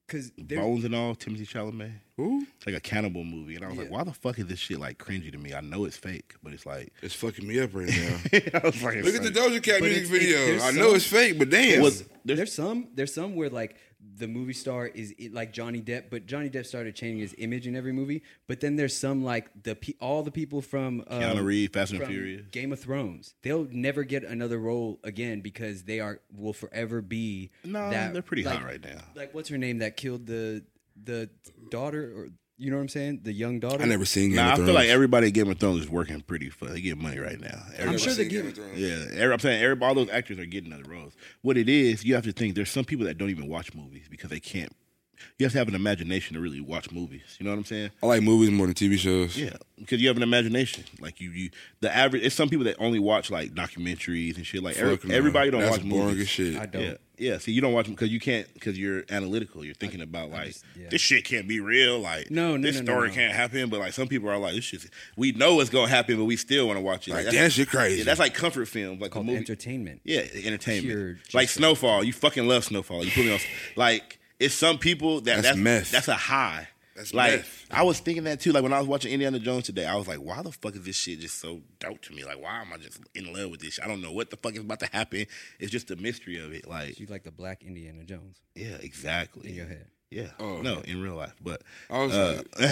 Speaker 3: because
Speaker 2: Bones and all. Timothy Chalamet.
Speaker 1: Who?
Speaker 2: It's like a cannibal movie, and I was like, why the fuck is this shit like cringy to me? I know it's fake, but it's like,
Speaker 1: It's fucking me up right now.
Speaker 2: I was like,
Speaker 1: look at the Doja Cat
Speaker 3: But
Speaker 1: music
Speaker 3: it's-
Speaker 1: video.
Speaker 3: it's- there's
Speaker 1: I know
Speaker 3: some-
Speaker 1: it's fake, but damn.
Speaker 2: Was-
Speaker 3: there's, some there's some where like the movie star is it- like Johnny Depp, but Johnny Depp started changing his image in every movie. But then there's some like the pe- all the people from uh,
Speaker 2: Keanu Reeves, Fast and
Speaker 3: from
Speaker 2: Furious.
Speaker 3: Game of Thrones, they'll never get another role again because they are will forever be
Speaker 2: No,
Speaker 3: that-
Speaker 2: they're pretty
Speaker 3: like,
Speaker 2: hot right now.
Speaker 3: Like what's her name that killed the the daughter or you know what I'm saying? The young daughter.
Speaker 1: I never seen Game
Speaker 2: Nah,
Speaker 1: of
Speaker 2: I
Speaker 1: Thrones.
Speaker 2: feel like everybody at Game of Thrones is working pretty fun. They get money right now.
Speaker 3: I'm
Speaker 2: Everybody-
Speaker 3: sure they
Speaker 1: Seen Game of
Speaker 3: give.
Speaker 1: Thrones.
Speaker 2: Yeah, every, I'm saying everybody, all those actors are getting other roles. What it is, you have to think. There's some people that don't even watch movies because they can't. You have to have an imagination to really watch movies. You know what I'm saying?
Speaker 1: I like movies more than TV shows.
Speaker 2: Yeah, because you have an imagination. Like you, you the average. It's some people that only watch like documentaries and shit. Like every-
Speaker 1: Fuck no.
Speaker 2: everybody don't
Speaker 1: That's
Speaker 2: watch
Speaker 1: boring
Speaker 2: movies.
Speaker 1: as shit.
Speaker 3: I don't.
Speaker 2: Yeah, yeah. See, you don't watch them because you can't because you're analytical. You're thinking about like
Speaker 3: just- yeah.
Speaker 2: this shit can't be real. Like
Speaker 3: No, no,
Speaker 2: this
Speaker 3: no, no,
Speaker 2: story
Speaker 3: no.
Speaker 2: can't happen. But like some people are like this shit. We know it's gonna happen, but we still want to watch it.
Speaker 1: Like,
Speaker 2: that's-
Speaker 1: that shit crazy.
Speaker 2: Yeah, that's like comfort films, like a
Speaker 3: Called
Speaker 2: movie.
Speaker 3: entertainment.
Speaker 2: yeah, entertainment.
Speaker 3: Pure
Speaker 2: like
Speaker 3: just-
Speaker 2: Snowfall. You fucking love Snowfall. You put me on. Like it's some people that
Speaker 1: That's
Speaker 2: that's
Speaker 1: meth.
Speaker 2: That's a high.
Speaker 1: That's
Speaker 2: like
Speaker 1: meth.
Speaker 2: I was thinking that too. Like when I was watching Indiana Jones today, I was like, why the fuck is this shit just so dope to me? Like, why am I just in love with this? Shit? I don't know what the fuck is about to happen. It's just the mystery of it. Like,
Speaker 3: You like the black Indiana Jones
Speaker 2: yeah, exactly.
Speaker 3: in your head.
Speaker 2: Yeah.
Speaker 1: Oh.
Speaker 2: no, in real life, but
Speaker 1: I was
Speaker 2: uh,
Speaker 1: like,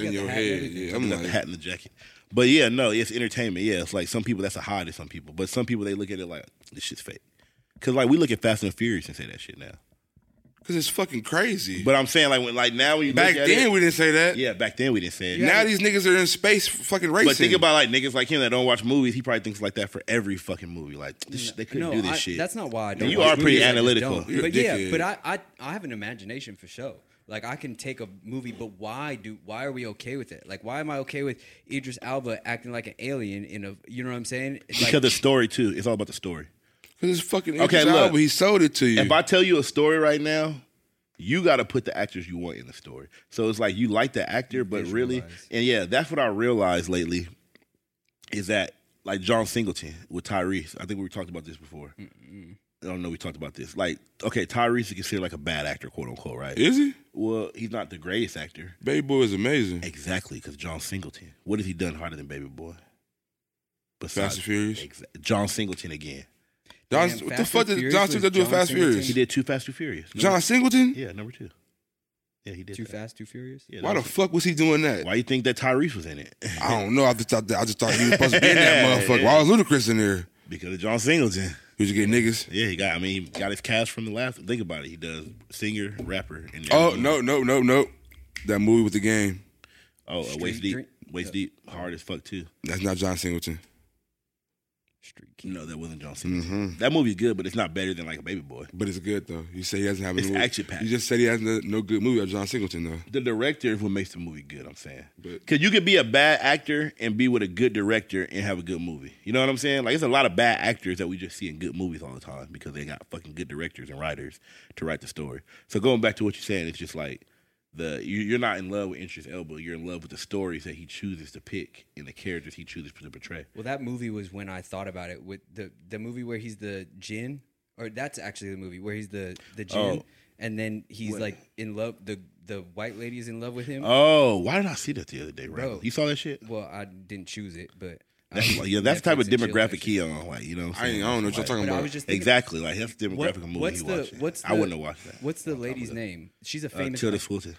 Speaker 1: in
Speaker 3: the
Speaker 1: your
Speaker 3: hat and
Speaker 1: head.
Speaker 3: everything.
Speaker 1: Yeah, I'm
Speaker 2: the
Speaker 1: like,
Speaker 2: hat and the jacket. But yeah, no, it's entertainment. Yeah, it's like some people that's a high to some people, but some people they look at it like this shit's fake. Cause like we look at Fast and Furious and say that shit now.
Speaker 1: because it's fucking crazy. But
Speaker 2: But I'm saying like when like now when you
Speaker 1: back
Speaker 2: look at
Speaker 1: then,
Speaker 2: it,
Speaker 1: we didn't say that.
Speaker 2: yeah, back then we didn't say it.
Speaker 1: Now these niggas are in space fucking racing.
Speaker 2: But think about like niggas like him that don't watch movies. He probably thinks like that for every fucking movie. Like this, shit- they couldn't
Speaker 3: no,
Speaker 2: do this
Speaker 3: I-
Speaker 2: shit.
Speaker 3: That's not why I don't.
Speaker 2: you
Speaker 3: watch
Speaker 2: are pretty
Speaker 3: movies, I just
Speaker 2: analytical.
Speaker 3: don't.
Speaker 1: You're a
Speaker 3: But yeah,
Speaker 1: dickhead.
Speaker 3: but I, I I have an imagination for show. Like I can take a movie, but why do why are we okay with it? Like why am I okay with Idris Alba acting like an alien in a you know what I'm saying? It's
Speaker 2: because
Speaker 3: like,
Speaker 2: the story too. It's all about the story.
Speaker 1: because it's fucking
Speaker 2: Okay,
Speaker 1: okay.
Speaker 2: look.
Speaker 1: He sold it to you.
Speaker 2: If I tell you a story right now, you got to put the actors you want in the story. So it's like you like the actor, but really,
Speaker 3: Visualize.
Speaker 2: and yeah, that's what I realized lately is that like John Singleton with Tyrese. I think we talked about this before. I don't know. We talked about this. Like, okay, Tyrese is considered like a bad actor, quote unquote, right?
Speaker 1: is he?
Speaker 2: well, he's not the greatest actor.
Speaker 1: Baby Boy is amazing.
Speaker 2: Exactly, because John Singleton. What has he done harder than Baby Boy?
Speaker 1: Fast and Furious.
Speaker 2: Exa- John Singleton again.
Speaker 1: John,
Speaker 3: Damn,
Speaker 1: what the
Speaker 3: Fast
Speaker 1: fuck
Speaker 3: and
Speaker 1: did
Speaker 3: Furious
Speaker 1: John
Speaker 3: was
Speaker 1: Singleton do in
Speaker 3: John
Speaker 1: Fast
Speaker 3: Singleton.
Speaker 1: Furious?
Speaker 2: He did two Fast and Furious. Number-
Speaker 1: John Singleton?
Speaker 2: Yeah, number two. Yeah, he did.
Speaker 3: too
Speaker 2: that.
Speaker 3: fast, too furious.
Speaker 2: Yeah,
Speaker 1: Why
Speaker 2: that
Speaker 1: the
Speaker 2: was-
Speaker 1: fuck was he doing that?
Speaker 2: Why you think that Tyrese was in it?
Speaker 1: I don't know. I just thought that, I just thought he was supposed to be in that motherfucker. Why was Ludacris in there?
Speaker 2: because of John Singleton.
Speaker 1: He was getting niggas.
Speaker 2: Yeah, he got. I mean, he got his cast from the last. Think about it. He does singer, rapper, and
Speaker 1: Oh
Speaker 2: everything.
Speaker 1: no no no no! That movie with the game.
Speaker 2: Oh, uh, waist
Speaker 3: Street
Speaker 2: deep,
Speaker 3: Dream-
Speaker 2: waist deep, hard as fuck too.
Speaker 1: That's not John Singleton.
Speaker 3: Street kid.
Speaker 2: No, that wasn't
Speaker 1: Mm.
Speaker 2: John Singleton. That movie's good, but it's not better than like a Baby Boy.
Speaker 1: But it's good though. You say he doesn't have any.
Speaker 2: It's
Speaker 1: movie.
Speaker 2: action-packed.
Speaker 1: You just said he has no, no good movie of John Singleton though.
Speaker 2: The director is what makes the movie good. I'm saying,
Speaker 1: But-
Speaker 2: because you could be a bad actor and be with a good director and have a good movie. You know what I'm saying? Like, it's a lot of bad actors that we just see in good movies all the time because they got fucking good directors and writers to write the story. So going back to what you're saying, it's just like the you, you're not in love with Interest Elba. You're in love with the stories that he chooses to pick and the characters he chooses to portray.
Speaker 3: Well, that movie was when I thought about it with the the movie where he's the gin, or that's actually the movie where he's the the gin,
Speaker 2: Oh.
Speaker 3: and then he's like in love. The the white lady is in love with him.
Speaker 2: Oh, why did I see that the other day, Randall?
Speaker 3: Bro.
Speaker 2: You saw that shit?
Speaker 3: Well, I didn't choose it, but
Speaker 2: That's
Speaker 3: I-
Speaker 2: like, yeah, that's the type of
Speaker 3: Netflix and chill and
Speaker 2: demographic
Speaker 3: shit.
Speaker 2: he on. Like you know, what I'm
Speaker 1: I, ain't, I don't know what you're
Speaker 2: saying?
Speaker 1: talking
Speaker 2: Like,
Speaker 3: But I
Speaker 1: about.
Speaker 3: was just thinking,
Speaker 2: Exactly, like that's the demographic
Speaker 3: What-
Speaker 2: of movie
Speaker 3: what's
Speaker 2: he
Speaker 3: the-
Speaker 2: watching.
Speaker 3: what's
Speaker 2: I wouldn't
Speaker 3: the-
Speaker 2: have watched that.
Speaker 3: What's the lady's name? She's a
Speaker 2: Uh,
Speaker 3: famous
Speaker 2: Tilda Swinton.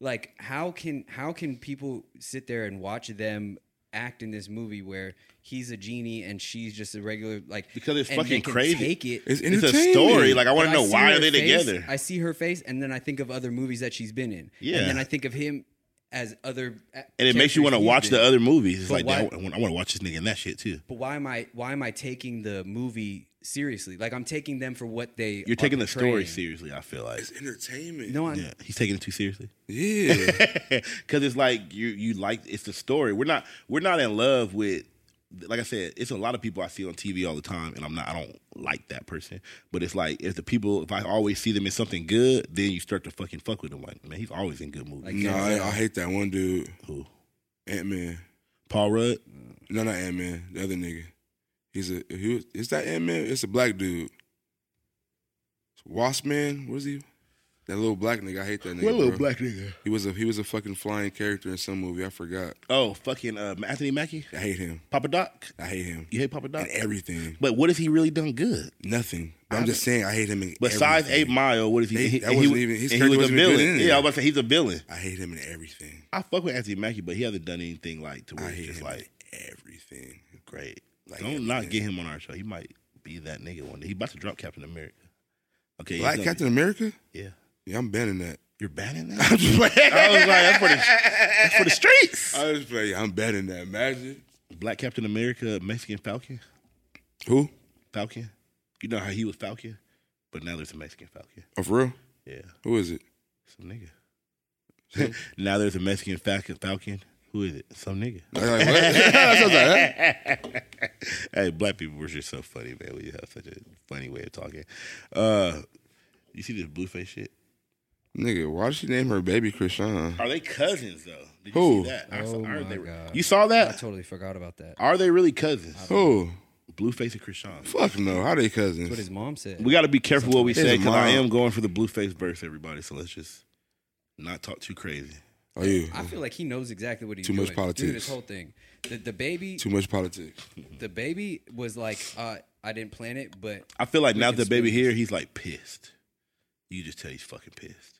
Speaker 3: like how can how can people sit there and watch them act in this movie where he's a genie and she's just a regular like
Speaker 2: Because it's
Speaker 3: and they
Speaker 2: fucking
Speaker 3: can
Speaker 2: crazy.
Speaker 3: Take it.
Speaker 1: It's
Speaker 2: It's a
Speaker 1: entertainment.
Speaker 2: story. Like I want
Speaker 3: But
Speaker 2: to know
Speaker 3: see
Speaker 2: why
Speaker 3: her
Speaker 2: are they
Speaker 3: face-
Speaker 2: together?
Speaker 3: I see her face, and then I think of other movies that she's been in.
Speaker 2: Yeah.
Speaker 3: and then I think of him as other. uh,
Speaker 2: and it makes you want to watch the other movies. It's
Speaker 3: But
Speaker 2: like damn,
Speaker 3: why-
Speaker 2: I want to watch this nigga in that shit too.
Speaker 3: But why am I why am I taking the movie seriously? Like I'm taking them for what they.
Speaker 2: You're
Speaker 3: are
Speaker 2: taking the story
Speaker 3: portraying.
Speaker 2: seriously. I feel like
Speaker 1: It's entertainment.
Speaker 3: No, I'm,
Speaker 2: yeah, he's taking it too seriously.
Speaker 1: Yeah.
Speaker 2: because it's like you you like it's the story. We're not we're not in love with like I said. It's a lot of people I see on TV all the time, and I'm not I don't like that person. But it's like if the people if I always see them in something good, then you start to fucking fuck with them. Like man, he's always in good movies.
Speaker 3: Like-
Speaker 1: no, I, I hate that one dude.
Speaker 2: Who?
Speaker 1: Ant Man.
Speaker 2: Paul Rudd.
Speaker 1: No, not Ant Man. The other nigga. He's a he was, is that Ant Man? It's a black dude. Wasp Man. What is he? That little black nigga. I hate that nigga. bro.
Speaker 2: nigga?
Speaker 1: He was a he was a fucking flying character in some movie. I forgot.
Speaker 2: Oh, fucking uh, Anthony Mackie.
Speaker 1: I hate him.
Speaker 2: Papa Doc.
Speaker 1: I hate him.
Speaker 2: You hate Papa Doc?
Speaker 1: And everything.
Speaker 2: But what has he really done good?
Speaker 1: Nothing. But I'm just saying I hate him in
Speaker 2: Besides
Speaker 1: everything.
Speaker 2: Eight Mile, what is he?
Speaker 1: They-
Speaker 2: he-
Speaker 1: that
Speaker 2: and he
Speaker 1: wasn't
Speaker 2: was-
Speaker 1: even- his
Speaker 2: and
Speaker 1: character
Speaker 2: he was a
Speaker 1: wasn't even good
Speaker 2: villain.
Speaker 1: in it.
Speaker 2: Yeah, I was about to say he's a villain.
Speaker 1: I hate him in everything.
Speaker 2: I fuck with Anthony Mackie, but he hasn't done anything like to where
Speaker 1: I
Speaker 2: it's
Speaker 1: hate
Speaker 2: just
Speaker 1: him
Speaker 2: like
Speaker 1: in everything.
Speaker 2: great.
Speaker 1: Like
Speaker 2: Don't not
Speaker 1: everything.
Speaker 2: get him on our show. He might be that nigga one day. He about to drop Captain America. Okay, he's
Speaker 1: Black
Speaker 2: gonna-
Speaker 1: Captain America?
Speaker 2: Yeah,
Speaker 1: Yeah, I'm banning that.
Speaker 2: you're banning that. I was like, that's for the, that's for the streets.
Speaker 1: I just play. I'm banning that. Imagine
Speaker 2: Black Captain America, Mexican Falcon,
Speaker 1: who?
Speaker 2: Falcon. You know how he was Falcon, but now there's a Mexican Falcon.
Speaker 1: Oh, for real?
Speaker 2: Yeah,
Speaker 1: Who is it?
Speaker 2: some nigga. now there's a Mexican Falcon. Falcon. Who is it? Some nigga.
Speaker 1: I was like, what? I was like, huh?
Speaker 2: Hey, black people, we're just so funny, man. We have such a funny way of talking. Uh, you see this blueface shit?
Speaker 1: Nigga, why did she name her baby Krishan?
Speaker 3: Uh,
Speaker 2: Are they cousins though? Did you
Speaker 1: Who?
Speaker 2: see that? I
Speaker 3: Oh
Speaker 2: saw- I heard
Speaker 3: my
Speaker 2: they-
Speaker 3: God.
Speaker 2: You saw
Speaker 3: I
Speaker 2: that?
Speaker 3: totally forgot about that. That's
Speaker 2: Are they really cousins?
Speaker 1: Who?
Speaker 2: Blueface and Krishan.
Speaker 1: Fuck no. How they
Speaker 3: what
Speaker 1: cousins?
Speaker 3: his mom said.
Speaker 2: We got to be careful what we
Speaker 1: It's
Speaker 2: say because I
Speaker 1: mine.
Speaker 2: am going for the blueface verse, everybody. So let's just not talk too crazy.
Speaker 1: Oh, you?
Speaker 3: I feel like he knows exactly what he's
Speaker 1: Too
Speaker 3: doing.
Speaker 1: much
Speaker 3: Through
Speaker 1: politics.
Speaker 3: this whole thing, the, the baby,
Speaker 1: Too much politics.
Speaker 3: the baby was like, uh, I didn't plan it, but
Speaker 2: I feel like
Speaker 3: We
Speaker 2: now
Speaker 3: can
Speaker 2: that baby
Speaker 3: switch.
Speaker 2: here, he's like pissed. You just tell he's fucking pissed.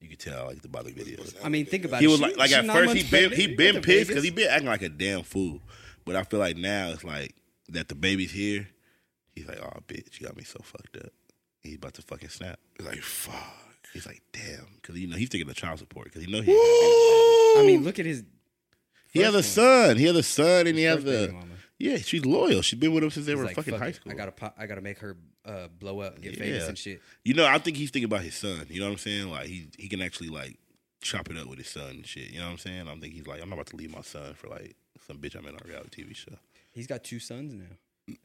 Speaker 2: You can tell like the body videos.
Speaker 3: I mean, think about
Speaker 2: he
Speaker 3: it.
Speaker 2: was
Speaker 3: She-
Speaker 2: like, like
Speaker 3: she
Speaker 2: at
Speaker 3: nine
Speaker 2: first he
Speaker 3: months
Speaker 2: been
Speaker 3: pregnant.
Speaker 2: he
Speaker 3: You
Speaker 2: been
Speaker 3: got the
Speaker 2: pissed because
Speaker 3: biggest-
Speaker 2: he been acting like a damn fool. But I feel like now it's like that the baby's here. He's like, oh bitch, you got me so fucked up. He's about to fucking snap.
Speaker 1: Like, fuck.
Speaker 2: He's like, damn, because you know he's taking the child support because he know he
Speaker 3: I mean, look at his.
Speaker 2: he has a
Speaker 3: first
Speaker 2: son, he has a son, and he
Speaker 3: His
Speaker 2: has
Speaker 3: first
Speaker 2: a
Speaker 3: baby mama.
Speaker 2: yeah. She's loyal. She's been with him since they
Speaker 3: He's
Speaker 2: were
Speaker 3: like,
Speaker 2: fucking
Speaker 3: "Fuck
Speaker 2: high
Speaker 3: it.
Speaker 2: school.
Speaker 3: I gotta, pop, I gotta make her uh, blow up, get famous
Speaker 2: Yeah.
Speaker 3: and shit.
Speaker 2: You know, I think he's thinking about his son. You know what I'm saying? Like he he can actually like chop it up with his son and shit. You know what I'm saying? I am think he's like, I'm not about to leave my son for like some bitch I'm in on a reality TV show.
Speaker 3: He's got two sons now.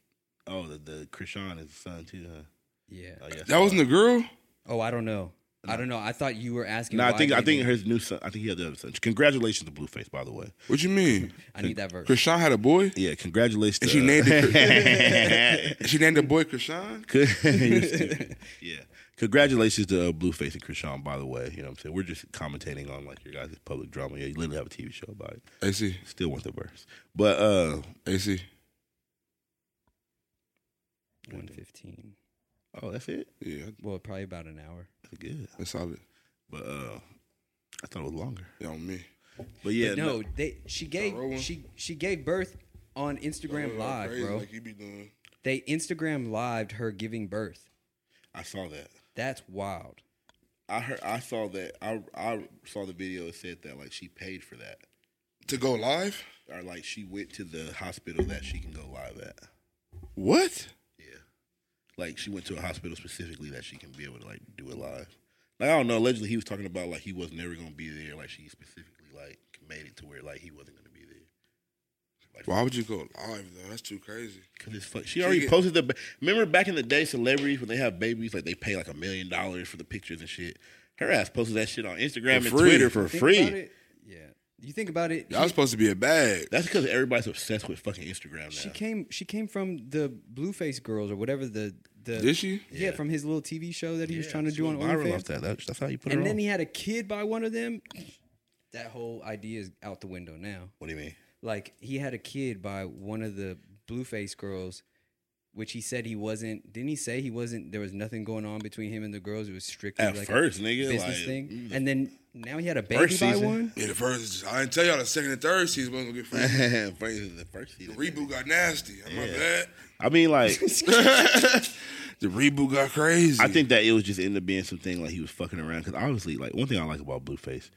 Speaker 2: Oh, the the Krishan is his son too, huh?
Speaker 3: Yeah.
Speaker 2: Oh, yeah,
Speaker 1: That wasn't a girl?
Speaker 3: Oh, I don't know. I don't know. I thought you were asking.
Speaker 2: No, I
Speaker 3: why
Speaker 2: think I
Speaker 3: baby-
Speaker 2: think his new son. I think he had the other son. Congratulations to Blueface, by the way.
Speaker 1: What you mean?
Speaker 3: I need that verse.
Speaker 1: Krishan had a boy?
Speaker 2: Yeah, congratulations.
Speaker 1: And
Speaker 2: to- uh,
Speaker 1: she named it She named the boy Krishan?
Speaker 2: You're stupid. yeah. Congratulations to uh, Blueface and Krishan, by the way. You know what I'm saying? We're just commentating on like your guys' public drama. Yeah, you literally have a TV show about it.
Speaker 1: AC.
Speaker 2: Still want the verse. But uh
Speaker 1: AC.
Speaker 3: One fifteen.
Speaker 2: oh, that's it?
Speaker 1: Yeah,
Speaker 3: Well, probably about an hour.
Speaker 2: That's good.
Speaker 1: that's solid.
Speaker 2: But uh I thought it was longer.
Speaker 1: Yeah, on me.
Speaker 2: But yeah,
Speaker 3: But no, they she gave
Speaker 1: rolling.
Speaker 3: she she gave birth on
Speaker 2: Oh,
Speaker 3: Instagram Live,
Speaker 1: Crazy
Speaker 3: bro.
Speaker 1: Like you be doing.
Speaker 3: they Instagram lived her giving birth.
Speaker 2: I saw that.
Speaker 3: That's wild.
Speaker 2: I heard I saw that. I I saw the video it said that like she paid for that.
Speaker 1: To go live?
Speaker 2: Or like she went to the hospital that she can go live at.
Speaker 1: What?
Speaker 2: Yeah. Like she went to a hospital specifically that she can be able to like do it live. Like I don't know. Allegedly, he was talking about like he was never gonna be there. Like she specifically like made it to where like he wasn't gonna be there.
Speaker 1: Why would you go live though? That's too crazy.
Speaker 2: Cause it's fuck. She already
Speaker 1: get-
Speaker 2: posted the. Remember back in the day, celebrities when they have babies, like they pay like a million dollars for the pictures and shit. Her ass posted that shit on Instagram
Speaker 1: For
Speaker 2: and
Speaker 1: free.
Speaker 2: Twitter for
Speaker 3: Think
Speaker 2: free.
Speaker 3: about it, yeah. You think about it.
Speaker 1: That was supposed to be a bag.
Speaker 2: That's because everybody's obsessed with fucking Instagram now.
Speaker 3: she came. She came from the Blueface girls or whatever the the.
Speaker 1: Did she?
Speaker 2: Yeah.
Speaker 3: Yeah, from his little TV show that he was
Speaker 2: Yeah,
Speaker 3: trying to
Speaker 2: she
Speaker 3: do on
Speaker 2: went viral
Speaker 3: OnlyFans.
Speaker 2: off that. That's, that's how you put
Speaker 3: and
Speaker 2: her
Speaker 3: then
Speaker 2: on.
Speaker 3: he had a kid by one of them. That whole idea is out the window now.
Speaker 2: what do you mean?
Speaker 3: Like he had a kid by one of the blueface girls, which he said he wasn't. Didn't he say he wasn't? There was nothing going on between him and the girls. It was strictly
Speaker 2: At
Speaker 3: like
Speaker 2: first,
Speaker 3: a
Speaker 2: nigga,
Speaker 3: business
Speaker 2: like,
Speaker 3: thing.
Speaker 2: mm,
Speaker 3: And then now he had a baby by
Speaker 2: first season.
Speaker 3: one.
Speaker 1: Yeah, the first. I didn't tell y'all the second and third season wasn't gonna get free.
Speaker 2: First- the first
Speaker 1: The
Speaker 2: season.
Speaker 1: reboot got nasty. I remember that.
Speaker 2: I mean, like,
Speaker 1: The reboot got crazy.
Speaker 2: I think that it was just ended up being something like he was fucking around. Because obviously, like, one thing I like about Blueface,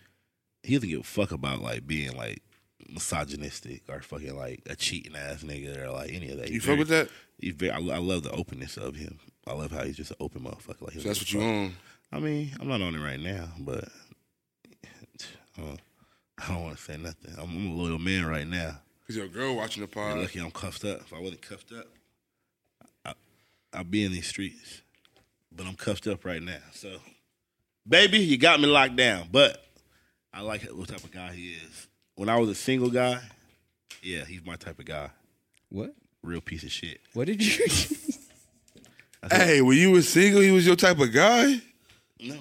Speaker 2: he doesn't give a fuck about like being like misogynistic or fucking like a cheating ass nigga or like any of that.
Speaker 1: you fuck with that.
Speaker 2: He's very, I, lo- I love the openness of him. I love how he's just an open motherfucker. Like, he
Speaker 1: So
Speaker 2: don't
Speaker 1: that's
Speaker 2: give
Speaker 1: what
Speaker 2: a
Speaker 1: you
Speaker 2: fuck.
Speaker 1: on.
Speaker 2: I mean, I'm not on it right now, but I don't, I don't want to say nothing. I'm, I'm a loyal man right now.
Speaker 1: Cause your girl watching the
Speaker 2: You're
Speaker 1: pod.
Speaker 2: lucky I'm cuffed up. If I wasn't cuffed up, I, I'd be in these streets. But I'm cuffed up right now. So, baby, you got me locked down. But I like what type of guy he is. When I was a single guy, yeah, he's my type of guy.
Speaker 3: What?
Speaker 2: Real piece of shit.
Speaker 3: What did you?
Speaker 1: Hey, when you was single, he was your type of guy.
Speaker 2: No.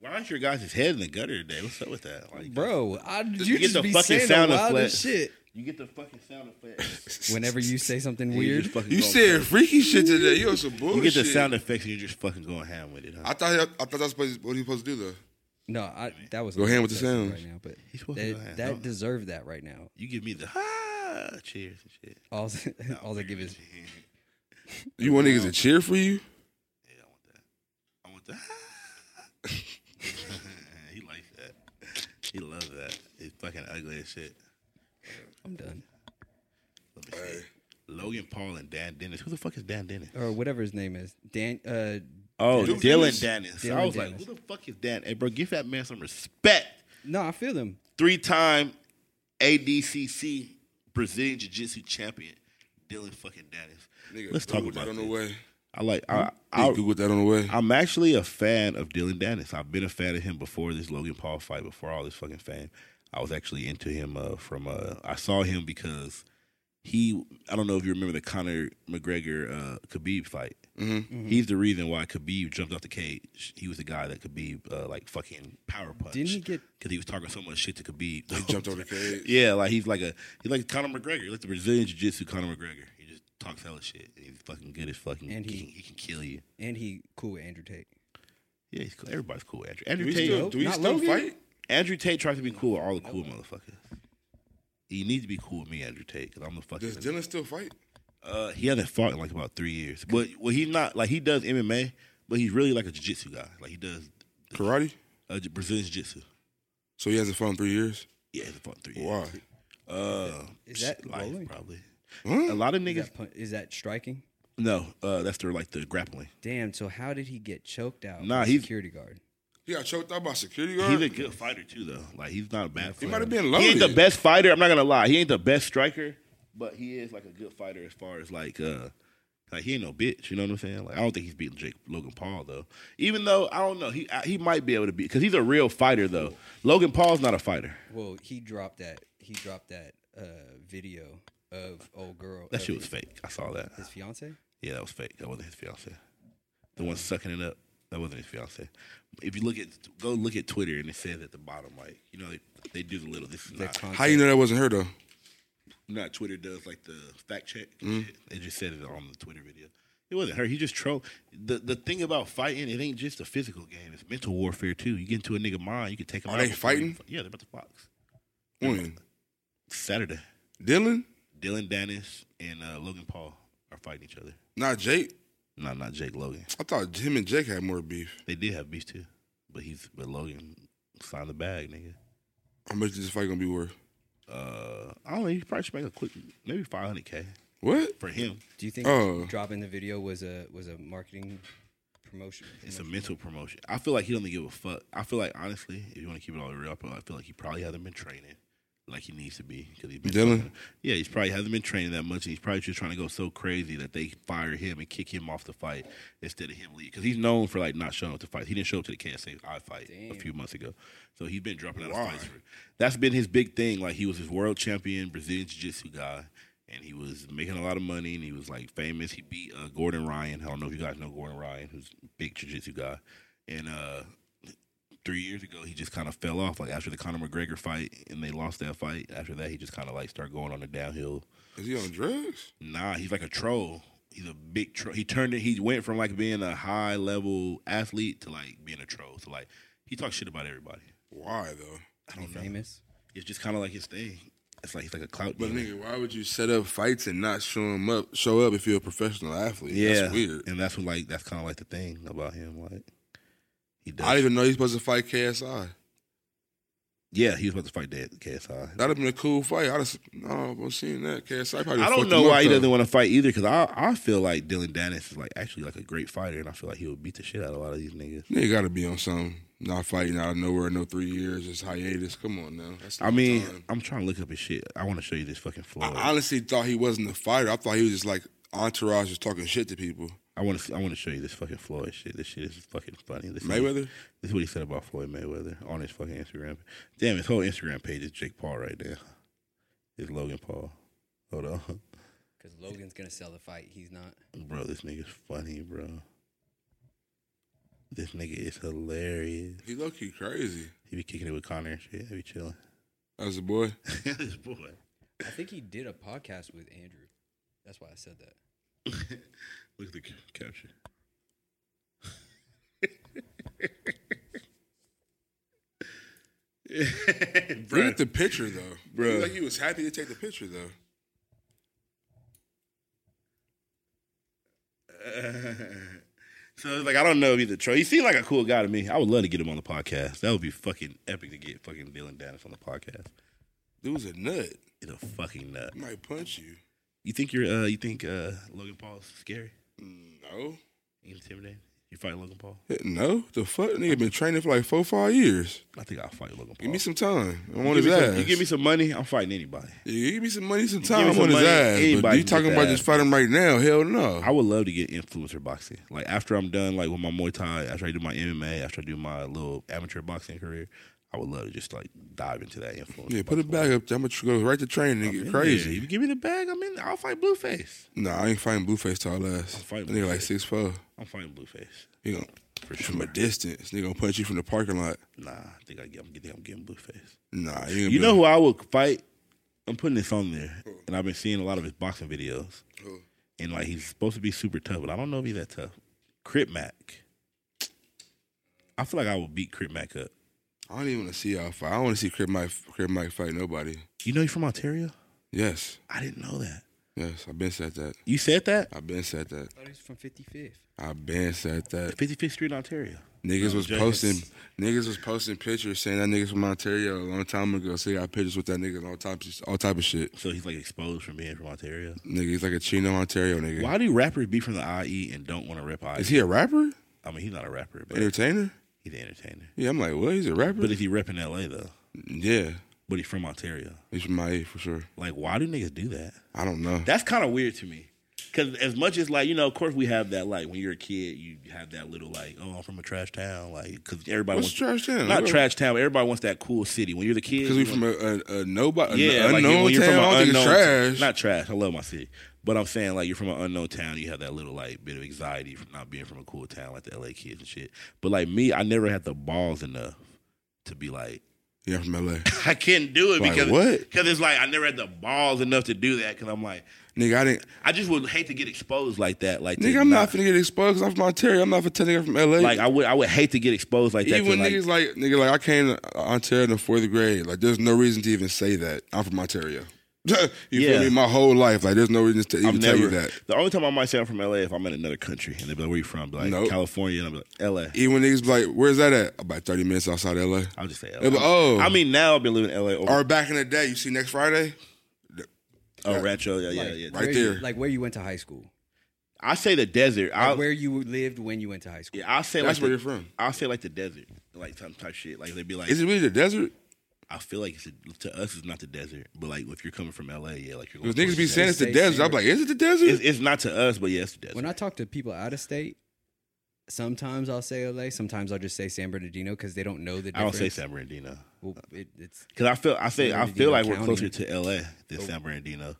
Speaker 2: Why aren't your guys' head in the gutter today? What's up with that? Like,
Speaker 3: Bro, I, you,
Speaker 2: get
Speaker 3: just
Speaker 2: the
Speaker 3: be
Speaker 2: fucking
Speaker 3: saying
Speaker 2: sound
Speaker 3: the wildest
Speaker 2: effect.
Speaker 3: shit
Speaker 2: You get the fucking sound effects.
Speaker 3: whenever you say something
Speaker 2: and you
Speaker 3: weird.
Speaker 2: just fucking
Speaker 1: You
Speaker 2: go
Speaker 1: said
Speaker 2: crazy.
Speaker 1: freaky shit today. You on some bullshit.
Speaker 2: You get the sound effects and you're just fucking going ham with it, huh?
Speaker 1: I thought I thought that's supposed- what he supposed to do though.
Speaker 3: No, I, that was
Speaker 1: Go ahead with the
Speaker 3: excessive
Speaker 1: sounds.
Speaker 3: right now, but
Speaker 2: He's supposed to go
Speaker 3: that,
Speaker 2: ahead.
Speaker 3: that
Speaker 2: No.
Speaker 3: deserved that right now.
Speaker 2: you give me the ah, cheers and shit.
Speaker 3: All all they give is
Speaker 1: You want niggas to cheer for you?
Speaker 2: Yeah, I want that. I want that. he likes that. He loves that. He's fucking ugly as shit.
Speaker 3: I'm done
Speaker 2: Let me see. Logan Paul and Dan Dennis. Who the fuck is Dan Dennis?
Speaker 3: or whatever his name is. Dan, uh,
Speaker 2: Oh,
Speaker 1: Dude,
Speaker 2: Dylan
Speaker 1: Dennis.
Speaker 2: Dennis. I
Speaker 3: Dylan
Speaker 2: was
Speaker 3: Dennis.
Speaker 2: like, who the fuck is Dan? Hey, bro, give that man some respect.
Speaker 3: no, I feel him.
Speaker 2: Three time ADCC Brazilian Jiu Jitsu champion, Dylan fucking Dennis.
Speaker 1: Nigga,
Speaker 2: Let's talk
Speaker 1: Google
Speaker 2: about
Speaker 1: that on the
Speaker 2: this.
Speaker 1: way.
Speaker 2: I like, I,
Speaker 1: I
Speaker 2: I,
Speaker 1: Google that on the way.
Speaker 2: I'm actually a fan of Dylan Dennis. I've been a fan of him before this Logan Paul fight, before all this fucking fame. I was actually into him uh, from uh, I saw him because he. I don't know if you remember the Conor McGregor uh, Khabib fight.
Speaker 1: Mm-hmm.
Speaker 3: Mm-hmm.
Speaker 2: He's the reason why Khabib jumped off the cage. He was the guy that Khabib uh, like fucking power punched.
Speaker 3: Didn't he get-
Speaker 2: Because he was talking so much shit to Khabib.
Speaker 1: He jumped over the cage.
Speaker 2: Yeah, like he's like a he's like Conor McGregor, He's like the Brazilian Jiu Jitsu Conor McGregor. He just talks hella shit. And he's fucking good as fucking.
Speaker 3: And
Speaker 2: he,
Speaker 3: he-
Speaker 2: can, he can kill you.
Speaker 3: And he cool with Andrew Tate.
Speaker 2: Yeah, he's cool. Everybody's cool. with Andrew. Andrew
Speaker 1: we
Speaker 2: Tate.
Speaker 1: still, do we
Speaker 3: Not
Speaker 1: still
Speaker 3: Logan?
Speaker 1: fight?
Speaker 2: Andrew Tate tries to be cool with all the cool motherfuckers. You need to be cool with me, Andrew Tate, because I'm the fucking.
Speaker 1: Does Dylan still fight?
Speaker 2: uh, he hasn't fought in like about three years, but well, he's not like he does MMA, but he's really like a jiu-jitsu guy. Like he does
Speaker 1: Karate?
Speaker 2: uh, j- Brazilian jiu-jitsu.
Speaker 1: So he hasn't fought in three years?
Speaker 2: Yeah, he hasn't fought in three years.
Speaker 1: Why?
Speaker 2: Uh,
Speaker 3: Is that
Speaker 2: life,
Speaker 3: rolling?
Speaker 2: probably?
Speaker 1: Huh?
Speaker 2: A lot of
Speaker 3: Is
Speaker 2: niggas.
Speaker 3: that, pun- is that striking?
Speaker 2: No, uh, that's their like the grappling.
Speaker 3: Damn. So how did he get choked out?
Speaker 2: Nah,
Speaker 3: by a
Speaker 2: he's-
Speaker 3: security guard.
Speaker 1: He got choked out by a security
Speaker 2: He's
Speaker 1: guard?
Speaker 2: a good fighter too, though. Like he's not a bad.
Speaker 1: he
Speaker 2: fighter.
Speaker 1: might have been
Speaker 2: He ain't the
Speaker 1: loaded.
Speaker 2: best fighter. I'm not gonna lie. He ain't the best striker, but he is like a good fighter as far as like uh like he ain't no bitch. You know what I'm saying? Like I don't think he's beating Jake Logan Paul though. Even though I don't know, he I, he might be able to beat because he's a real fighter though. Logan Paul's not a fighter.
Speaker 3: Well, he dropped that. He dropped that uh, video of old girl.
Speaker 2: That
Speaker 3: of
Speaker 2: shit was fake. I saw that.
Speaker 3: His fiance.
Speaker 2: Yeah, that was fake. That wasn't his fiance. The one sucking it up. That wasn't his fiance. If you look at go look at Twitter and it says at the bottom like you know they, they do the little this is not
Speaker 1: How you know that wasn't her though?
Speaker 2: not Twitter does like the fact check.
Speaker 1: Mm-hmm.
Speaker 2: and shit. They just said it on the Twitter video. It wasn't her. He just troll. The the thing about fighting, it ain't just a physical game. It's mental warfare too. You get into a nigga mind, you can take him
Speaker 1: Are
Speaker 2: out.
Speaker 1: they
Speaker 2: before you-
Speaker 1: fighting?
Speaker 2: Yeah, they're about to box
Speaker 1: When?
Speaker 2: Saturday.
Speaker 1: Dylan?
Speaker 2: Dylan Dennis and uh, Logan Paul are fighting each other.
Speaker 1: Not Jake.
Speaker 2: No, not Jake Logan.
Speaker 1: I thought him and Jake had more beef.
Speaker 2: They did have beef too, but he's but Logan signed the bag, nigga.
Speaker 1: How much is this fight gonna be worth?
Speaker 2: Uh, I don't know. He probably should make a quick, maybe five hundred k
Speaker 1: What?
Speaker 2: for him.
Speaker 3: Do you think
Speaker 1: Oh.
Speaker 3: dropping the video was a was a marketing promotion?
Speaker 2: It's a mental promotion. I feel like he don't give a fuck. I feel like honestly, if you want to keep it all real, I feel I feel like he probably hasn't been training. like he needs to be because he's been
Speaker 1: Dylan?
Speaker 2: Yeah, he's probably hasn't been training that much. And he's probably just trying to go so crazy that they fire him and kick him off the fight instead of him leaving because he's known for like not showing up to fights. He didn't show up to the KSA I fight a few months ago, so he's been dropping out of
Speaker 1: Why?
Speaker 2: fights. For, that's been his big thing. Like he was his world champion Brazilian Jiu Jitsu guy. And he was making a lot of money, and he was like famous. He beat uh, Gordon Ryan. I don't know if you guys know Gordon Ryan, who's a big jiu-jitsu guy. And uh, three years ago, he just kind of fell off. Like after the Conor McGregor fight, and they lost that fight. After that, he just kind of like started going on the downhill.
Speaker 1: Is he on drugs?
Speaker 2: Nah, he's like a troll. He's a big troll. He turned it. He went from like being a high level athlete to like being a troll. So like he talks shit about everybody.
Speaker 1: Why though?
Speaker 2: I don't know.
Speaker 3: Famous.
Speaker 2: It's just kind of like his thing. It's like he's like a clout.
Speaker 1: But
Speaker 2: demon.
Speaker 1: nigga, why would you set up fights and not show 'em up? Show up if you're a professional athlete. that's weird.
Speaker 2: And that's what like that's kind of like the thing about him. Like he does.
Speaker 1: I didn't even know he's supposed to fight KSI.
Speaker 2: yeah, he was about to fight that KSI.
Speaker 1: That'd have been a cool fight. I just no, I'm seeing that KSI. Probably
Speaker 2: I
Speaker 1: fucked
Speaker 2: don't
Speaker 1: him
Speaker 2: know
Speaker 1: up,
Speaker 2: why he
Speaker 1: though.
Speaker 2: doesn't want to fight either because I I feel like Dylan Dennis is like actually like a great fighter and I feel like he would beat the shit out of a lot of these niggas.
Speaker 1: Nigga got to be on something. Not fighting out of nowhere, no three years, just hiatus. Come on now. That's
Speaker 2: I
Speaker 1: not
Speaker 2: mean,
Speaker 1: time.
Speaker 2: I'm trying to look up his shit. I want to show you this fucking Floyd.
Speaker 1: I
Speaker 2: I,
Speaker 1: honestly thought he wasn't a fighter. I thought he was just like entourage, just talking shit to people.
Speaker 2: want to I want to show you this fucking Floyd shit. This shit is fucking funny. This is-
Speaker 1: Mayweather.
Speaker 2: This is what he said about Floyd Mayweather on his fucking Instagram. Damn, his whole Instagram page is Jake Paul right there. It's Logan Paul. Hold on,
Speaker 3: Because Logan's gonna sell the fight. He's not.
Speaker 2: bro. This nigga's funny, bro. This nigga is hilarious.
Speaker 1: He low key crazy.
Speaker 2: He be kicking it with Connor and shit. He be chilling.
Speaker 1: As a boy,
Speaker 2: this boy.
Speaker 3: I think he did a podcast with Andrew. That's why I said that.
Speaker 2: Look at the ca- caption.
Speaker 1: look at the picture though,
Speaker 2: Bruh.
Speaker 1: Looked Like he was happy to take the picture though.
Speaker 2: so it's like I don't know if he's a troll. He seemed like a cool guy to me. I would love to get him on the podcast. That would be fucking epic to get fucking Dylan Dennis on the podcast.
Speaker 1: Dude's a nut.
Speaker 2: He's a fucking nut.
Speaker 1: He might punch you.
Speaker 2: You think you're uh you think uh Logan Paul's scary?
Speaker 1: No.
Speaker 2: You intimidating? You fight Logan Paul?
Speaker 1: No, the fuck nigga been training for like four, five years.
Speaker 2: I think I'll fight Logan Paul.
Speaker 1: Give me some time. I want his
Speaker 2: You give me
Speaker 1: ass.
Speaker 2: some- you give me some money, I'm fighting anybody.
Speaker 1: You give me some money, some
Speaker 2: give me
Speaker 1: time. I'm
Speaker 2: some
Speaker 1: on his
Speaker 2: money,
Speaker 1: ass. But
Speaker 2: anybody
Speaker 1: you
Speaker 2: can
Speaker 1: talking
Speaker 2: get
Speaker 1: about
Speaker 2: the
Speaker 1: just
Speaker 2: ass.
Speaker 1: fight him right now? Hell no.
Speaker 2: I would love to get influencer boxing. Like after I'm done, like with my Muay Thai, after I do my MMA, after I do my little amateur boxing career, I would love to just like dive into that influencer.
Speaker 1: Yeah, put it back up. I'm gonna go right to training and get
Speaker 2: Yeah,
Speaker 1: crazy.
Speaker 2: you give me the bag, I'm in. I'll fight Blueface.
Speaker 1: Nah, I ain't fighting Blueface tall ass.
Speaker 2: fighting
Speaker 1: That nigga like
Speaker 2: Blueface.
Speaker 1: six four.
Speaker 2: I'm fighting Blueface
Speaker 1: You know,
Speaker 2: for
Speaker 1: from
Speaker 2: sure.
Speaker 1: a distance, nigga gonna punch you from the parking lot.
Speaker 2: Nah, I think I get, I'm, getting, I'm getting Blueface.
Speaker 1: Nah, you, ain't
Speaker 2: You
Speaker 1: gonna
Speaker 2: know who I would fight? I'm putting this on there, and I've been seeing a lot of his boxing videos,
Speaker 1: be- Who?
Speaker 2: and like he's supposed to be super tough, but I don't know if he's that tough. Crip Mac. I feel like I would beat Crip Mac up.
Speaker 1: I don't even want to see y'all fight. I don't want to see Crib Mike, Crib Mike fight nobody.
Speaker 2: You know he's from Ontario?
Speaker 1: Yes,
Speaker 2: I didn't know that.
Speaker 1: yes, I've been said that.
Speaker 2: You said that?
Speaker 1: I've been said that.
Speaker 3: I thought he was from 55th.
Speaker 1: I've been said that.
Speaker 2: 55th Street, Ontario.
Speaker 1: Niggas
Speaker 2: No,
Speaker 1: was
Speaker 2: Jay-
Speaker 1: posting, niggas was posting pictures saying that niggas from Ontario a long time ago. So they got pictures with that nigga and all types, all type of shit.
Speaker 2: So he's like exposed from being from Ontario.
Speaker 1: Nigga, he's like a Chino Ontario nigga.
Speaker 2: Why do rappers be from the IE and don't want to rep IE?
Speaker 1: Is he a rapper?
Speaker 2: I mean, he's not a rapper, but
Speaker 1: Entertainer?
Speaker 2: he's an entertainer.
Speaker 1: Yeah, I'm like, what? He's a rapper?
Speaker 2: But is he repping LA though?
Speaker 1: yeah,
Speaker 2: But he's from Ontario.
Speaker 1: he's from my age for sure.
Speaker 2: Like, why do niggas do that?
Speaker 1: I don't know.
Speaker 2: That's kind of weird to me. Cause as much as like you know, of course we have that like when you're a kid, you have that little like, oh, I'm from a trash town, like because everybody
Speaker 1: What's
Speaker 2: wants
Speaker 1: trash town?
Speaker 2: not
Speaker 1: What-
Speaker 2: trash town. But everybody wants that cool city. When you're the kid,
Speaker 1: Because we
Speaker 2: you
Speaker 1: from
Speaker 2: want-
Speaker 1: a, a, a nobody,
Speaker 2: yeah,
Speaker 1: an
Speaker 2: like, you-
Speaker 1: unknown
Speaker 2: when you're
Speaker 1: town.
Speaker 2: from
Speaker 1: I
Speaker 2: an
Speaker 1: don't think it's
Speaker 2: unknown
Speaker 1: trash.
Speaker 2: not trash. I love my city, but I'm saying like you're from an unknown town, you have that little like bit of anxiety from not being from a cool town like the LA kids and shit. But like me, I never had the balls enough to be like,
Speaker 1: yeah, I'm from LA.
Speaker 2: I couldn't do it
Speaker 1: Like,
Speaker 2: because
Speaker 1: what?
Speaker 2: Because it's like I never had the balls enough to do that. Because I'm like,
Speaker 1: nigga, I didn't.
Speaker 2: I just would hate to get exposed like that. Like, to
Speaker 1: Nigga, I'm not finna get exposed. 'cause I'm from Ontario. I'm not for telling nigga from LA.
Speaker 2: Like, I would, I would hate to get exposed like that.
Speaker 1: even
Speaker 2: to,
Speaker 1: when
Speaker 2: like,
Speaker 1: niggas like nigga, like I came to Ontario in the fourth grade. Like, there's no reason to even say that I'm from Ontario. you
Speaker 2: Yeah.
Speaker 1: feel me? My whole life, like, there's no reason to even
Speaker 2: I'm
Speaker 1: tell
Speaker 2: never.
Speaker 1: you that.
Speaker 2: The only time I might say I'm from LA if I'm in another country and they be like, "Where you from?" Be like
Speaker 1: Nope.
Speaker 2: California, and I'm like, "LA."
Speaker 1: Even when niggas be like, "Where's that at?" About 30 minutes outside LA.
Speaker 2: I'll just say
Speaker 1: Yeah,
Speaker 2: LA.
Speaker 1: but- oh.
Speaker 2: I mean, now I've been living in LA over
Speaker 1: Or back in the day, you see next Friday.
Speaker 2: oh, Rancho. Yeah, yeah,
Speaker 3: Like,
Speaker 2: yeah.
Speaker 1: Right
Speaker 3: where
Speaker 1: there.
Speaker 3: You, like where you went to high school.
Speaker 2: I say the desert.
Speaker 3: Like
Speaker 2: I
Speaker 3: where you lived when you went to high school.
Speaker 2: yeah, I say
Speaker 1: That's
Speaker 2: like
Speaker 1: where
Speaker 2: the-
Speaker 1: you're from.
Speaker 2: I'll say like the desert, like some type shit. Like they'd be like,
Speaker 1: Is it really the desert?
Speaker 2: I feel like it's a, to us it's not the desert, but like if you're coming from LA, yeah, like you're
Speaker 1: Because
Speaker 2: going
Speaker 1: niggas be
Speaker 2: towards the
Speaker 1: saying it's the
Speaker 3: Stay
Speaker 1: desert. I'm
Speaker 3: serious.
Speaker 1: like, is it the desert?
Speaker 2: desert. it's, it's not to us, but yes, yeah, it's the
Speaker 3: When
Speaker 2: desert.
Speaker 3: I talk to people out of state, sometimes I'll say LA, sometimes I'll just say San Bernardino because they don't know the
Speaker 2: I
Speaker 3: difference.
Speaker 2: don't say San Bernardino
Speaker 3: Well, it, it's
Speaker 2: because I feel I say
Speaker 3: San
Speaker 2: I feel
Speaker 3: Bernardino
Speaker 2: like we're
Speaker 3: County.
Speaker 2: closer to LA than San Bernardino,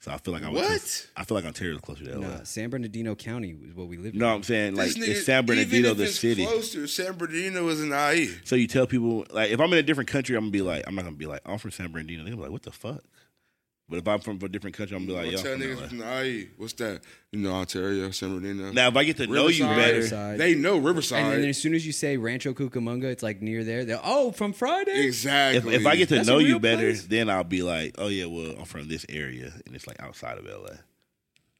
Speaker 2: so I feel like I would
Speaker 1: Oh. What?
Speaker 2: I feel like Ontario's closer to LA.
Speaker 3: nah, San Bernardino County is what we live in.
Speaker 2: No, I'm saying like
Speaker 1: This nigga-
Speaker 2: it's San
Speaker 1: even
Speaker 2: Bernardino,
Speaker 1: if
Speaker 2: the
Speaker 1: it's
Speaker 2: city.
Speaker 1: Closer, San Bernardino is E. an IE.
Speaker 2: So you tell people like if I'm in a different country, I'm gonna be like I'm not gonna be like I'm from San Bernardino. They're gonna be like, what the fuck? But if I'm from a different country, I'm gonna be
Speaker 1: I'll
Speaker 2: like,
Speaker 1: tell
Speaker 2: yo.
Speaker 1: niggas from the IE. What's that? You know, Ontario, San Bernardino.
Speaker 2: Now if I get to know you
Speaker 1: Riverside.
Speaker 2: better,
Speaker 3: Riverside.
Speaker 1: They know
Speaker 3: and then
Speaker 1: Riverside.
Speaker 3: as soon as you say Rancho Cucamonga, it's like near there. They're oh from Friday.
Speaker 2: if,
Speaker 1: exactly.
Speaker 2: if I get to
Speaker 3: That's a
Speaker 2: know you
Speaker 3: real
Speaker 2: better,
Speaker 3: place.
Speaker 2: then I'll be like, oh yeah, well I'm from this area, and it's like outside of LA.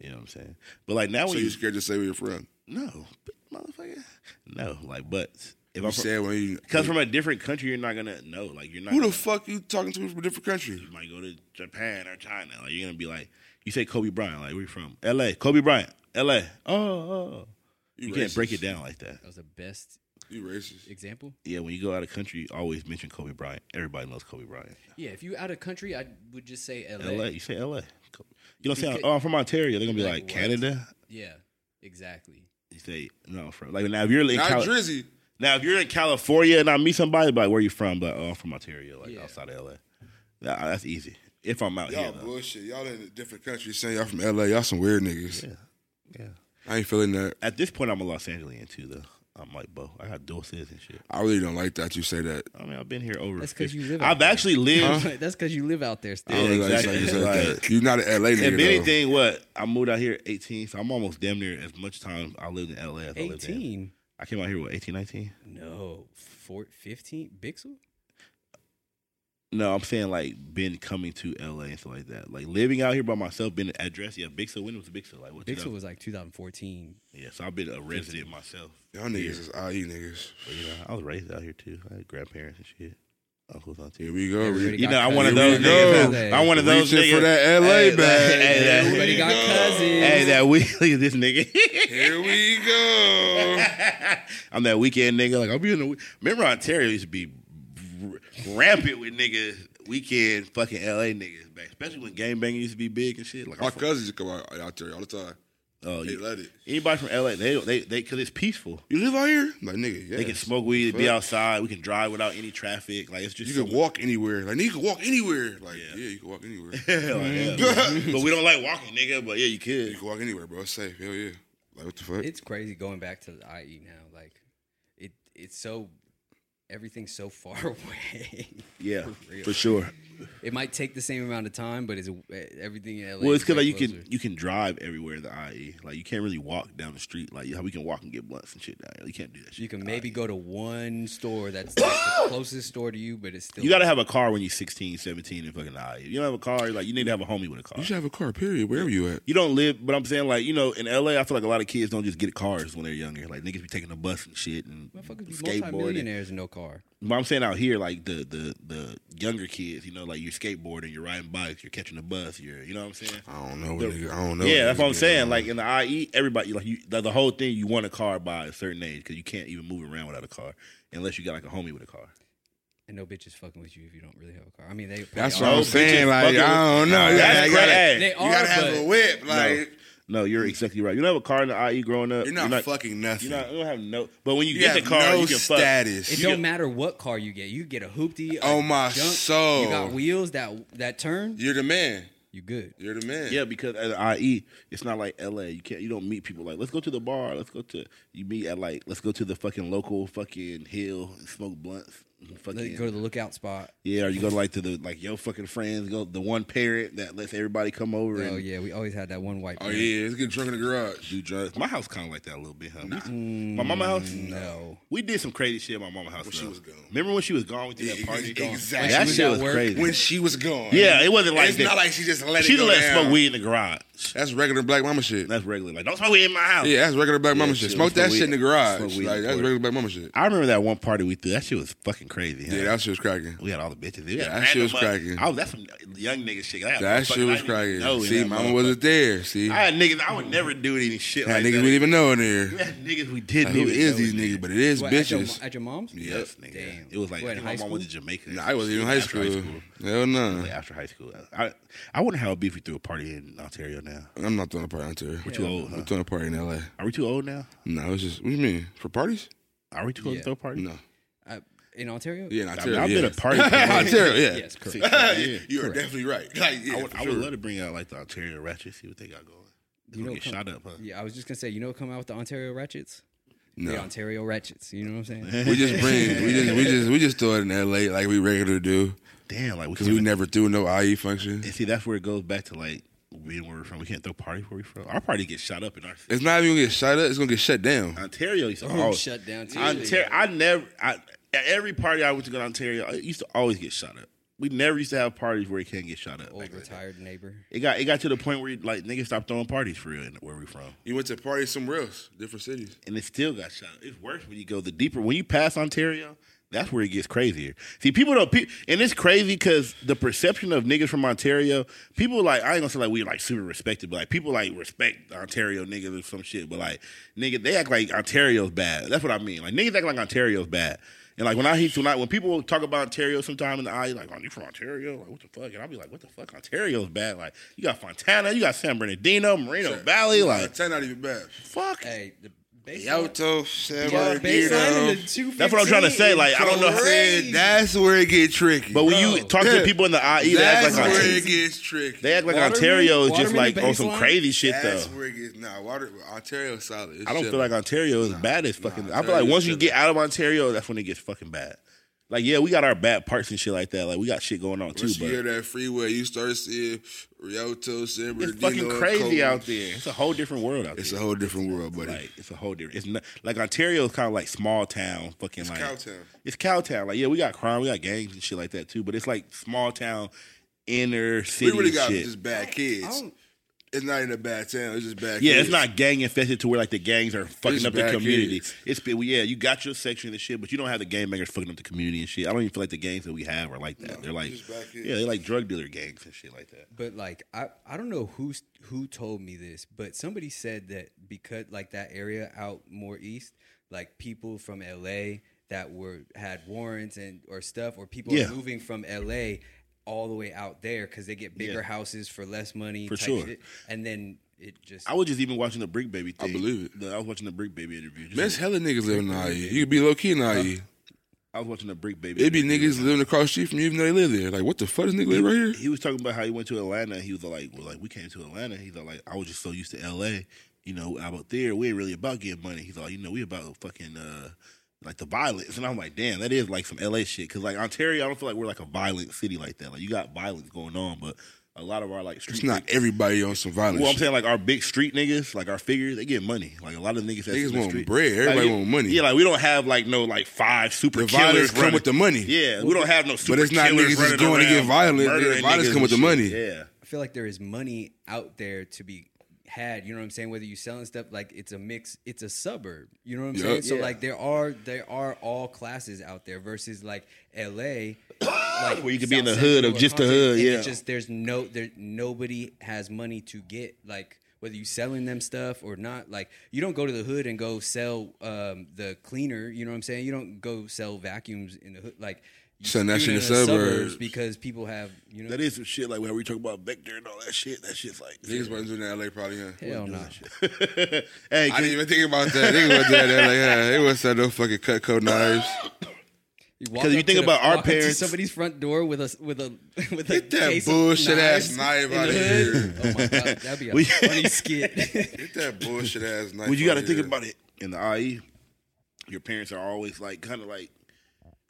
Speaker 2: You know what I'm saying? But like now,
Speaker 1: so
Speaker 2: when
Speaker 1: you
Speaker 2: you
Speaker 1: scared to say where you're from?
Speaker 2: no, but motherfucker, no, like but if
Speaker 1: You
Speaker 2: I'm from,
Speaker 1: said when you.
Speaker 2: cause from a different country, you're not gonna know. Like you're not.
Speaker 1: Who the
Speaker 2: gonna-
Speaker 1: fuck you talking to from a different country?
Speaker 2: you might go to Japan or China. Like you're gonna be like, you say Kobe Bryant, like where you from? L.A. Kobe Bryant, L.A. Oh, oh. you can't
Speaker 1: racist.
Speaker 2: break it down like that.
Speaker 3: That was the best
Speaker 1: You racist.
Speaker 3: example.
Speaker 2: Yeah, when you go out of country, you always mention Kobe Bryant. Everybody knows Kobe Bryant.
Speaker 3: Yeah, if you out of country, I would just say LA.
Speaker 2: L.A. You say L.A. Kobe. You don't say,
Speaker 3: Because-
Speaker 2: oh, I'm from Ontario. They're gonna be
Speaker 3: Like
Speaker 2: like,
Speaker 3: what?
Speaker 2: Canada.
Speaker 3: Yeah, exactly.
Speaker 2: You say no, I'm from like now if you're in
Speaker 1: Not
Speaker 2: Cali-
Speaker 1: Drizzy.
Speaker 2: now if you're in California and I meet somebody, like where you from? But oh, I'm from Ontario, like
Speaker 3: Yeah.
Speaker 2: outside of L.A. Nah, that's easy. If I'm out
Speaker 1: Y'all
Speaker 2: here, though.
Speaker 1: bullshit. Y'all in a different country saying y'all from LA. Y'all some weird niggas.
Speaker 2: yeah, yeah.
Speaker 1: I ain't feeling that.
Speaker 2: At this point, I'm a Los Angelian too, though. I'm like, bro, I got dual citizenship.
Speaker 1: I really don't like that you say that.
Speaker 2: I mean, I've been here over.
Speaker 3: That's 'cause
Speaker 2: 50
Speaker 3: you live out
Speaker 2: I've
Speaker 3: there.
Speaker 2: actually lived.
Speaker 3: That's because you live out there
Speaker 1: I
Speaker 3: still.
Speaker 1: don't really
Speaker 2: exactly.
Speaker 1: like you say
Speaker 2: Like-
Speaker 1: that. You're not an LA nigga.
Speaker 2: If
Speaker 1: though.
Speaker 2: anything, what I moved out here at 18, so I'm almost damn near as much time I lived in LA as I lived in.
Speaker 3: 18.
Speaker 2: I came out here with 18, 19.
Speaker 3: No, four, 15? Bixel?
Speaker 2: No, I'm saying like been coming to LA and stuff like that. Like living out here by myself, been an address. Yeah, Big So when was Big So? Like what?
Speaker 3: Bixel
Speaker 2: 2000?
Speaker 3: was like 2014.
Speaker 2: Yeah, so I've been a resident myself.
Speaker 1: Y'all niggas is IE niggas.
Speaker 2: But, you know, I was raised out here too. I had grandparents and shit, uncles, aunties.
Speaker 1: Here we go.
Speaker 3: Everybody
Speaker 1: Re-
Speaker 2: You know, I'm
Speaker 3: got
Speaker 2: one of
Speaker 1: cousins.
Speaker 2: those
Speaker 1: Here we
Speaker 2: niggas.
Speaker 3: go.
Speaker 2: I'm one of those
Speaker 1: Reaching
Speaker 2: niggas
Speaker 1: for that LA
Speaker 2: Hey,
Speaker 1: bag.
Speaker 2: hey, that-
Speaker 3: Everybody got cousins.
Speaker 2: Hey, that we look at this nigga.
Speaker 1: Here we go.
Speaker 2: I'm that weekend nigga. Like I'll be in the. week- Remember Ontario used to be r- rampant with niggas. Weekend fucking LA niggas, back. especially when game banging used to be big and shit. Like
Speaker 1: My
Speaker 2: I'm from,
Speaker 1: cousins come out, out there all the time.
Speaker 2: oh,
Speaker 1: They
Speaker 2: you-
Speaker 1: love it.
Speaker 2: anybody from LA, they they they because it's peaceful.
Speaker 1: You live out here? I'm like nigga, yeah.
Speaker 2: They can smoke weed, be
Speaker 1: Fuck.
Speaker 2: outside. We can drive without any traffic. Like it's just
Speaker 1: You can walk anywhere. Like nigga, you can walk anywhere. Like
Speaker 2: Yeah.
Speaker 1: yeah, you can walk anywhere.
Speaker 2: Hell yeah.
Speaker 3: Mm-hmm.
Speaker 2: but we don't like walking, nigga. But yeah, you
Speaker 1: you
Speaker 2: could.
Speaker 1: can walk anywhere, bro. It's safe. Hell yeah. Like what the fuck?
Speaker 3: It's crazy going back to the IE now. Like, it, it's so, everything's so far away.
Speaker 2: Yeah,
Speaker 3: For real.
Speaker 2: for sure.
Speaker 3: it might take the same amount of time, but it's eh, everything in LA.
Speaker 2: Well, it's
Speaker 3: is
Speaker 2: because
Speaker 3: way
Speaker 2: like you can
Speaker 3: closer.
Speaker 2: you can drive everywhere in the IE. Like you can't really walk down the street. Like how we can walk and get blunts and shit down here. You can't do that. Shit
Speaker 3: You
Speaker 2: in
Speaker 3: can
Speaker 2: the
Speaker 3: maybe
Speaker 1: E.
Speaker 2: IE.
Speaker 3: go to one store that's like the closest store to you, but it's still.
Speaker 2: You gotta have a car when you're 16, 17, and fucking IE. If you don't have a car, like you need to have a homie with a car.
Speaker 1: you should have a car, period, wherever you at.
Speaker 2: You don't live, but I'm saying like you know in LA, I feel like a lot of kids don't just get cars when they're younger. Like niggas be taking the bus and shit and
Speaker 3: Motherfuckers be
Speaker 2: skateboarding.
Speaker 3: multimillionaires and no car.
Speaker 2: But I'm saying out here, like the the the younger kids, you know, like you're skateboarding, you're riding bikes, you're catching the bus, you're you know what I'm saying.
Speaker 1: I don't know, nigga. I don't know.
Speaker 2: Yeah, that's what I'm
Speaker 1: nigga.
Speaker 2: saying. Like in the IE, everybody like you, the, the whole thing. You want a car by a certain age because you can't even move around without a car unless you got like a homie with a car.
Speaker 3: And no bitch is fucking with you if you don't really have a car. I mean, they.
Speaker 1: That's
Speaker 3: probably
Speaker 1: what
Speaker 2: No,
Speaker 1: I'm
Speaker 3: are.
Speaker 2: bitches
Speaker 1: saying. Like
Speaker 2: fucking
Speaker 1: I don't know. You
Speaker 2: That's
Speaker 1: gotta, you gotta-
Speaker 2: great.
Speaker 3: They
Speaker 1: you
Speaker 3: are.
Speaker 1: gotta have
Speaker 3: but
Speaker 1: a whip. Like
Speaker 2: No, you're exactly right. You don't have a car in the IE growing up.
Speaker 1: you're, not fucking nothing.
Speaker 2: You're not. You don't have no. But when you,
Speaker 1: you
Speaker 2: get
Speaker 1: have
Speaker 2: the car,
Speaker 1: no
Speaker 2: you can fuck.
Speaker 1: status.
Speaker 3: it don't matter what car you get. You get a hoopty. a
Speaker 1: Oh, my
Speaker 3: junk,
Speaker 1: soul.
Speaker 3: You got wheels that that turn.
Speaker 1: You're the man.
Speaker 3: You good.
Speaker 1: You're the man.
Speaker 2: Yeah, because at the IE, it's not like LA. You can't. You don't meet people like let's go to the bar. Let's go to. You meet at like let's go to the fucking local fucking hill and smoke blunts. And
Speaker 3: Let
Speaker 2: fucking
Speaker 3: Go to the lookout spot.
Speaker 2: yeah, or you go like to the like your fucking friends. Go the one parent that lets everybody come over.
Speaker 3: Oh
Speaker 2: and
Speaker 3: yeah, we always had that one white.
Speaker 1: Oh
Speaker 3: parent.
Speaker 1: yeah, let's get drunk in the garage.
Speaker 2: do drugs. My house kind of like that a little bit, huh? My mama house,
Speaker 3: Mm, No.
Speaker 2: We did some crazy shit. At my mama house. When
Speaker 1: she was gone.
Speaker 2: Remember when she was gone? We did
Speaker 1: Yeah,
Speaker 2: that party.
Speaker 1: ex- exactly.
Speaker 2: That
Speaker 3: When she
Speaker 2: shit
Speaker 3: was
Speaker 2: was
Speaker 3: at work.
Speaker 2: crazy.
Speaker 1: When she was gone.
Speaker 2: yeah, it wasn't like
Speaker 1: it's
Speaker 2: that.
Speaker 1: not like she just let it
Speaker 2: she
Speaker 1: go
Speaker 2: let
Speaker 1: down.
Speaker 2: smoke weed in the garage.
Speaker 1: That's regular black mama shit.
Speaker 2: That's regular. Like, don't smoke weed in my house.
Speaker 1: Yeah, that's regular black mama
Speaker 2: Yeah,
Speaker 1: shit.
Speaker 2: shit,
Speaker 1: Smoke
Speaker 2: we
Speaker 1: that
Speaker 2: smoke
Speaker 1: shit in the
Speaker 2: weed-
Speaker 1: garage.
Speaker 2: smoke weed
Speaker 1: Like
Speaker 2: in
Speaker 1: that's
Speaker 2: court.
Speaker 1: regular black mama shit.
Speaker 2: I remember that one party we threw. That shit was fucking crazy. huh?
Speaker 1: Yeah, that shit was cracking.
Speaker 2: we had all the bitches. It
Speaker 1: Yeah, that
Speaker 2: random
Speaker 1: shit was
Speaker 2: mother-
Speaker 1: cracking.
Speaker 2: I was, that's some young nigga shit. I had
Speaker 1: That shit
Speaker 2: motherfuckers
Speaker 1: was
Speaker 2: I didn't even
Speaker 1: cracking.
Speaker 2: know in
Speaker 1: See,
Speaker 2: that
Speaker 1: mama
Speaker 2: motherfucker.
Speaker 1: wasn't there. See,
Speaker 2: I had niggas. I would never do any shit
Speaker 1: I had
Speaker 2: like
Speaker 1: niggas
Speaker 2: that.
Speaker 1: we didn't even know in
Speaker 2: We
Speaker 1: there.
Speaker 2: had niggas we didn't.
Speaker 1: Like, who
Speaker 2: even
Speaker 1: is
Speaker 2: know
Speaker 1: these
Speaker 2: in
Speaker 1: niggas?
Speaker 2: there.
Speaker 1: But it is
Speaker 3: What, at your,
Speaker 1: bitches.
Speaker 3: at your mom's?
Speaker 2: Yes, nigga.
Speaker 3: Damn.
Speaker 2: It was like
Speaker 3: What, in
Speaker 2: my
Speaker 3: high
Speaker 2: mom went to
Speaker 3: school?
Speaker 2: Jamaica.
Speaker 1: Nah, I wasn't even in high
Speaker 2: After
Speaker 1: school. Hell no.
Speaker 2: Like, after high school, I I wouldn't have a beef. We threw a party in Ontario. Now
Speaker 1: I'm not throwing a party out there.
Speaker 2: we're too old. Huh?
Speaker 1: I'm throwing a party in L.A.
Speaker 2: Are we too old now?
Speaker 1: No, it's just what do you mean for parties?
Speaker 2: Are we too old
Speaker 3: Yeah.
Speaker 2: to throw parties?
Speaker 1: No,
Speaker 3: Uh, in Ontario?
Speaker 1: yeah, in
Speaker 2: I
Speaker 1: Ontario.
Speaker 2: have
Speaker 1: yeah.
Speaker 2: been a party.
Speaker 1: Ontario, yeah.
Speaker 3: Yes, correct.
Speaker 2: Yeah.
Speaker 1: you are
Speaker 3: Correct.
Speaker 1: definitely right. Like, yeah,
Speaker 2: I would,
Speaker 1: for
Speaker 2: I would
Speaker 1: sure.
Speaker 2: love to bring out like the Ontario ratchet. See what they got going.
Speaker 3: You
Speaker 2: You
Speaker 3: know,
Speaker 2: get
Speaker 3: come-
Speaker 2: shot up, huh?
Speaker 3: Yeah, I was just gonna say, you know what come out with the Ontario Ratchets? The
Speaker 1: No,
Speaker 3: Ontario Ratchets. You know what I'm saying?
Speaker 1: we just bring, we just, we just, we just throw it in L.A. like we regular do
Speaker 2: Damn, like we
Speaker 1: because
Speaker 2: can't-
Speaker 1: we never do no IE function.
Speaker 2: And see, that's where it goes back to like being where we're from. We can't throw parties where we're from. Our party gets shot up in our
Speaker 1: It's not even gonna get shut up. It's gonna get shut down.
Speaker 2: Ontario. Used to
Speaker 3: Oh,
Speaker 2: always,
Speaker 3: shut down too.
Speaker 2: Ontario. I never. I, at every party I went to go to Ontario, it used to always get shot up. We never used to have parties where it can't get shot up.
Speaker 3: Old
Speaker 2: back like that.
Speaker 3: retired neighbor.
Speaker 2: It got it got to the point where like niggas stopped throwing parties for real in- where we from,
Speaker 1: You went to parties somewhere else, different cities.
Speaker 2: and it still got shot up. It's worse when you go the deeper when you pass Ontario. That's where it gets crazier. See, people don't, pe- and it's crazy because the perception of niggas from Ontario, people like I ain't gonna say like we like super respected, but like people like respect Ontario niggas or some shit. But like nigga, they act like Ontario's bad. That's what I mean. Like niggas act like Ontario's bad. And like when I hear when I, when people talk about Ontario sometime in the eye, like, oh, you from Ontario? Like, what the fuck? And I'll be like, what the fuck? Ontario's bad. Like, you got Fontana, you got San Bernardino, Moreno Valley, like,
Speaker 1: ten not even bad.
Speaker 2: fuck.
Speaker 3: Hey, the baseline,
Speaker 1: Yalto, San
Speaker 3: yeah, baseline in
Speaker 1: Bernardino.
Speaker 3: the two.
Speaker 2: That's what I'm trying to say. Like, I don't know. How,
Speaker 1: Said, That's where it get tricky.
Speaker 2: but when you
Speaker 3: Bro.
Speaker 2: talk to
Speaker 1: Yeah.
Speaker 2: people in the IE, they act
Speaker 1: that's
Speaker 2: like
Speaker 1: where
Speaker 2: Ontario.
Speaker 1: it gets tricky.
Speaker 2: They act like
Speaker 3: Waterman-
Speaker 2: Ontario is just
Speaker 3: Waterman
Speaker 2: like on some
Speaker 3: baseline?
Speaker 2: crazy shit
Speaker 1: that's
Speaker 2: though.
Speaker 1: where it gets. Nah, water, Ontario solid. It's
Speaker 2: I don't feel
Speaker 1: chilling.
Speaker 2: like Ontario is bad as fucking. I feel like
Speaker 1: Ontario's
Speaker 2: once you
Speaker 1: chilling.
Speaker 2: get out of Ontario, that's when it gets fucking bad. Like yeah, we got our bad parts and shit like that. Like we got shit going on too,
Speaker 1: Once you hear
Speaker 2: but
Speaker 1: that freeway, you start seeing Rialto, San Bernardino.
Speaker 2: it's fucking
Speaker 1: and
Speaker 2: crazy
Speaker 1: Coleman.
Speaker 2: out there. It's a whole different world out
Speaker 1: It's a
Speaker 2: there.
Speaker 1: whole different world, buddy.
Speaker 2: Like it's a whole different. It's not, like Ontario is kind of like small town fucking like
Speaker 1: Cowtown.
Speaker 2: It's cowtown. Like yeah, we got crime, we got gangs and shit like that too. But it's like small town, inner
Speaker 1: we
Speaker 2: city
Speaker 1: really got
Speaker 2: shit.
Speaker 1: just bad kids.
Speaker 3: don't-
Speaker 1: It's not in a bad town. It's just bad.
Speaker 2: Yeah,
Speaker 1: kids.
Speaker 2: it's not gang infested to where like the gangs are fucking
Speaker 1: It's
Speaker 2: up the
Speaker 1: bad
Speaker 2: community.
Speaker 1: kids.
Speaker 2: It's been- yeah, you got your section and shit, but you don't have the gang bangers fucking up the community and shit. I don't even feel like the gangs that we have are like that. they're like
Speaker 1: just bad kids.
Speaker 2: yeah, they're like drug dealer gangs and shit like that.
Speaker 3: But like I, I don't know who's who told me this, but somebody said that because like that area out more east, like people from LA that were had warrants and or stuff, or people
Speaker 2: Yeah.
Speaker 3: are moving from LA all the way out there because they get bigger
Speaker 2: Yeah.
Speaker 3: houses for less money.
Speaker 2: For
Speaker 3: type
Speaker 2: sure.
Speaker 3: shit. And then it just
Speaker 2: I was just even watching the Brick Baby.
Speaker 1: I
Speaker 2: Thing.
Speaker 1: believe it.
Speaker 2: The- I was watching the Brick Baby interview. Just-
Speaker 1: There's hella niggas living in IE. You could be low key in IE.
Speaker 2: I was watching the Brick Baby.
Speaker 1: It'd be
Speaker 2: interview.
Speaker 1: niggas living across the street from you, even though they live there. Like, what the fuck is nigga live right here?
Speaker 2: He was talking about how he went to Atlanta. and He was like, well, like we came to Atlanta. He's like, I was just so used to L.A. You know, about there, we ain't really about getting money. He's like, you know, we about fucking uh, like the violence. And I'm like, damn, that is like some L.A. shit. Cause like Ontario, I don't feel like we're like a violent city like that. Like you got violence going on, but a lot of our like street.
Speaker 1: It's not everybody on some violence.
Speaker 2: Well, I'm
Speaker 1: shit.
Speaker 2: saying like our big street niggas, like our figures, they get money. Like a lot of niggas, that's
Speaker 1: Niggas
Speaker 2: in the
Speaker 1: want
Speaker 2: street.
Speaker 1: bread. Everybody
Speaker 2: Like,
Speaker 1: want money.
Speaker 2: Yeah, like we don't have like no like five super
Speaker 1: the
Speaker 2: killers
Speaker 1: violence come
Speaker 2: running-
Speaker 1: with the money.
Speaker 2: yeah, we don't have no. Super
Speaker 1: But it's not
Speaker 2: killers
Speaker 1: niggas just
Speaker 2: running
Speaker 1: going to get
Speaker 2: around
Speaker 1: violent. Nigga,
Speaker 2: murdering
Speaker 1: violence
Speaker 2: niggas
Speaker 1: come with
Speaker 2: and
Speaker 1: the
Speaker 2: shit.
Speaker 1: money.
Speaker 2: Yeah,
Speaker 3: I feel like there is money out there to be had. You know what I'm saying? Whether you selling stuff, like it's a mix, it's a suburb. You know what I'm
Speaker 1: Yup.
Speaker 3: saying? So
Speaker 2: Yeah.
Speaker 3: like there are there are all classes out there versus like L.A. like
Speaker 2: Where you could be in the
Speaker 3: South
Speaker 2: hood
Speaker 3: Central
Speaker 2: of
Speaker 3: or
Speaker 2: just the
Speaker 3: Compton,
Speaker 2: hood,
Speaker 3: and
Speaker 2: yeah.
Speaker 3: it's just there's no there nobody has money to get like. Whether you selling them stuff or not, like you don't go to the hood and go sell um, the cleaner. You know what I'm saying? You don't go sell vacuums in the hood, like you
Speaker 1: Selling that
Speaker 3: do
Speaker 1: shit
Speaker 3: it
Speaker 1: in the suburbs.
Speaker 3: because people have you know
Speaker 2: that is some shit. Like when we talk about Vector and all that shit, that shit's like.
Speaker 1: Niggas wasn't doing that in LA probably, huh?
Speaker 3: hell no.
Speaker 2: hey,
Speaker 1: I
Speaker 2: can-
Speaker 1: didn't even think about that. Niggas wasn't doing that in LA, huh? They wasn't selling no fucking Cutco knives.
Speaker 2: if
Speaker 3: Because
Speaker 2: you think about our parents-
Speaker 3: somebody's front door with a with a with a
Speaker 1: Get that
Speaker 3: case of
Speaker 1: bullshit ass
Speaker 3: knives
Speaker 1: knife
Speaker 3: in
Speaker 1: outta
Speaker 3: the
Speaker 1: here.
Speaker 3: hood. Oh my god, that'd be a
Speaker 2: We-
Speaker 3: funny skit.
Speaker 1: Get that bullshit ass knife.
Speaker 2: Well, you got to
Speaker 1: out
Speaker 2: think
Speaker 1: here.
Speaker 2: about it. In the IE, your parents are always like, kind of like,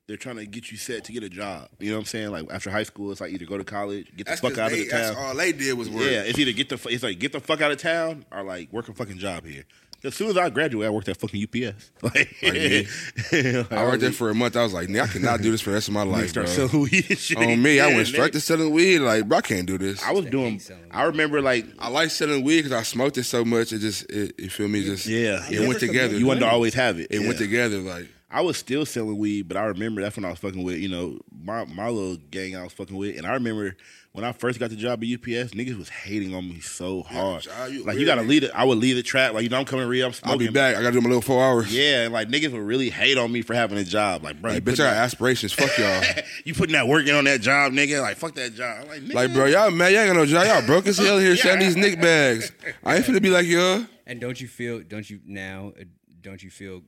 Speaker 2: they're trying to get you set to get a job. You know what I'm saying? Like after high school, it's like either go to college, get the
Speaker 1: That's
Speaker 2: fuck
Speaker 1: 'cause
Speaker 2: out
Speaker 1: they,
Speaker 2: of the
Speaker 1: That's
Speaker 2: town.
Speaker 1: all they did was work.
Speaker 2: Yeah, it's either get the fu- it's like get the fuck out of town or like work a fucking job here. As soon as I graduated, I worked at fucking UPS. Like,
Speaker 1: did.
Speaker 2: like,
Speaker 1: I worked there for a month. I was like, "Nigga, I cannot do this for the rest of my
Speaker 2: I
Speaker 1: life, bro."
Speaker 2: started selling weed and shit.
Speaker 1: On me, I
Speaker 2: Yeah,
Speaker 1: went straight
Speaker 2: nigga.
Speaker 1: to selling weed. Like, bro, I can't do this.
Speaker 2: I was
Speaker 3: I
Speaker 2: doing.
Speaker 3: hate selling
Speaker 2: I remember like
Speaker 1: I like selling weed because I smoked it so much. It just, it, you feel me? Just
Speaker 2: Yeah.
Speaker 1: it went together.
Speaker 2: you wanted to always have it.
Speaker 1: It
Speaker 2: Yeah.
Speaker 1: went together. Like,
Speaker 2: I was still selling weed, but I remember that's when I was fucking with, you know, my, my little gang I was fucking with. And I remember when I first got the job at UPS, niggas was hating on me so hard.
Speaker 1: child, you
Speaker 2: like, you
Speaker 1: weird,
Speaker 2: gotta
Speaker 1: nigga.
Speaker 2: lead it. I would leave the trap. Like, you know, I'm coming to re I'm smoking.
Speaker 1: I'll be back. I gotta do my little four hours.
Speaker 2: Yeah, and like niggas would really hate on me for having a job. Like, bro,
Speaker 1: Like,
Speaker 2: you,
Speaker 1: bitch, I
Speaker 2: putting
Speaker 1: got
Speaker 2: that,
Speaker 1: aspirations. Fuck y'all.
Speaker 2: you putting that work in on that job, nigga. Like, fuck that job. I'm like, nigga,
Speaker 1: Like, bro, y'all man, y'all ain't got no job. Y'all broke as hell here selling these nick bags. I ain't finna be like y'all.
Speaker 3: And don't you feel? Don't you now? uh, Don't you feel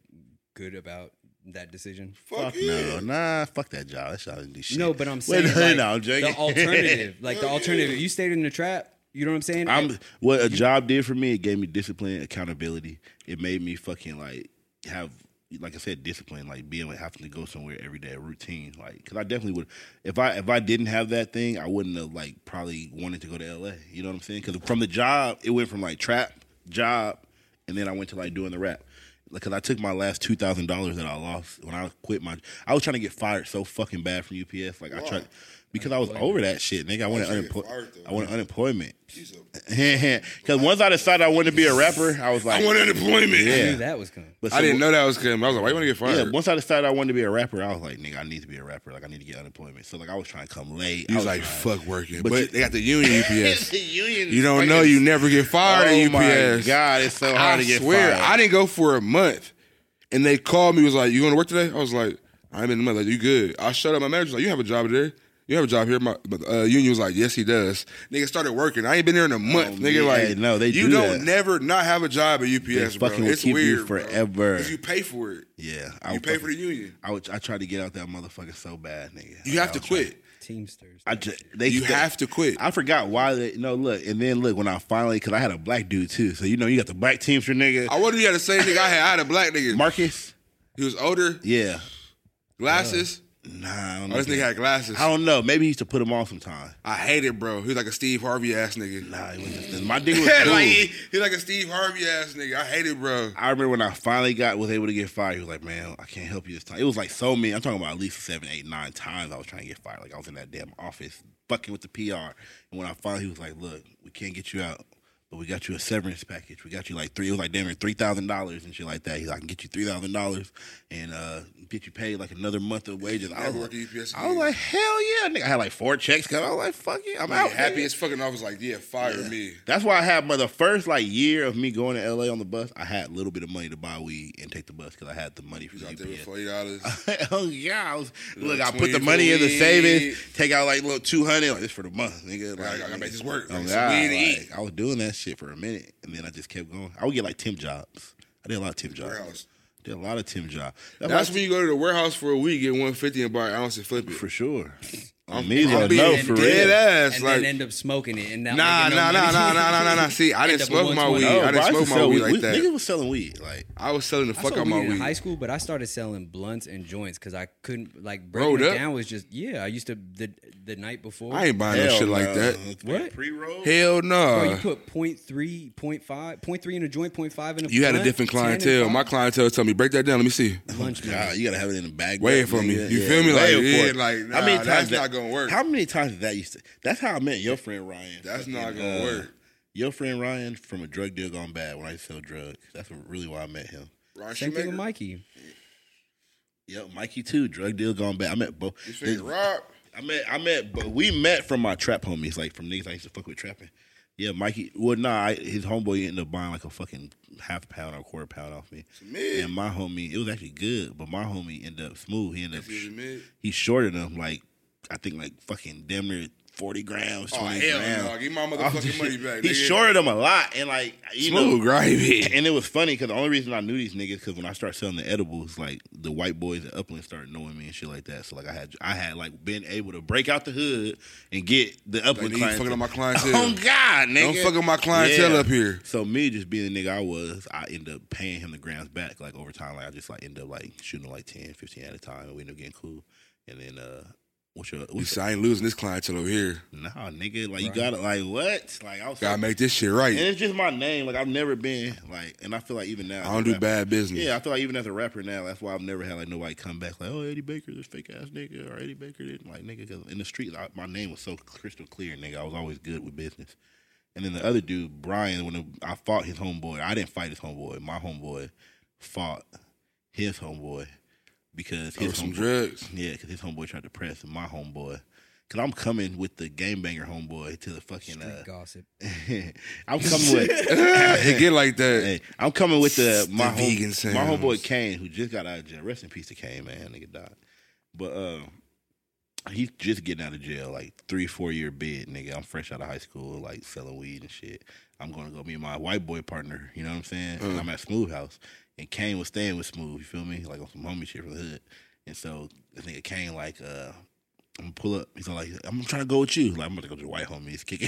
Speaker 3: good about that decision?
Speaker 2: fuck no, nah, fuck that job. That shit didn't do shit.
Speaker 3: No, but I'm
Speaker 2: Wait,
Speaker 3: saying
Speaker 2: no,
Speaker 3: like,
Speaker 2: no, I'm joking.
Speaker 3: the alternative, like the alternative. You stayed in the trap. You know what I'm saying?
Speaker 2: I'm what a job did for me. It gave me discipline, accountability. It made me fucking like have, like I said, discipline. Like being like having to go somewhere every day, a routine. Like because I definitely would. If I if I didn't have that thing, I wouldn't have like probably wanted to go to L.A. You know what I'm saying? Because from the job, it went from like trap job, and then I went to like doing the rap. Because I took my last two thousand dollars that I lost when I quit my. I was trying to get fired so fucking bad from UPS. Like I tried because I was over that shit, nigga. I wanted
Speaker 1: you get
Speaker 2: unemployment.
Speaker 1: fired, though?
Speaker 2: I wanted unemployment.
Speaker 1: She's a-
Speaker 2: Because once I decided I wanted to be a rapper, I was like,
Speaker 1: I want unemployment.
Speaker 3: I
Speaker 2: Yeah.
Speaker 3: knew that was coming.
Speaker 2: but
Speaker 1: I didn't
Speaker 2: so-
Speaker 1: know that was coming. I was like, why you want to get
Speaker 2: Yeah,
Speaker 1: fired?
Speaker 2: once I decided I wanted to be a rapper, I was like, nigga, I need to be a rapper. Like, I need to get unemployment. So, like, I was trying to come late. I
Speaker 1: He was
Speaker 2: was
Speaker 1: like,
Speaker 2: trying-
Speaker 1: fuck working.
Speaker 2: But
Speaker 1: But,
Speaker 2: you-
Speaker 1: they got the union UPS.
Speaker 2: The union
Speaker 1: you don't know
Speaker 2: fucking-
Speaker 1: you never get fired
Speaker 2: Oh
Speaker 1: at
Speaker 2: my
Speaker 1: UPS.
Speaker 2: God, it's so hard
Speaker 1: I
Speaker 2: to get
Speaker 1: swear,
Speaker 2: fired.
Speaker 1: I didn't go for a month. And they called me, was like, You going to work today? I was like, I'm in the month. Like, you good. I shut up. My manager's like, You have a job there. You have a job here. My but, uh, union was like, Yes, he does. Nigga started working. I ain't been there in a month. Nigga,
Speaker 2: yeah,
Speaker 1: like,
Speaker 2: Oh, no, they
Speaker 1: You
Speaker 2: do
Speaker 1: don't
Speaker 2: that.
Speaker 1: never not have a job at UPS,
Speaker 2: They
Speaker 1: bro.
Speaker 2: fucking will
Speaker 1: it's
Speaker 2: keep you
Speaker 1: weird.
Speaker 2: forever.
Speaker 1: Because you pay for it.
Speaker 2: yeah. I
Speaker 1: You
Speaker 2: would
Speaker 1: pay for the
Speaker 2: fucking-
Speaker 1: union.
Speaker 2: I, would, I tried to get out that motherfucker so bad, nigga.
Speaker 1: You have
Speaker 2: I
Speaker 1: to
Speaker 2: was trying-
Speaker 1: quit.
Speaker 3: Teamsters.
Speaker 2: I just, they,
Speaker 1: You
Speaker 2: they-
Speaker 1: have to quit.
Speaker 2: I forgot why they no look, and then look when I finally because I had a black dude too, so you know you got the black teamster nigga
Speaker 1: I wonder if you had the same nigga I had. I had a black nigga.
Speaker 2: Marcus,
Speaker 1: He was older,
Speaker 2: yeah,
Speaker 1: glasses.
Speaker 2: nah, I don't know.
Speaker 1: Oh, this nigga had glasses.
Speaker 2: I don't know. Maybe he used to put him on sometime.
Speaker 1: I hate it, bro. He was like a Steve Harvey ass nigga.
Speaker 2: Nah, he was just, my dick was cool.
Speaker 1: like he, he like a Steve Harvey ass nigga. I hate it, bro.
Speaker 2: I remember when I finally got was able to get fired. He was like, "Man, I can't help you this time." It was like so many. I'm talking about at least seven, eight, nine times I was trying to get fired. Like I was in that damn office fucking with the PR. And when I finally, he was like, "Look, we can't get you out, but we got you a severance package. We got you like three. It was like damn near three thousand dollars and shit like that. He's like, I can get you three thousand dollars and uh, get you paid like another month of wages." I was,
Speaker 1: Never work at
Speaker 2: like,
Speaker 1: UPS
Speaker 2: I was
Speaker 1: again.
Speaker 2: like, "Hell yeah!" Nigga, I had like four checks. Cause I was like, "Fuck it, I'm
Speaker 1: I'm
Speaker 2: out."
Speaker 1: happy
Speaker 2: nigga."
Speaker 1: as fucking. I was like, yeah, fire me.
Speaker 2: That's why I had my the first like year of me going to LA on the bus. I had a little bit of money to buy weed and take the bus because I had the money for
Speaker 1: He's
Speaker 2: the
Speaker 1: out there with
Speaker 2: UPS.
Speaker 1: forty dollars.
Speaker 2: oh yeah, I was, look, I
Speaker 1: Little
Speaker 2: put the
Speaker 1: 20
Speaker 2: money in the
Speaker 1: for
Speaker 2: savings,
Speaker 1: weed.
Speaker 2: take out like little two hundred. Like this for the month, nigga. Like,
Speaker 1: I gotta make this work.
Speaker 2: Oh,
Speaker 1: Like, some
Speaker 2: God,
Speaker 1: weed to
Speaker 2: like,
Speaker 1: eat.
Speaker 2: I was doing that shit for a minute, and then I just kept going. I would get like temp jobs. I did a lot of temp jobs.
Speaker 1: Warehouse.
Speaker 2: Did a lot of temp jobs. That's,
Speaker 1: That's
Speaker 2: why-
Speaker 1: when you go to the warehouse for a week, get one fifty and buy an ounce and flip it.
Speaker 2: for sure.
Speaker 1: I'm,
Speaker 2: Me,
Speaker 1: I'm
Speaker 2: though,
Speaker 1: being
Speaker 2: no, for
Speaker 1: dead
Speaker 2: real.
Speaker 1: ass.
Speaker 3: and
Speaker 1: like,
Speaker 3: then end up smoking it. And not
Speaker 1: nah,
Speaker 3: making
Speaker 1: nah,
Speaker 3: no
Speaker 1: nah,
Speaker 3: money.
Speaker 1: nah, nah, nah, nah, nah. See, I
Speaker 3: End
Speaker 1: didn't
Speaker 3: up
Speaker 1: smoke
Speaker 3: with
Speaker 1: my
Speaker 3: 120.
Speaker 1: weed.
Speaker 2: No,
Speaker 1: I
Speaker 2: bro,
Speaker 1: didn't
Speaker 2: used
Speaker 1: smoke
Speaker 2: to
Speaker 1: my
Speaker 2: sell
Speaker 1: weed like
Speaker 2: We- Niggas
Speaker 1: that.
Speaker 2: was selling weed. Like
Speaker 1: I was selling the
Speaker 3: I
Speaker 1: fuck
Speaker 3: sold
Speaker 1: out my
Speaker 3: weed in high
Speaker 1: weed.
Speaker 3: school, but I started selling blunts and joints because I couldn't like breaking
Speaker 1: Rolled
Speaker 3: it
Speaker 1: up?
Speaker 3: down was just yeah. I used to the the night before.
Speaker 1: I ain't buying no
Speaker 2: hell
Speaker 1: shit like
Speaker 2: no.
Speaker 1: that.
Speaker 3: What?
Speaker 2: Pre roll.
Speaker 1: Hell no.
Speaker 3: Bro, you put point three, point five, point three in a joint, point five in a.
Speaker 1: You had a
Speaker 3: blunt,
Speaker 1: different
Speaker 3: 10 in
Speaker 1: clientele.
Speaker 3: five.
Speaker 1: My clientele told me, break that down. Let me see.
Speaker 3: lunch money.
Speaker 2: God, you gotta have it in a bag.
Speaker 1: Wait
Speaker 2: bag,
Speaker 1: for me.
Speaker 2: nigga.
Speaker 1: You feel me? Like,
Speaker 2: wait for
Speaker 1: yeah,
Speaker 2: it.
Speaker 1: like, nah, that's not gonna work.
Speaker 2: How many times did that used to? That's how I met your friend Ryan.
Speaker 1: That's
Speaker 2: Fucking,
Speaker 1: not gonna
Speaker 2: uh,
Speaker 1: work.
Speaker 2: Your friend Ryan from a drug deal gone bad when I used to sell drugs. That's really why I met him.
Speaker 1: Ron
Speaker 3: Same thing
Speaker 1: Shoemaker.
Speaker 3: with Mikey.
Speaker 2: Yep, Mikey too. Drug deal gone bad. I met both.
Speaker 1: You feel me? Rob.
Speaker 2: I met, I met, but we met from my trap homies, like from niggas I used to fuck with trapping. Yeah, Mikey. Well, nah, I, his homeboy ended up buying like a fucking half pound or quarter pound off me.
Speaker 1: mid.
Speaker 2: And my homie, it was actually good, but my homie ended up smooth. He ended up,
Speaker 1: Is it mid?
Speaker 2: he shorted him like, I think like fucking damn near forty grams,
Speaker 1: Oh,
Speaker 2: twenty
Speaker 1: hell
Speaker 2: grams.
Speaker 1: no. Give my
Speaker 2: I was
Speaker 1: motherfucking
Speaker 2: just-
Speaker 1: money back.
Speaker 2: He
Speaker 1: nigga.
Speaker 2: shorted him a lot, and like you know,
Speaker 1: Smooth, right?
Speaker 2: and it was funny because the only reason I knew these niggas because when I started selling the edibles, like the white boys at Upland started knowing me and shit like that. So like I had I had like been able to break out the hood and get the
Speaker 1: nigga,
Speaker 2: Upland
Speaker 1: you
Speaker 2: clientele.
Speaker 1: fucking up my clientele.
Speaker 2: Oh God, nigga!
Speaker 1: Don't fuck up my clientele up here.
Speaker 2: So me just being the nigga I was, I end up paying him the grounds back like over time. Like I just like end up like shooting like 10, 15 at a time, and we end up getting cool. And then uh what's your
Speaker 1: You
Speaker 2: what's
Speaker 1: said, I ain't losing this clientele over here.
Speaker 2: nah, nigga? Like you got to like what? Like I was
Speaker 1: Gotta
Speaker 2: so-
Speaker 1: make this shit right.
Speaker 2: and it's just my name. Like I've never been like, and I feel like even now
Speaker 1: I don't do
Speaker 2: rap-
Speaker 1: bad business.
Speaker 2: Yeah, I feel like even as a rapper now, that's why I've never had like nobody come back like, oh Eddie Baker, this fake ass nigga, or Eddie Baker didn't like nigga. 'cause in the street, like, my name was so crystal clear, nigga. I was always good with business. And then the other dude, Brian, when I fought his homeboy, I didn't fight his homeboy. My homeboy fought his homeboy because
Speaker 1: Over
Speaker 2: his
Speaker 1: some
Speaker 2: homeboy-
Speaker 1: drugs.
Speaker 2: yeah, because his homeboy tried to press my homeboy. Cause I'm coming with the game banger homeboy to the fucking.
Speaker 3: Street
Speaker 2: Uh,
Speaker 3: gossip.
Speaker 2: I'm coming with.
Speaker 1: it get like that.
Speaker 2: Hey, I'm coming with the
Speaker 1: The
Speaker 2: my home,
Speaker 1: vegan sounds.
Speaker 2: my homeboy Kane, who just got out of jail. Rest in peace to Kane, man. Nigga died. But uh, he's just getting out of jail, like three, four year bid, nigga. I'm fresh out of high school, like selling weed and shit. I'm gonna go meet my white boy partner. You know what I'm saying?
Speaker 1: Uh.
Speaker 2: And I'm at Smooth House, and Kane was staying with Smooth. You feel me? Like on some homie shit from the hood. And so this nigga Kane, like, uh, I'm gonna pull up. He's all like, I'm trying to go with you. Like, I'm about to go to the white homies. Kick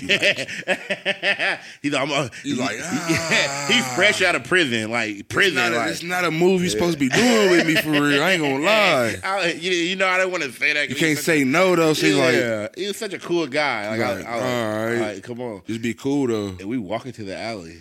Speaker 2: it. he's like, I'm, uh,
Speaker 1: He's like, "Ah."
Speaker 2: yeah, he's fresh out of prison. Like,
Speaker 1: It's
Speaker 2: prison.
Speaker 1: not, a,
Speaker 2: like,
Speaker 1: it's not a move you're supposed to be doing with me for real. I ain't gonna lie.
Speaker 2: I, you, you know, I don't want to say that.
Speaker 1: You can't say no though. She's like,
Speaker 2: yeah. he was such a cool guy. Like,
Speaker 1: Like,
Speaker 2: I, I was like,
Speaker 1: all right.
Speaker 2: all right, come on.
Speaker 1: just be cool though.
Speaker 2: And we walk into the alley,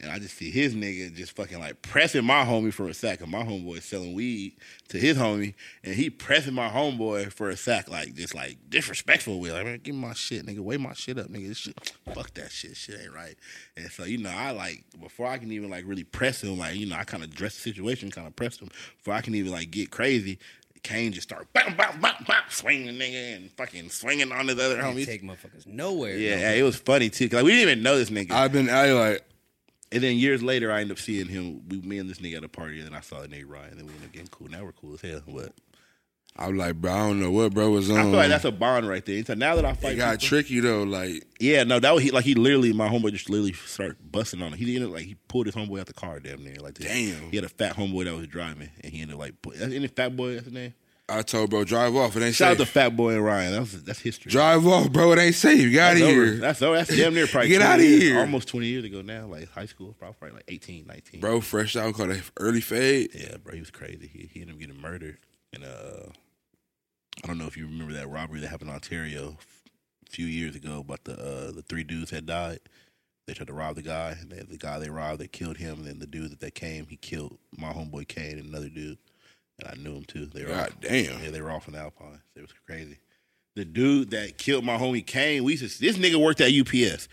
Speaker 2: and I just see his nigga just fucking like pressing my homie for a sack. And my homeboy is selling weed to his homie, and he pressing my homeboy for a sack, like just like disrespectful with. Like, man, give me my shit, nigga. Weigh my shit up, nigga. This shit, fuck that shit. Shit ain't right. And so, you know, I like, before I can even like really press him, like, you know, I kind of dress the situation, kind of press him. Before I can even like get crazy, Kane just start bam, bam, bam, bam, swinging, nigga, and fucking swinging on his other
Speaker 3: Can't
Speaker 2: homies.
Speaker 3: take motherfuckers nowhere.
Speaker 2: Yeah,
Speaker 3: no.
Speaker 2: it was funny too. 'cause, like, we didn't even know this nigga.
Speaker 1: I've been I like
Speaker 2: And then years later, I end up seeing him. We, me and this nigga at a party, and then I saw the nigga Ryan, and then we end up getting cool. Now we're cool as hell. But
Speaker 1: I'm like, bro, I don't know what bro was on.
Speaker 2: I feel like that's a bond right there. And so now that I
Speaker 1: it
Speaker 2: fight,
Speaker 1: got
Speaker 2: people-
Speaker 1: tricky though. Like
Speaker 2: yeah, no, that was he. Like he literally, my homeboy just literally started busting on him. He ended up like he pulled his homeboy out the car, damn near. Like
Speaker 1: Damn.
Speaker 2: he had a fat homeboy that was driving, and he ended up like, put- any fat boy that's his name.
Speaker 1: I told bro, drive off. It ain't
Speaker 2: Shout out to
Speaker 1: safe.
Speaker 2: Fat Boy and Ryan. That was, that's history.
Speaker 1: drive off, bro. It ain't safe. Get out
Speaker 2: that's
Speaker 1: of
Speaker 2: over.
Speaker 1: here,
Speaker 2: That's over. That's damn near probably
Speaker 1: Get
Speaker 2: 20
Speaker 1: outta
Speaker 2: years-
Speaker 1: here.
Speaker 2: Almost twenty years ago now, like high school, probably, probably like 18, 19.
Speaker 1: bro. Fresh out, called an early fade.
Speaker 2: Yeah, bro, he was crazy. He, he ended up getting murdered. And uh, I don't know if you remember that robbery that happened in Ontario a few years ago, but the uh, the three dudes had died. They tried to rob the guy. They, the guy they robbed, they killed him. And then the dude that they came, he killed my homeboy Kane and another dude. And I knew him too. They were
Speaker 1: God
Speaker 2: off-
Speaker 1: damn.
Speaker 2: Yeah, they were off in Alpine. It was crazy. The dude that killed my homie Kane, we used to, this nigga worked at UPS.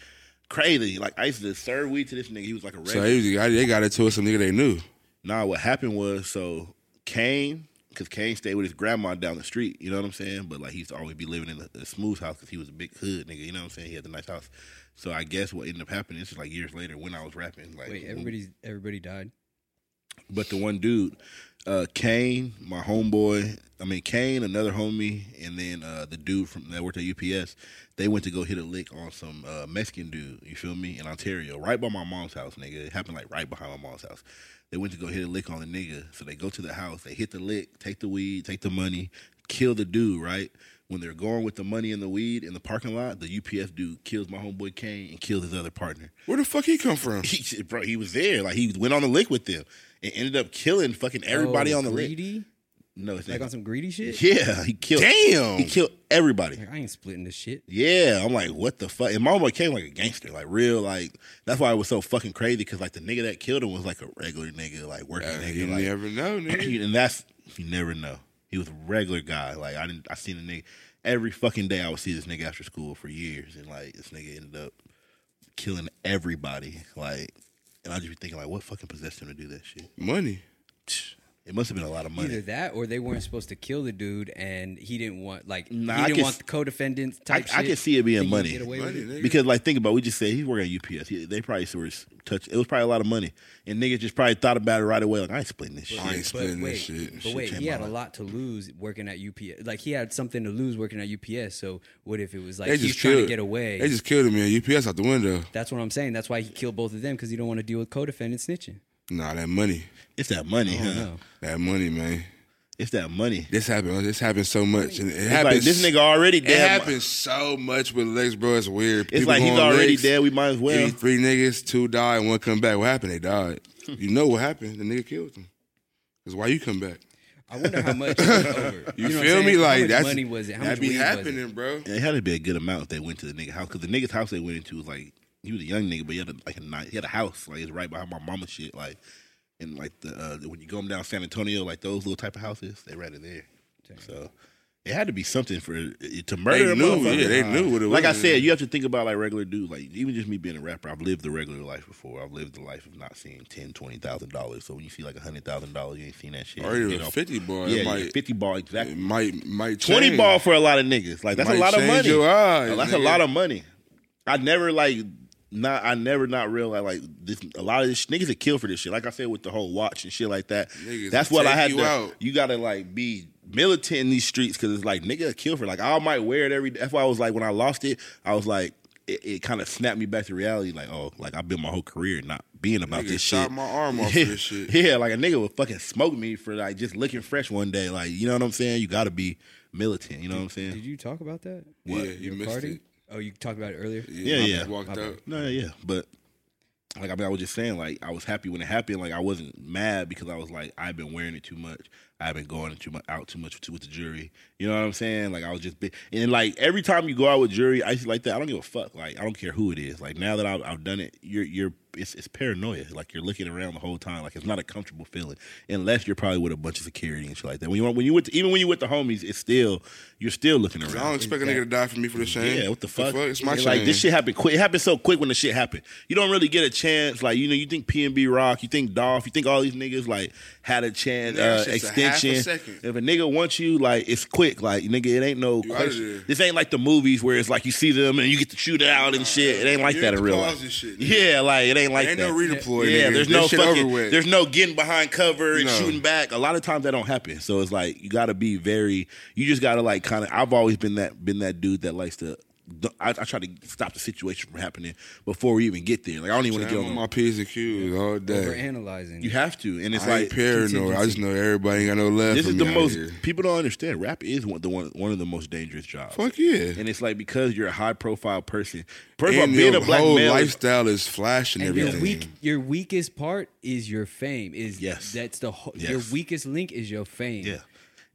Speaker 2: Crazy. Like I used to serve weed to this nigga. He was like a regular.
Speaker 1: So they, was- they got it to us. Some nigga they knew.
Speaker 2: Nah, what happened was so Kane, because Kane stayed with his grandma down the street, you know what I'm saying? But like he used to always be living in a, a smooth house because he was a big hood nigga, you know what I'm saying? He had a nice house. So I guess what ended up happening, this is like years later when I was rapping. Like,
Speaker 3: Wait,
Speaker 2: when-
Speaker 3: everybody's everybody died.
Speaker 2: but the one dude, uh, Kane, my homeboy, I mean Kane, another homie, and then uh, the dude from that worked at UPS, they went to go hit a lick on some uh, Mexican dude. You feel me? In Ontario, right by my mom's house, nigga. It happened like right behind my mom's house. They went to go hit a lick on the nigga, so they go to the house, they hit the lick, take the weed, take the money, kill the dude. Right when they're going with the money and the weed in the parking lot, the UPS dude kills my homeboy Kane and kills his other partner
Speaker 1: Where the fuck he come from?
Speaker 2: he, bro, he was there. Like he went on the lick with them and ended up killing fucking everybody
Speaker 3: Oh,
Speaker 2: on the lick.
Speaker 3: greedy,
Speaker 2: No, it's
Speaker 3: like on
Speaker 2: not.
Speaker 3: some greedy shit.
Speaker 2: Yeah, he killed. He
Speaker 1: Damn.
Speaker 2: killed everybody.
Speaker 3: Like, I ain't splitting this shit.
Speaker 2: Yeah, I'm like, what the fuck? And my homeboy came like a gangster, like real, like that's why it was so fucking crazy because like the nigga that killed him was like a regular nigga, like working
Speaker 1: Uh,
Speaker 2: nigga,
Speaker 1: you
Speaker 2: like
Speaker 1: never know, nigga.
Speaker 2: and that's you never know. He was a regular guy. Like I didn't, I seen a nigga every fucking day. I would see this nigga after school for years, and like this nigga ended up killing everybody. Like, and I just be thinking like, what fucking possessed him to do that shit?
Speaker 1: Money.
Speaker 2: It must have been a lot of money.
Speaker 3: Either that, or they weren't supposed to kill the dude, and he didn't want like
Speaker 2: Nah, I
Speaker 3: he didn't
Speaker 2: can
Speaker 3: want
Speaker 2: s-
Speaker 3: the co-defendants
Speaker 2: I,
Speaker 3: type.
Speaker 2: I
Speaker 3: shit.
Speaker 2: can see it being
Speaker 3: Think he
Speaker 2: money.
Speaker 3: get away with
Speaker 1: Money,
Speaker 3: it?
Speaker 1: nigga.
Speaker 2: Because like think about, it, we just said he's working at UPS. He, they probably were touch. It was probably a lot of money, and niggas just probably thought about it right away. Like I ain't splitting this
Speaker 1: I
Speaker 2: shit.
Speaker 1: ain't spending
Speaker 3: but wait,
Speaker 1: this shit.
Speaker 3: But wait,
Speaker 2: came
Speaker 3: he had
Speaker 2: out.
Speaker 3: a lot to lose working at UPS. Like he had something to lose working at UPS. So what if it was like
Speaker 1: They
Speaker 3: he's
Speaker 1: just
Speaker 3: trying to
Speaker 1: killed.
Speaker 3: get away?
Speaker 1: They just killed him man. UPS out the window.
Speaker 3: That's what I'm saying. That's why he killed both of them because he don't want to deal with co-defendant snitching.
Speaker 1: Nah, that money.
Speaker 2: It's that money,
Speaker 3: I
Speaker 2: huh?
Speaker 3: don't know.
Speaker 1: That money, man.
Speaker 2: It's that money.
Speaker 1: This happened. This happened so much, and it
Speaker 2: It's
Speaker 1: happens.
Speaker 2: like this nigga already
Speaker 1: It
Speaker 2: dead.
Speaker 1: happens so much with Lex, bro. It's weird.
Speaker 2: It's like he's already dead. We might as well.
Speaker 1: Three, three niggas, two died, one
Speaker 2: Hmm.
Speaker 1: come back. What happened? They died. You know what happened? The nigga killed them. That's why you come back.
Speaker 3: I wonder how much it was over.
Speaker 1: You,
Speaker 3: know what I'm
Speaker 1: feel
Speaker 3: saying?
Speaker 1: me?
Speaker 3: How
Speaker 1: Like
Speaker 3: much
Speaker 1: that's
Speaker 3: money was it? How
Speaker 1: that
Speaker 3: much
Speaker 1: be
Speaker 3: weed was it?
Speaker 1: happening, bro.
Speaker 2: And it had to be a good amount if they went to the nigga house because the nigga's house they went into was like he was a young nigga, but he had a, like a nice, he had a house like it's right behind my mama shit like and like the uh, when you go down San Antonio like those little type of houses they right in there. So it had to be something for it to murder. a
Speaker 1: knew,
Speaker 2: motherfucker.
Speaker 1: yeah, they knew what it
Speaker 2: Like I
Speaker 1: was.
Speaker 2: said, you have to think about like regular dudes. Like even just me being a rapper, I've lived the regular life before. I've lived the life of not seeing ten, twenty thousand dollars. So when you see like a hundred thousand dollars, you ain't seen that shit.
Speaker 1: Or
Speaker 2: You
Speaker 1: even
Speaker 2: get off-
Speaker 1: fifty ball.
Speaker 2: yeah,
Speaker 1: it
Speaker 2: yeah,
Speaker 1: might,
Speaker 2: fifty ball
Speaker 1: it
Speaker 2: exactly.
Speaker 1: might might change.
Speaker 2: Twenty ball for a lot of niggas. Like that's
Speaker 1: Might
Speaker 2: a lot of
Speaker 1: change
Speaker 2: money.
Speaker 1: your eyes,
Speaker 2: that's
Speaker 1: nigga.
Speaker 2: a lot of money. I never like not. I never not realized like this. A lot of this niggas are killed for this shit. Like I said with the whole watch and shit like that.
Speaker 1: Niggas
Speaker 2: that's what I
Speaker 1: take
Speaker 2: had
Speaker 1: you
Speaker 2: to.
Speaker 1: out.
Speaker 2: You gotta like be militant in these streets because it's like nigga kill for. Like I might wear it every. That's why I was like when I lost it, I was like. It, it kind of snapped me back to reality, like oh, like I've been my whole career not being about
Speaker 1: Nigga
Speaker 2: this
Speaker 1: shot
Speaker 2: shit.
Speaker 1: my arm off
Speaker 2: yeah,
Speaker 1: for this shit.
Speaker 2: yeah, like a nigga would fucking smoke me for like just looking fresh one day. Like, you know what I'm saying? You gotta be militant, you know what I'm saying?
Speaker 3: Did you talk about that?
Speaker 1: Yeah,
Speaker 3: What,
Speaker 1: you
Speaker 3: your
Speaker 1: missed
Speaker 3: party?
Speaker 1: it.
Speaker 3: Oh, you talked about it earlier.
Speaker 1: Yeah,
Speaker 2: Yeah,
Speaker 1: I
Speaker 2: yeah.
Speaker 1: just Walked
Speaker 3: My
Speaker 1: out.
Speaker 2: no, yeah, yeah. But like I mean, I was just saying, like, I was happy when it happened. Like I wasn't mad because I was like, I've been wearing it too much. I've been going too much out too much with, with the jury. You know what I'm saying? Like I was just be- and like every time you go out with jury, I used to like that. I don't give a fuck. Like I don't care who it is. Like now that I've, I've done it, you're you're it's it's paranoia. Like you're looking around the whole time. Like it's not a comfortable feeling unless you're probably with a bunch of security and shit like that. When you when you with even when you with the homies, it's still you're still looking around.
Speaker 1: I don't expect a nigga to die for me for this shame.
Speaker 2: Yeah, what the fuck?
Speaker 1: It's my
Speaker 2: And,
Speaker 1: shame.
Speaker 2: like this shit happened quick. It happened so quick when the shit happened. You don't really get a chance. Like you know, you think P and B Rock, you think Dolph, you think all these niggas like had a chance
Speaker 1: Nigga,
Speaker 2: uh,
Speaker 1: that's just a half a
Speaker 2: extension.
Speaker 1: second.
Speaker 2: if a nigga wants you, like it's quick. Like nigga, it ain't no
Speaker 1: You outta there.
Speaker 2: question. This ain't like the movies where it's like you see them and you get to shoot it out and shit. It ain't like
Speaker 1: you
Speaker 2: that
Speaker 1: get to
Speaker 2: in real
Speaker 1: pause
Speaker 2: life.
Speaker 1: this shit, nigga.
Speaker 2: yeah, like it ain't like
Speaker 1: ain't
Speaker 2: that.
Speaker 1: no redeploy.
Speaker 2: Yeah,
Speaker 1: nigga.
Speaker 2: there's
Speaker 1: This
Speaker 2: no
Speaker 1: shit
Speaker 2: fucking.
Speaker 1: Over with.
Speaker 2: There's no getting behind cover and
Speaker 1: No.
Speaker 2: shooting back. A lot of times that don't happen. So it's like you got to be very. You just got to like kind of. I've always been that been that dude that likes to. I, I try to stop the situation from happening before we even get there. Like I don't even want to
Speaker 1: I'm
Speaker 2: get
Speaker 1: on
Speaker 2: on.
Speaker 1: my
Speaker 2: My,
Speaker 1: p's and q's all
Speaker 3: For
Speaker 1: day.
Speaker 3: analyzing.
Speaker 2: you have to, and it's
Speaker 1: I
Speaker 2: like
Speaker 1: ain't paranoid. I just know everybody ain't got no left.
Speaker 2: this
Speaker 1: for
Speaker 2: is
Speaker 1: me
Speaker 2: the
Speaker 1: out
Speaker 2: most
Speaker 1: here.
Speaker 2: people don't understand. Rap is one the one one of the most dangerous jobs.
Speaker 1: Fuck yeah.
Speaker 2: And it's like because you're a high profile person. First of all,
Speaker 1: And
Speaker 2: being
Speaker 1: your
Speaker 2: a black
Speaker 1: whole
Speaker 2: male, is-
Speaker 1: lifestyle is flashing
Speaker 3: and
Speaker 1: everything.
Speaker 3: your weak, your weakest part is your fame. Is
Speaker 2: Yes.
Speaker 3: that's the ho-
Speaker 2: Yes.
Speaker 3: your weakest link is your fame.
Speaker 2: Yeah.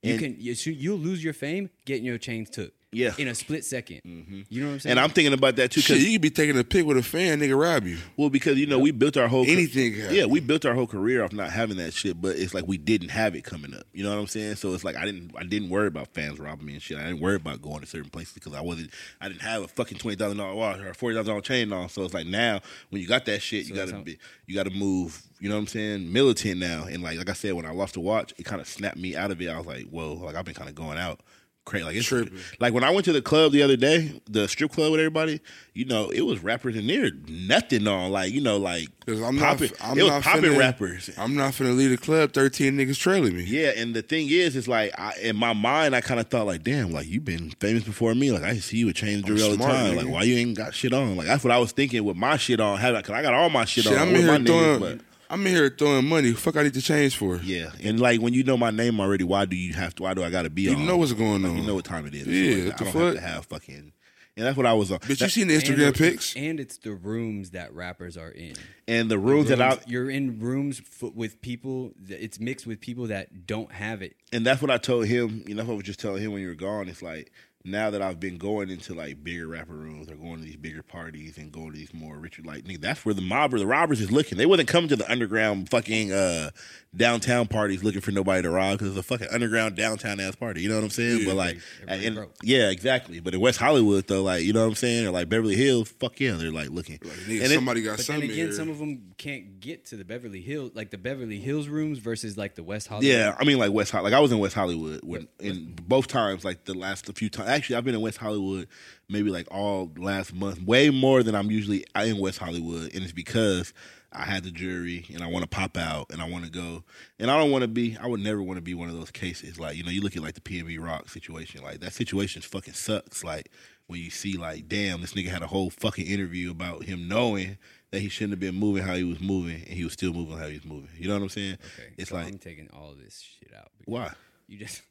Speaker 3: you
Speaker 2: And-
Speaker 3: can you, so you'll lose your fame getting your chains took.
Speaker 2: Yeah. Mm-hmm.
Speaker 3: in a split 2nd You know what I'm saying?
Speaker 2: and I'm thinking about that too. 'cause-
Speaker 1: Shit, you could be taking a pic with a fan, nigga, rob you.
Speaker 2: Well, because you know we built our whole
Speaker 1: Anything can
Speaker 2: yeah, we built our whole career off not having that shit, but it's like we didn't have it coming up. You know what I'm saying? So it's like I didn't I didn't worry about fans robbing me and shit. I didn't worry about going to certain places because I wasn't I didn't have a fucking twenty thousand dollar watch or forty thousand dollar chain on. So it's like now when you got that shit, you
Speaker 3: that's
Speaker 2: gotta
Speaker 3: how-
Speaker 2: be you gotta move. You know what I'm saying? Militant now, and like like I said, when I lost the watch, it kind of snapped me out of it. I was like, whoa, like I've been kind of going out. Crazy. Like it's
Speaker 1: Tripping.
Speaker 2: like when I went to the club the other day, the strip club with everybody, you know, it was rappers in there, nothing on, like you know, like
Speaker 1: Because I'm
Speaker 2: popping.
Speaker 1: not. I'm
Speaker 2: it
Speaker 1: not
Speaker 2: was popping
Speaker 1: finna-
Speaker 2: rappers.
Speaker 1: I'm not finna leave the club. Thirteen niggas trailing me.
Speaker 2: Yeah, and the thing is, is like I, in my mind, I kind of thought like, damn, like you've been famous before me. Like I see you with chains jewelry all the
Speaker 1: smart,
Speaker 2: time.
Speaker 1: nigga.
Speaker 2: Like why you ain't got shit on? Like that's what I was thinking with my shit on. Having because I got all my shit,
Speaker 1: Shit,
Speaker 2: on
Speaker 1: I'm
Speaker 2: with
Speaker 1: in
Speaker 2: my
Speaker 1: here
Speaker 2: niggas,
Speaker 1: throwing.
Speaker 2: but.
Speaker 1: I'm in here throwing money. Fuck, I need to change for.
Speaker 2: Yeah, and like when you know my name already, why do you have to? Why do I got to be
Speaker 1: You
Speaker 2: on?
Speaker 1: know what's going
Speaker 2: Like,
Speaker 1: on.
Speaker 2: You know what time it is.
Speaker 1: Yeah, what
Speaker 2: Like,
Speaker 1: the
Speaker 2: I don't have to
Speaker 1: fuck?
Speaker 2: have fucking. And that's what I was on.
Speaker 1: But you
Speaker 2: That-
Speaker 1: seen the
Speaker 3: And
Speaker 1: Instagram
Speaker 3: it's-
Speaker 1: pics?
Speaker 3: and it's the rooms that rappers are in.
Speaker 2: and the rooms that I
Speaker 3: Rooms- you're in rooms f- with people. that- It's mixed with people that don't have it.
Speaker 2: and that's what I told him. You know, that's what I was just telling him when you were gone. It's like now that I've been going into like bigger rapper rooms or going to these bigger parties and going to these more richer, like nigga, that's where the mob or the robbers is looking. They wasn't coming to the underground fucking uh, downtown parties looking for nobody to rob because it's a fucking underground downtown ass party. You know what I'm saying? but like,
Speaker 3: everybody
Speaker 2: and-
Speaker 3: broke.
Speaker 2: yeah, exactly. But in West Hollywood though, like you know what I'm saying, or like Beverly Hills, fuck yeah, they're like looking.
Speaker 1: Nigga,
Speaker 2: And it-
Speaker 1: somebody got
Speaker 3: But
Speaker 1: something.
Speaker 3: then again,
Speaker 1: here.
Speaker 3: some of them can't get to the Beverly Hills, like the Beverly Hills rooms versus like the West Hollywood.
Speaker 2: Yeah, I mean like West Hollywood. Like I was in West Hollywood when in both times, like the last few times. Actually, I've been in West Hollywood maybe like all last month, way more than I'm usually I in West Hollywood, and it's because I had the jury and I want to pop out and I want to go and I don't want to be. I would never want to be one of those cases. Like you know, you look at like the PNB Rock situation. Like that situation fucking sucks. Like when you see like, damn, this nigga had a whole fucking interview about him knowing. That he shouldn't have been moving how he was moving, and he was still moving how he was moving. You know what I'm saying?
Speaker 3: Okay,
Speaker 2: it's
Speaker 3: so
Speaker 2: like
Speaker 3: I'm taking all this shit out. because
Speaker 2: why?
Speaker 3: You just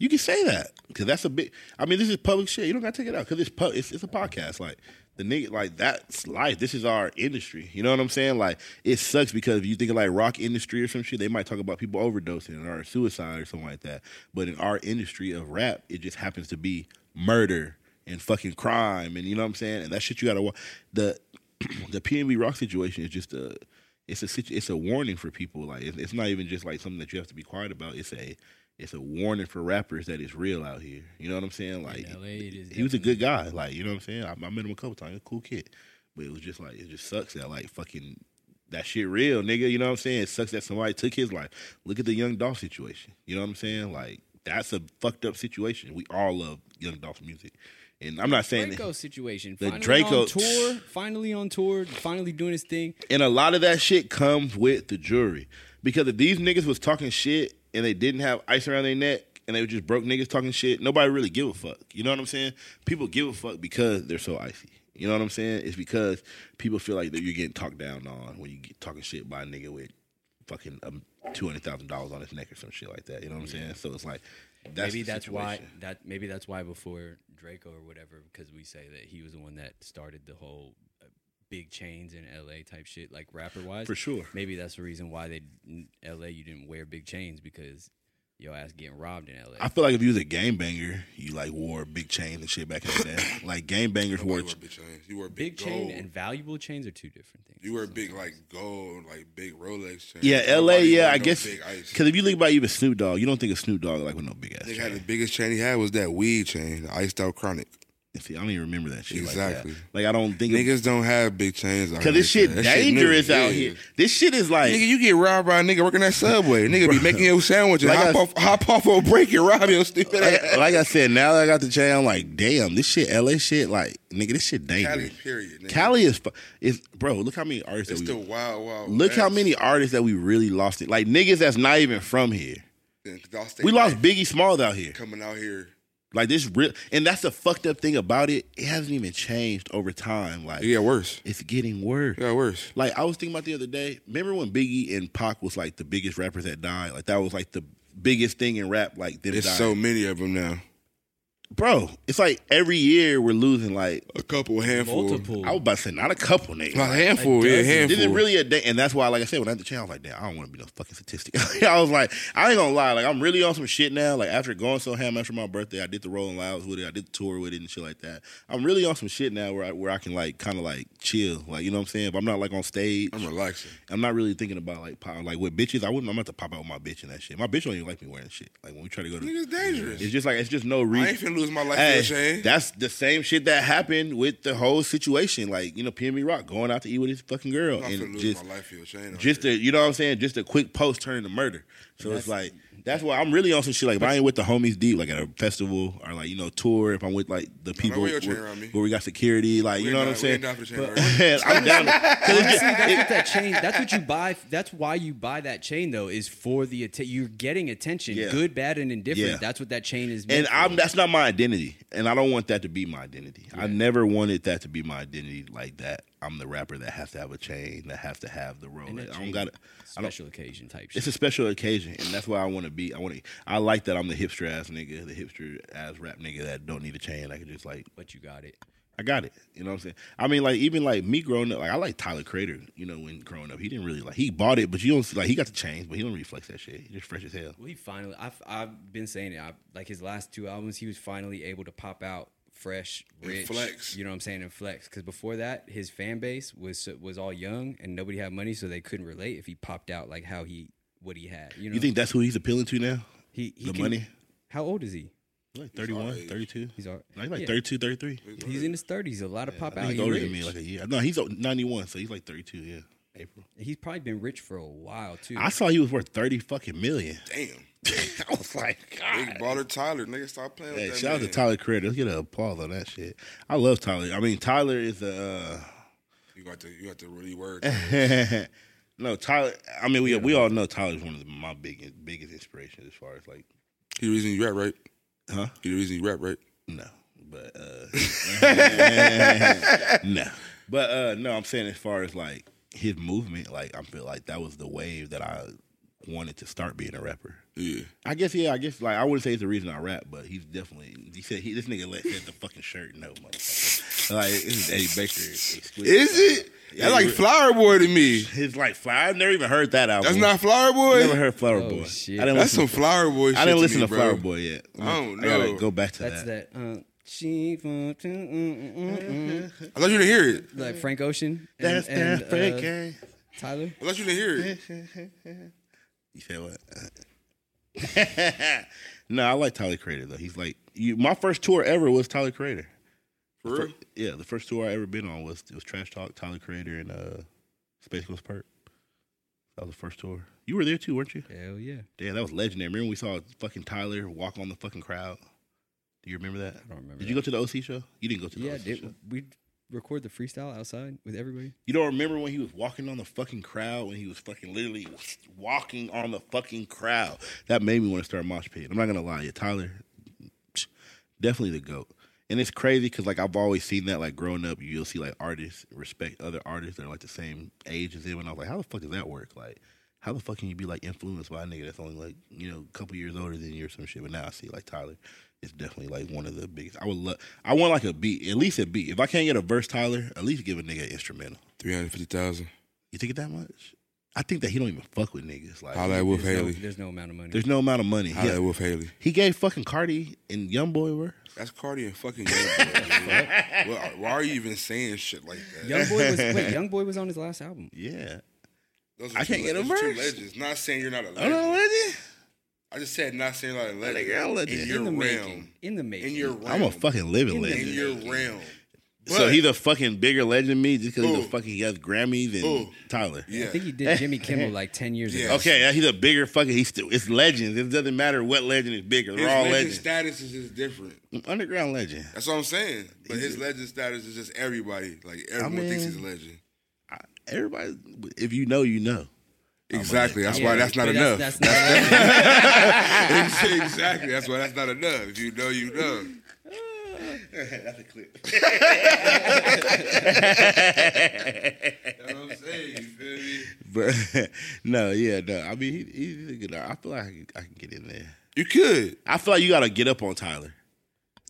Speaker 2: You can say that because that's a big. I mean, this is public shit. You don't gotta take it out because it's, pub, it's it's a podcast. Like the nigga, like that's life. This is our industry. You know what I'm saying? Like it sucks because if you think of like rock industry or some shit, they might talk about people overdosing or suicide or something like that. But in our industry of rap, it just happens to be murder and fucking crime and you know what I'm saying. And that shit you gotta watch. The the PNB rock situation is just a it's a situ- it's a warning for people. Like it's, it's not even just like something that you have to be quiet about. It's a it's a warning for rappers that it's real out here. You know what I'm saying? Like
Speaker 3: In LA, it is
Speaker 2: he was a good guy. Like you know what I'm saying? I, I met him a couple times. A cool kid, but it was just like it just sucks that like fucking that shit real, nigga. You know what I'm saying? It sucks that somebody took his life. Look at the Young Dolph situation. You know what I'm saying? Like that's a fucked up situation. We all love Young Dolph's music, and I'm not saying that-
Speaker 3: Draco situation.
Speaker 2: The
Speaker 3: finally
Speaker 2: Draco-
Speaker 3: on tour, finally on tour, finally doing his thing.
Speaker 2: And a lot of that shit comes with the jury. Because if these niggas was talking shit and they didn't have ice around their neck and they were just broke niggas talking shit, nobody really give a fuck. You know what I'm saying? People give a fuck because they're so icy. You know what I'm saying? It's because people feel like that you're getting talked down on when you get talking shit by a nigga with fucking um, two hundred thousand dollars on his neck or some shit like that. You know what I'm saying? So it's like that's
Speaker 3: maybe
Speaker 2: the
Speaker 3: that's why
Speaker 2: situation.
Speaker 3: that maybe that's why before Draco or whatever, because we say that he was the one that started the whole uh, big chains in LA type shit, like rapper wise.
Speaker 2: for sure.
Speaker 3: Maybe that's the reason why they in LA you didn't wear big chains because your ass getting robbed in LA.
Speaker 2: I feel like if you was a game banger, you like wore big chains and shit back in the day. like game bangers
Speaker 1: You
Speaker 2: wore
Speaker 1: wore big chains. You wore
Speaker 3: big
Speaker 1: big,
Speaker 3: chain
Speaker 1: gold.
Speaker 3: and valuable chains are two different things.
Speaker 1: you were big like gold, like big Rolex chains.
Speaker 2: Yeah, LA,
Speaker 1: Nobody
Speaker 2: yeah,
Speaker 1: wore
Speaker 2: I
Speaker 1: no
Speaker 2: guess.
Speaker 1: Big ice.
Speaker 2: Because if you think about even Snoop Dogg, you don't think of Snoop Dogg like with no big ass.
Speaker 1: Nigga
Speaker 2: chain.
Speaker 1: had the biggest chain he had was that weed chain, the iced out chronic.
Speaker 2: See, I don't even remember that shit.
Speaker 1: Exactly.
Speaker 2: Like, that. like I don't think because
Speaker 1: Niggas don't have big chains. Because
Speaker 2: this shit dangerous out here. This shit is like
Speaker 1: Nigga, you get robbed by a nigga working that subway. Nigga be making your sandwich and
Speaker 2: Like
Speaker 1: hop,
Speaker 2: I-
Speaker 1: off, hop off on break and rob your stupid
Speaker 2: like,
Speaker 1: ass.
Speaker 2: like I said. Now that I got the chain, I'm like, damn, this shit LA shit. Like, nigga, this shit dangerous.
Speaker 1: period. Nigga.
Speaker 2: Cali, is fu- is bro. Look how many artists
Speaker 1: It's
Speaker 2: that
Speaker 1: the
Speaker 2: we
Speaker 1: wild, wild.
Speaker 2: look how
Speaker 1: west.
Speaker 2: many artists that we really lost it. Like niggas that's not even from here.
Speaker 1: Y'all stay
Speaker 2: We lost
Speaker 1: back
Speaker 2: Biggie Smalls out here.
Speaker 1: coming out here.
Speaker 2: Like this real, and that's the fucked up thing about it. It hasn't even changed over time. Like
Speaker 1: It got worse.
Speaker 2: it's getting worse.
Speaker 1: It got worse.
Speaker 2: Like I was thinking about the other day. Remember when Biggie and Pac was like the biggest rappers that died? Like that was like the biggest thing in rap. Like them
Speaker 1: It's
Speaker 2: dying.
Speaker 1: so many of them now.
Speaker 2: bro. It's like every year we're losing. Like
Speaker 1: A couple, a handful.
Speaker 3: Multiple.
Speaker 2: I was about to say, not a couple niggas.
Speaker 1: Oh. A
Speaker 2: Like,
Speaker 1: handful, yeah,
Speaker 3: dozen.
Speaker 1: handful.
Speaker 2: this is really a day, and that's why, like I said, when I had the channel, I was like, damn, I don't want to be no fucking statistic. I was like, I ain't gonna lie, like I'm really on some shit now. Like after going so ham after my birthday, I did the Rolling Louds with it, I did the tour with it and shit like that. I'm really on some shit now where I, where I can like kind of like chill, like you know what I'm saying. But I'm not like on stage.
Speaker 1: I'm relaxing.
Speaker 2: I'm not really thinking about like pop, like with bitches. I wouldn't. I'm about to pop out with my bitch and that shit. My bitch don't even like me wearing shit. Like when we try to go to,
Speaker 1: Nigga's dangerous.
Speaker 2: it's just like it's just no
Speaker 1: I ain't
Speaker 2: reason.
Speaker 1: finna lose my life
Speaker 2: Hey,
Speaker 1: for a chain.
Speaker 2: that's the same shit that happened with the whole situation. Like you know, PME Rock going out to eat with his fucking girl
Speaker 1: I'm not finna
Speaker 2: and
Speaker 1: lose
Speaker 2: just
Speaker 1: my life for a chain. out
Speaker 2: just
Speaker 1: here.
Speaker 2: a you know what I'm saying. Just a quick post turning to murder. So it's like that's why I'm really on some shit. Like if I ain't with the homies deep, like at a festival or like you know tour. If I'm with like the people
Speaker 1: wear your chain
Speaker 2: where,
Speaker 1: around me.
Speaker 2: where we got security, like
Speaker 1: We
Speaker 2: you know
Speaker 1: ain't
Speaker 2: what I'm
Speaker 1: down- we ain't
Speaker 2: saying.
Speaker 1: down for the chain,
Speaker 2: But-
Speaker 1: bro.
Speaker 2: I'm down. 'cause it's just-
Speaker 3: Honestly, that's what that chain. That's what you buy. That's why you buy that chain though. Is for the atten- you're getting attention,
Speaker 2: Yeah.
Speaker 3: good, bad, and indifferent.
Speaker 2: Yeah.
Speaker 3: That's what that chain is.
Speaker 2: and
Speaker 3: meant
Speaker 2: I'm
Speaker 3: for.
Speaker 2: that's not my identity, and I don't want that to be my identity. I never wanted that to be my identity, like that. I'm the rapper that has to have a chain, that has to have the role.
Speaker 3: And that
Speaker 2: I don't
Speaker 3: chain-
Speaker 2: got I don't.
Speaker 3: special occasion type shit.
Speaker 2: It's a special occasion, and that's why I want to be. I want to. I like that I'm the hipster ass nigga, the hipster ass rap nigga that don't need a chain. I can just like
Speaker 3: but you got it.
Speaker 2: I got it. You know what I'm saying? I mean, like even like me growing up, like I like Tyler Crater. You know, when growing up, he didn't really like he bought it, but you don't see, like he got the chains, but he don't reflex that shit. He just fresh as hell.
Speaker 3: Well, he finally. I've I've been saying it. I, like his last two albums, he was finally able to pop out fresh,
Speaker 1: And
Speaker 3: rich,
Speaker 1: flex.
Speaker 3: You know what I'm saying? And flex. Because before that, his fan base was was all young and nobody had money, so they couldn't relate if he popped out like how he what he had. You know,
Speaker 2: You think that's who he's appealing to now?
Speaker 3: he, he
Speaker 2: the
Speaker 3: can-
Speaker 2: money?
Speaker 3: How old is he?
Speaker 2: Like 31, 32.
Speaker 3: He's all,
Speaker 2: Like, like
Speaker 3: yeah.
Speaker 2: 32, 33.
Speaker 3: He's in his thirties. A lot of pop
Speaker 2: I think
Speaker 3: out.
Speaker 2: he's
Speaker 3: He
Speaker 2: older
Speaker 3: rich.
Speaker 2: than me, like a year. No, he's o- 91, so he's like 32, yeah. April.
Speaker 3: He's probably been rich for a while too.
Speaker 2: I saw he was worth 30 fucking million.
Speaker 1: Damn.
Speaker 2: I was like, God.
Speaker 1: Big baller Tyler. Nigga, stop playing
Speaker 2: Hey,
Speaker 1: with that.
Speaker 2: shout out to
Speaker 1: man.
Speaker 2: Tyler Creator. Let's get an applause on that shit. I love Tyler. I mean, Tyler is a.
Speaker 1: You got to, you got to really work.
Speaker 2: Uh, no, Tyler. I mean, we we all know Tyler's one of the, my biggest biggest inspirations as far as like,
Speaker 1: He the reason you rap, right?
Speaker 2: huh?
Speaker 1: He the reason you rap, right?
Speaker 2: No, but uh, no, but uh, no. I'm saying as far as like his movement, like I feel like that was the wave that I wanted to start being a rapper.
Speaker 1: Yeah.
Speaker 2: I guess yeah. I guess like I wouldn't say it's the reason I rap, but he's definitely he said he this nigga let said the fucking shirt no motherfucker. like this is Eddie Baker. exclusive.
Speaker 1: Is it?
Speaker 2: Yeah,
Speaker 1: That's like
Speaker 2: re-
Speaker 1: Flower Boy to me.
Speaker 2: His like flower. I've never even heard that album.
Speaker 1: That's not Flower
Speaker 2: I never
Speaker 1: Boy.
Speaker 2: heard Flower
Speaker 3: Oh,
Speaker 2: Boy.
Speaker 3: shit.
Speaker 2: I didn't
Speaker 1: That's
Speaker 2: listen.
Speaker 1: some Flower Boy. Shit
Speaker 2: I didn't
Speaker 1: to
Speaker 2: listen
Speaker 1: me,
Speaker 2: to Flower
Speaker 1: bro.
Speaker 2: Boy yet.
Speaker 1: I don't
Speaker 2: gotta
Speaker 1: know.
Speaker 2: go back to
Speaker 3: That's
Speaker 2: that.
Speaker 3: that. Uh, she fun to- mm, mm, mm, mm.
Speaker 1: I thought you didn't hear it.
Speaker 3: like Frank Ocean. and-
Speaker 2: That's
Speaker 3: and,
Speaker 2: that
Speaker 3: uh,
Speaker 2: freak, eh?
Speaker 3: Tyler.
Speaker 1: I thought you didn't hear it.
Speaker 2: You said what? no, I like Tyler Creator though. He's like you, my first tour ever was Tyler Creator.
Speaker 1: For real?
Speaker 2: Yeah, the first tour I ever been on was it was Trash Talk, Tyler Creator, and uh, Space Ghost Perk. That was the first tour. You were there too, weren't you?
Speaker 3: Hell yeah.
Speaker 2: Yeah, that was legendary. Remember we saw fucking Tyler walk on the fucking crowd. Do you remember that?
Speaker 3: I don't remember.
Speaker 2: Did you go to the OC show? You didn't go to the
Speaker 3: Yeah,
Speaker 2: OC show.
Speaker 3: did, we record the freestyle outside with everybody.
Speaker 2: You don't remember when he was walking on the fucking crowd when he was fucking literally walking on the fucking crowd. That made me want to start mosh pit. I'm not gonna lie, you Tyler, definitely the goat. And it's crazy because like I've always seen that like growing up, you'll see like artists respect other artists that are like the same age as them, and I was like, how the fuck does that work? Like, how the fuck can you be like influenced by a nigga that's only like you know a couple years older than you or some shit? But now I see like Tyler is definitely like one of the biggest. I would love, I want like a beat, at least a beat. If I can't get a verse, Tyler, at least give a nigga an instrumental.
Speaker 1: 350000
Speaker 2: You think it that much? I think that he don't even fuck with niggas. Like
Speaker 1: Holla at Wolf
Speaker 2: there's no-
Speaker 1: Haley.
Speaker 3: There's no amount of money.
Speaker 2: there's no amount of money.
Speaker 1: Holla
Speaker 2: He,
Speaker 1: at Wolf Haley.
Speaker 2: he gave fucking Cardi and YoungBoy were.
Speaker 1: That's Cardi and fucking Youngboy. dude. Why- Why are you even saying shit like that?
Speaker 3: Young boy was wait. Young boy was on his last album.
Speaker 2: Yeah.
Speaker 1: Those
Speaker 2: I
Speaker 1: two
Speaker 2: can't get
Speaker 1: le-
Speaker 2: a
Speaker 1: those two
Speaker 2: verse.
Speaker 1: legends. Not saying you're not a
Speaker 2: I don't know
Speaker 1: legend.
Speaker 2: what it is.
Speaker 1: I just said not saying you're not a legend.
Speaker 2: nigga, I'm a legend.
Speaker 1: In
Speaker 2: In
Speaker 1: your
Speaker 3: in the
Speaker 1: realm.
Speaker 3: making. In the making.
Speaker 1: In your realm.
Speaker 2: I'm a fucking living
Speaker 3: In the-
Speaker 1: In
Speaker 2: legend.
Speaker 1: your realm.
Speaker 2: so
Speaker 1: But-
Speaker 2: he's a fucking bigger legend than me just because he's
Speaker 1: Who?
Speaker 2: a fucking he has Grammys and
Speaker 1: Who?
Speaker 2: Tyler.
Speaker 1: Yeah.
Speaker 3: I think he did Jimmy Kimmel like ten years
Speaker 1: Yeah.
Speaker 3: ago.
Speaker 2: Okay, yeah, he's a bigger fucking. He's still it's legends. It doesn't matter what legend is bigger.
Speaker 1: His
Speaker 2: They're all
Speaker 1: legend
Speaker 2: legends.
Speaker 1: status is just different.
Speaker 2: Underground legend.
Speaker 1: That's what I'm saying. But his legend status is just everybody. Like everyone thinks he's a legend.
Speaker 2: I, everybody, if you know, you know.
Speaker 1: Exactly. That's
Speaker 3: Yeah,
Speaker 1: why that's
Speaker 3: but
Speaker 1: not enough.
Speaker 3: That's, that's not
Speaker 1: exactly. That's why that's not enough. If you know, you know.
Speaker 2: That's a clip.
Speaker 1: That's what I'm saying. You feel me?
Speaker 2: But no, yeah, no. I mean, he, he's a good. I feel like I can, I can get in there.
Speaker 1: You could.
Speaker 2: I feel like you got to get up on Tyler.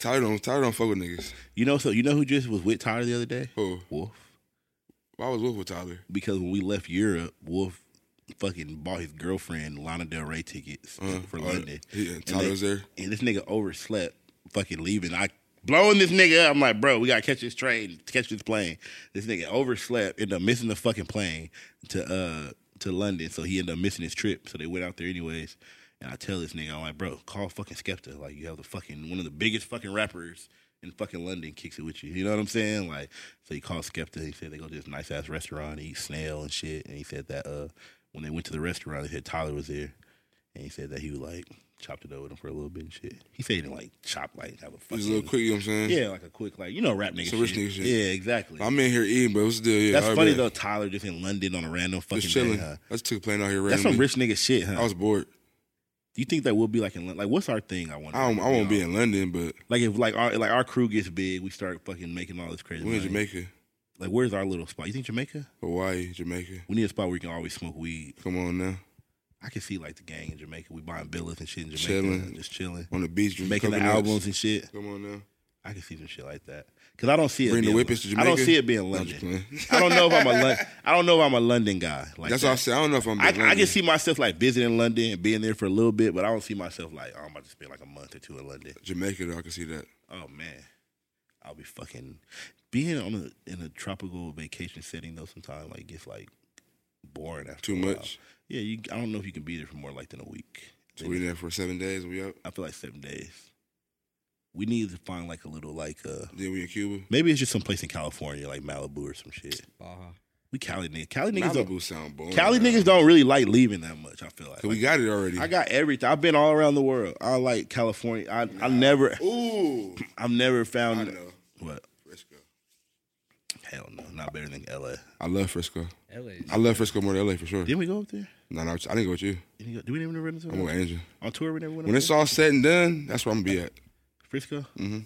Speaker 1: Tyler don't. Tyler don't fuck with niggas.
Speaker 2: You know, so you know who just was with Tyler the other day?
Speaker 1: Who?
Speaker 2: Wolf.
Speaker 1: Why was Wolf with Tyler?
Speaker 2: Because when we left Europe, Wolf fucking bought his girlfriend Lana Del Rey tickets for
Speaker 1: Uh,
Speaker 2: London.
Speaker 1: he-
Speaker 2: And
Speaker 1: Tyler
Speaker 2: they-
Speaker 1: was there.
Speaker 2: and this nigga overslept, fucking leaving. I blowing this nigga up. I'm like, bro, we gotta catch this train, catch this plane. This nigga overslept, ended up missing the fucking plane to uh to London, so he ended up missing his trip. So they went out there anyways. And I tell this nigga, I'm like, bro, call fucking Skepta. Like, you have the fucking one of the biggest fucking rappers in fucking London kicks it with you. You know what I'm saying? Like, so he called Skepta. He said they go to this nice ass restaurant, eat snail and shit. And he said that uh when they went to the restaurant, they said Tyler was there. And he said that he was like chopped it up with him for a little bit and shit. He said he didn't like chop like have a
Speaker 1: He
Speaker 2: fucking
Speaker 1: was a little quick. You know what I'm saying?
Speaker 2: Yeah, like a quick like you know rap nigga.
Speaker 1: Some rich
Speaker 2: shit.
Speaker 1: nigga shit.
Speaker 2: Yeah, exactly.
Speaker 1: I'm in here eating, but what's the deal? Yeah,
Speaker 2: That's
Speaker 1: all right,
Speaker 2: funny
Speaker 1: man.
Speaker 2: though. Tyler just in London on a random fucking
Speaker 1: Just chilling.
Speaker 2: day. Huh?
Speaker 1: I just took a plane out here. Randomly.
Speaker 2: That's some rich nigga shit, huh?
Speaker 1: I was bored.
Speaker 2: Do you think that we'll be like in London? Like, what's our thing? I want.
Speaker 1: I don't, I won't be in London, but
Speaker 2: Like if like our like our crew gets big, we start fucking making all this crazy.
Speaker 1: we in
Speaker 2: money.
Speaker 1: Jamaica,
Speaker 2: Like, where's our little spot? You think Jamaica?
Speaker 1: Hawaii, Jamaica.
Speaker 2: We need a spot where we can always smoke weed.
Speaker 1: Come on now,
Speaker 2: I can see like the gang in Jamaica. We buying villas and shit in Jamaica,
Speaker 1: Chilling.
Speaker 2: just chilling,
Speaker 1: on the beach, drinking
Speaker 2: making the
Speaker 1: coconuts.
Speaker 2: albums and shit.
Speaker 1: Come on now,
Speaker 2: I can see some shit like that because I don't see it.
Speaker 1: bring the
Speaker 2: being-
Speaker 1: whippets to Jamaica.
Speaker 2: I don't see it being
Speaker 1: No, I'm just
Speaker 2: London.
Speaker 1: playing.
Speaker 2: I don't know if I'm a Lon- I don't know if I'm a London guy. Like
Speaker 1: That's
Speaker 2: that.
Speaker 1: what I said. I don't know if I'm.
Speaker 2: I,
Speaker 1: in
Speaker 2: I
Speaker 1: London.
Speaker 2: can see myself like visiting London and being there for a little bit, but I don't see myself like oh, I'm about to spend like a month or two in London.
Speaker 1: Jamaica. Though, I can see that.
Speaker 2: Oh man, I'll be fucking being on a, in a tropical vacation setting though. Sometimes like gets like boring after
Speaker 1: Too
Speaker 2: a while.
Speaker 1: much.
Speaker 2: Yeah, you, I don't know if you can be there for more like than a week.
Speaker 1: So we there for seven days. We up.
Speaker 2: I feel like seven days. We need to find like a little like uh
Speaker 1: Then we in Cuba.
Speaker 2: maybe it's just someplace in California like Malibu or some shit.
Speaker 3: Baja.
Speaker 2: We Cali niggas. Cali niggas don't.
Speaker 1: Malibu sound boring.
Speaker 2: Cali
Speaker 1: man.
Speaker 2: niggas don't really like leaving that much. I feel like.
Speaker 1: 'Cause we got it already.
Speaker 2: I got everything. I've been all around the world. I like California. I I never
Speaker 1: Ooh,
Speaker 2: I've never
Speaker 1: I
Speaker 2: found
Speaker 1: know.
Speaker 2: what
Speaker 1: Frisco.
Speaker 2: hell no not better than L.A.
Speaker 1: I love Frisco.
Speaker 3: LA.
Speaker 1: I love Frisco more than LA for sure.
Speaker 2: Didn't we go up there?
Speaker 1: No, no, I didn't go with you.
Speaker 2: Didn't we go, did we never run to
Speaker 1: I'm with Angel.
Speaker 2: on tour? We never went
Speaker 1: When
Speaker 2: up
Speaker 1: it's all said and done, that's where I'm gonna be at.
Speaker 2: there? Frisco.
Speaker 1: Mm-hmm.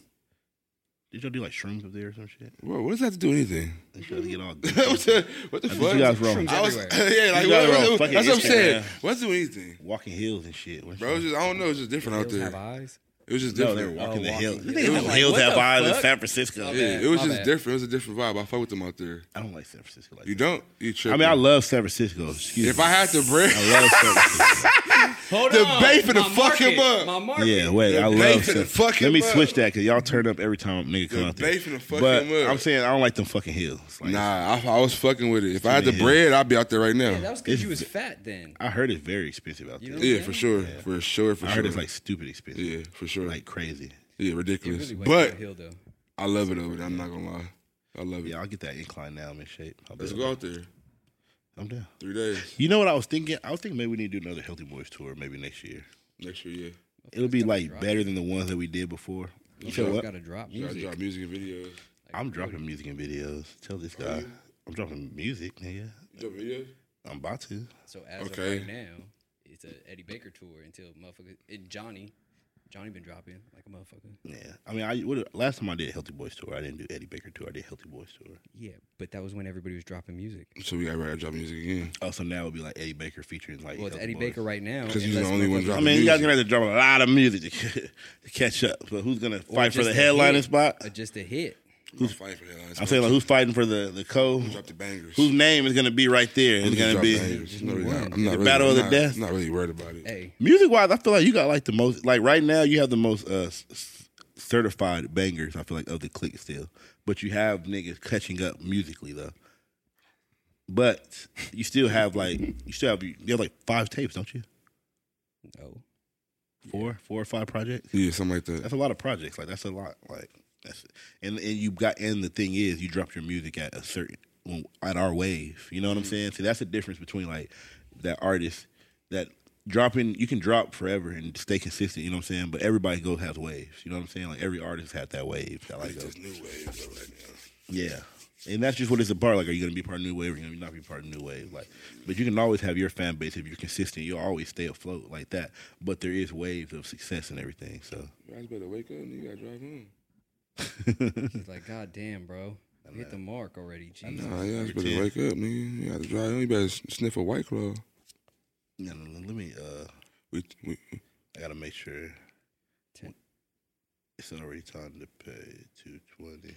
Speaker 2: Did y'all do like shrooms up there or some shit?
Speaker 1: Bro, what does that have to do with anything?
Speaker 2: They tried to get all.
Speaker 1: what the, what the
Speaker 2: I think
Speaker 1: fuck?
Speaker 2: you guys wrong.
Speaker 1: I was, yeah, like, what-
Speaker 2: You guys were on
Speaker 1: what-
Speaker 2: fucking
Speaker 1: that's what I'm
Speaker 2: Instagram.
Speaker 1: saying. What's doing anything,
Speaker 2: Walking hills and shit, What's
Speaker 1: bro? It's just, I don't know. It's just different out
Speaker 3: Hills have
Speaker 1: there.
Speaker 3: eyes.
Speaker 1: It was just
Speaker 2: No,
Speaker 1: different.
Speaker 2: they were walking
Speaker 3: Oh,
Speaker 2: the
Speaker 3: walking
Speaker 2: hills.
Speaker 3: hills.
Speaker 2: You think
Speaker 3: I'm
Speaker 2: the
Speaker 3: like,
Speaker 2: hills
Speaker 3: what
Speaker 2: have
Speaker 3: the
Speaker 2: eyes in
Speaker 3: fuck?
Speaker 2: San Francisco.
Speaker 1: yeah,
Speaker 3: bad.
Speaker 1: it was
Speaker 3: My
Speaker 1: just
Speaker 3: bad.
Speaker 1: different. It was a different vibe. I fuck with them out there.
Speaker 2: I don't like San Francisco like
Speaker 1: You
Speaker 2: that.
Speaker 1: don't? You
Speaker 2: I
Speaker 1: tripping.
Speaker 2: mean, I love San Francisco. Excuse
Speaker 1: if
Speaker 2: me.
Speaker 1: I had to brand,
Speaker 2: I love San Francisco.
Speaker 3: Hold
Speaker 1: The
Speaker 3: on.
Speaker 1: bait for the
Speaker 3: My
Speaker 1: fuck him
Speaker 3: market,
Speaker 1: up.
Speaker 3: My market.
Speaker 2: Yeah, wait.
Speaker 1: The
Speaker 2: I
Speaker 1: bait
Speaker 2: love.
Speaker 1: for the
Speaker 2: San-
Speaker 1: fucking
Speaker 2: Let me
Speaker 1: mug.
Speaker 2: switch that because y'all turn up every time nigga come
Speaker 1: The
Speaker 2: out there.
Speaker 1: bait for the fucking
Speaker 2: but
Speaker 1: mug.
Speaker 2: I'm saying I don't like them fucking hills. Like,
Speaker 1: nah, I, I was fucking with it. If I had the
Speaker 2: Yeah.
Speaker 1: bread, I'd be out there right
Speaker 3: Yeah, that
Speaker 1: now.
Speaker 3: was because you was fat then.
Speaker 2: I heard it's very expensive out there.
Speaker 3: You know?
Speaker 1: Yeah, for sure, for sure, for
Speaker 2: I
Speaker 1: sure.
Speaker 2: heard it's like stupid expensive.
Speaker 1: yeah, for sure,
Speaker 2: Like crazy.
Speaker 1: yeah,
Speaker 3: It
Speaker 1: ridiculous.
Speaker 3: really went
Speaker 1: but
Speaker 3: downhill though.
Speaker 1: I love it over there. I'm not gonna lie, I love it.
Speaker 2: Yeah, I'll get that incline now. I'm in shape. I'll
Speaker 1: Let's
Speaker 2: be
Speaker 1: go
Speaker 2: like,
Speaker 1: out there.
Speaker 2: I'm down.
Speaker 1: Three days
Speaker 2: You know what I was thinking? I was thinking maybe we need to do another Healthy Boys tour maybe next year.
Speaker 1: next year. Yeah,
Speaker 2: It'll be like better than the ones that we did before. You know
Speaker 3: It's
Speaker 2: what?
Speaker 3: gotta drop
Speaker 1: You gotta
Speaker 3: music.
Speaker 1: drop music and videos.
Speaker 2: I'm dropping music and videos. Tell this
Speaker 1: Oh,
Speaker 2: guy. I'm dropping music, nigga.
Speaker 1: You drop videos?
Speaker 2: I'm about to.
Speaker 3: So as
Speaker 1: Okay.
Speaker 3: of right now, it's a Eddie Baker tour until motherfucker and Johnny. Johnny been dropping like a motherfucker.
Speaker 2: Yeah. I mean, I what, last time I did Healthy Boys tour, I didn't do Eddie Baker tour. I did Healthy Boys tour.
Speaker 3: Yeah, but that was when everybody was dropping music.
Speaker 1: So we gotta write drop music again.
Speaker 2: Also, Oh, now it'll be like Eddie Baker featuring like.
Speaker 3: Well, it's
Speaker 2: Healthy
Speaker 3: Eddie
Speaker 2: Boys.
Speaker 3: Baker right now.
Speaker 1: 'Cause he's the
Speaker 3: unless
Speaker 1: only one
Speaker 3: motherfucker-
Speaker 2: I
Speaker 1: dropping.
Speaker 2: mean, you
Speaker 1: Music.
Speaker 2: guys gonna have to drop a lot of music to, to catch up. But who's gonna
Speaker 3: or
Speaker 2: fight for
Speaker 3: just
Speaker 2: the
Speaker 3: a
Speaker 2: headlining
Speaker 3: hit,
Speaker 2: spot?
Speaker 3: or Uh, just a hit.
Speaker 1: I'm fighting for headlines.
Speaker 2: I'm saying like who's fighting for the the co?
Speaker 1: drop the bangers.
Speaker 2: Whose name is gonna be right there? It's
Speaker 1: Just
Speaker 2: gonna
Speaker 1: drop
Speaker 2: be
Speaker 1: bangers. No, they're not. I'm
Speaker 3: The
Speaker 1: not really,
Speaker 2: battle of
Speaker 1: I'm
Speaker 2: the
Speaker 1: not,
Speaker 2: death.
Speaker 1: Not really worried about it.
Speaker 3: Hey,
Speaker 2: music wise. I feel like you got like the most like right now you have the most uh s- s- certified bangers. I feel like of the clique still, but you have niggas catching up musically though. But you still have like you still have you have like five tapes, don't you?
Speaker 3: no,
Speaker 2: Four, four or five projects.
Speaker 1: Yeah, something like that.
Speaker 2: That's a lot of projects. Like that's a lot. Like that's and and you got and the thing is you dropped your music at a certain when- at our wave. You know what I'm saying? So that's the difference between like that artist that dropping you can drop forever and stay consistent. You know what I'm saying? But everybody goes has waves. You know what I'm saying? Like every artist had that wave. That like goes,
Speaker 1: New wave though, right now.
Speaker 2: yeah. And that's just what it's about. Like, are you going to be part of New Wave or are you going to not be part of New Wave? Like, but you can always have your fan base if you're consistent. You'll always stay afloat like that. But there is waves of success and everything. So,
Speaker 1: You guys better wake up and you gotta drive home.
Speaker 3: it's like God damn, bro, You hit the mark already. Jesus.
Speaker 1: Nah, you guys
Speaker 2: Number
Speaker 1: better
Speaker 2: 10.
Speaker 1: wake up, nigga. You gotta drive home. You better s- sniff a white claw.
Speaker 2: No, no, no. Let me. Uh,
Speaker 1: We, we,
Speaker 2: I gotta make sure
Speaker 3: Ten.
Speaker 2: it's already time to pay two twenty.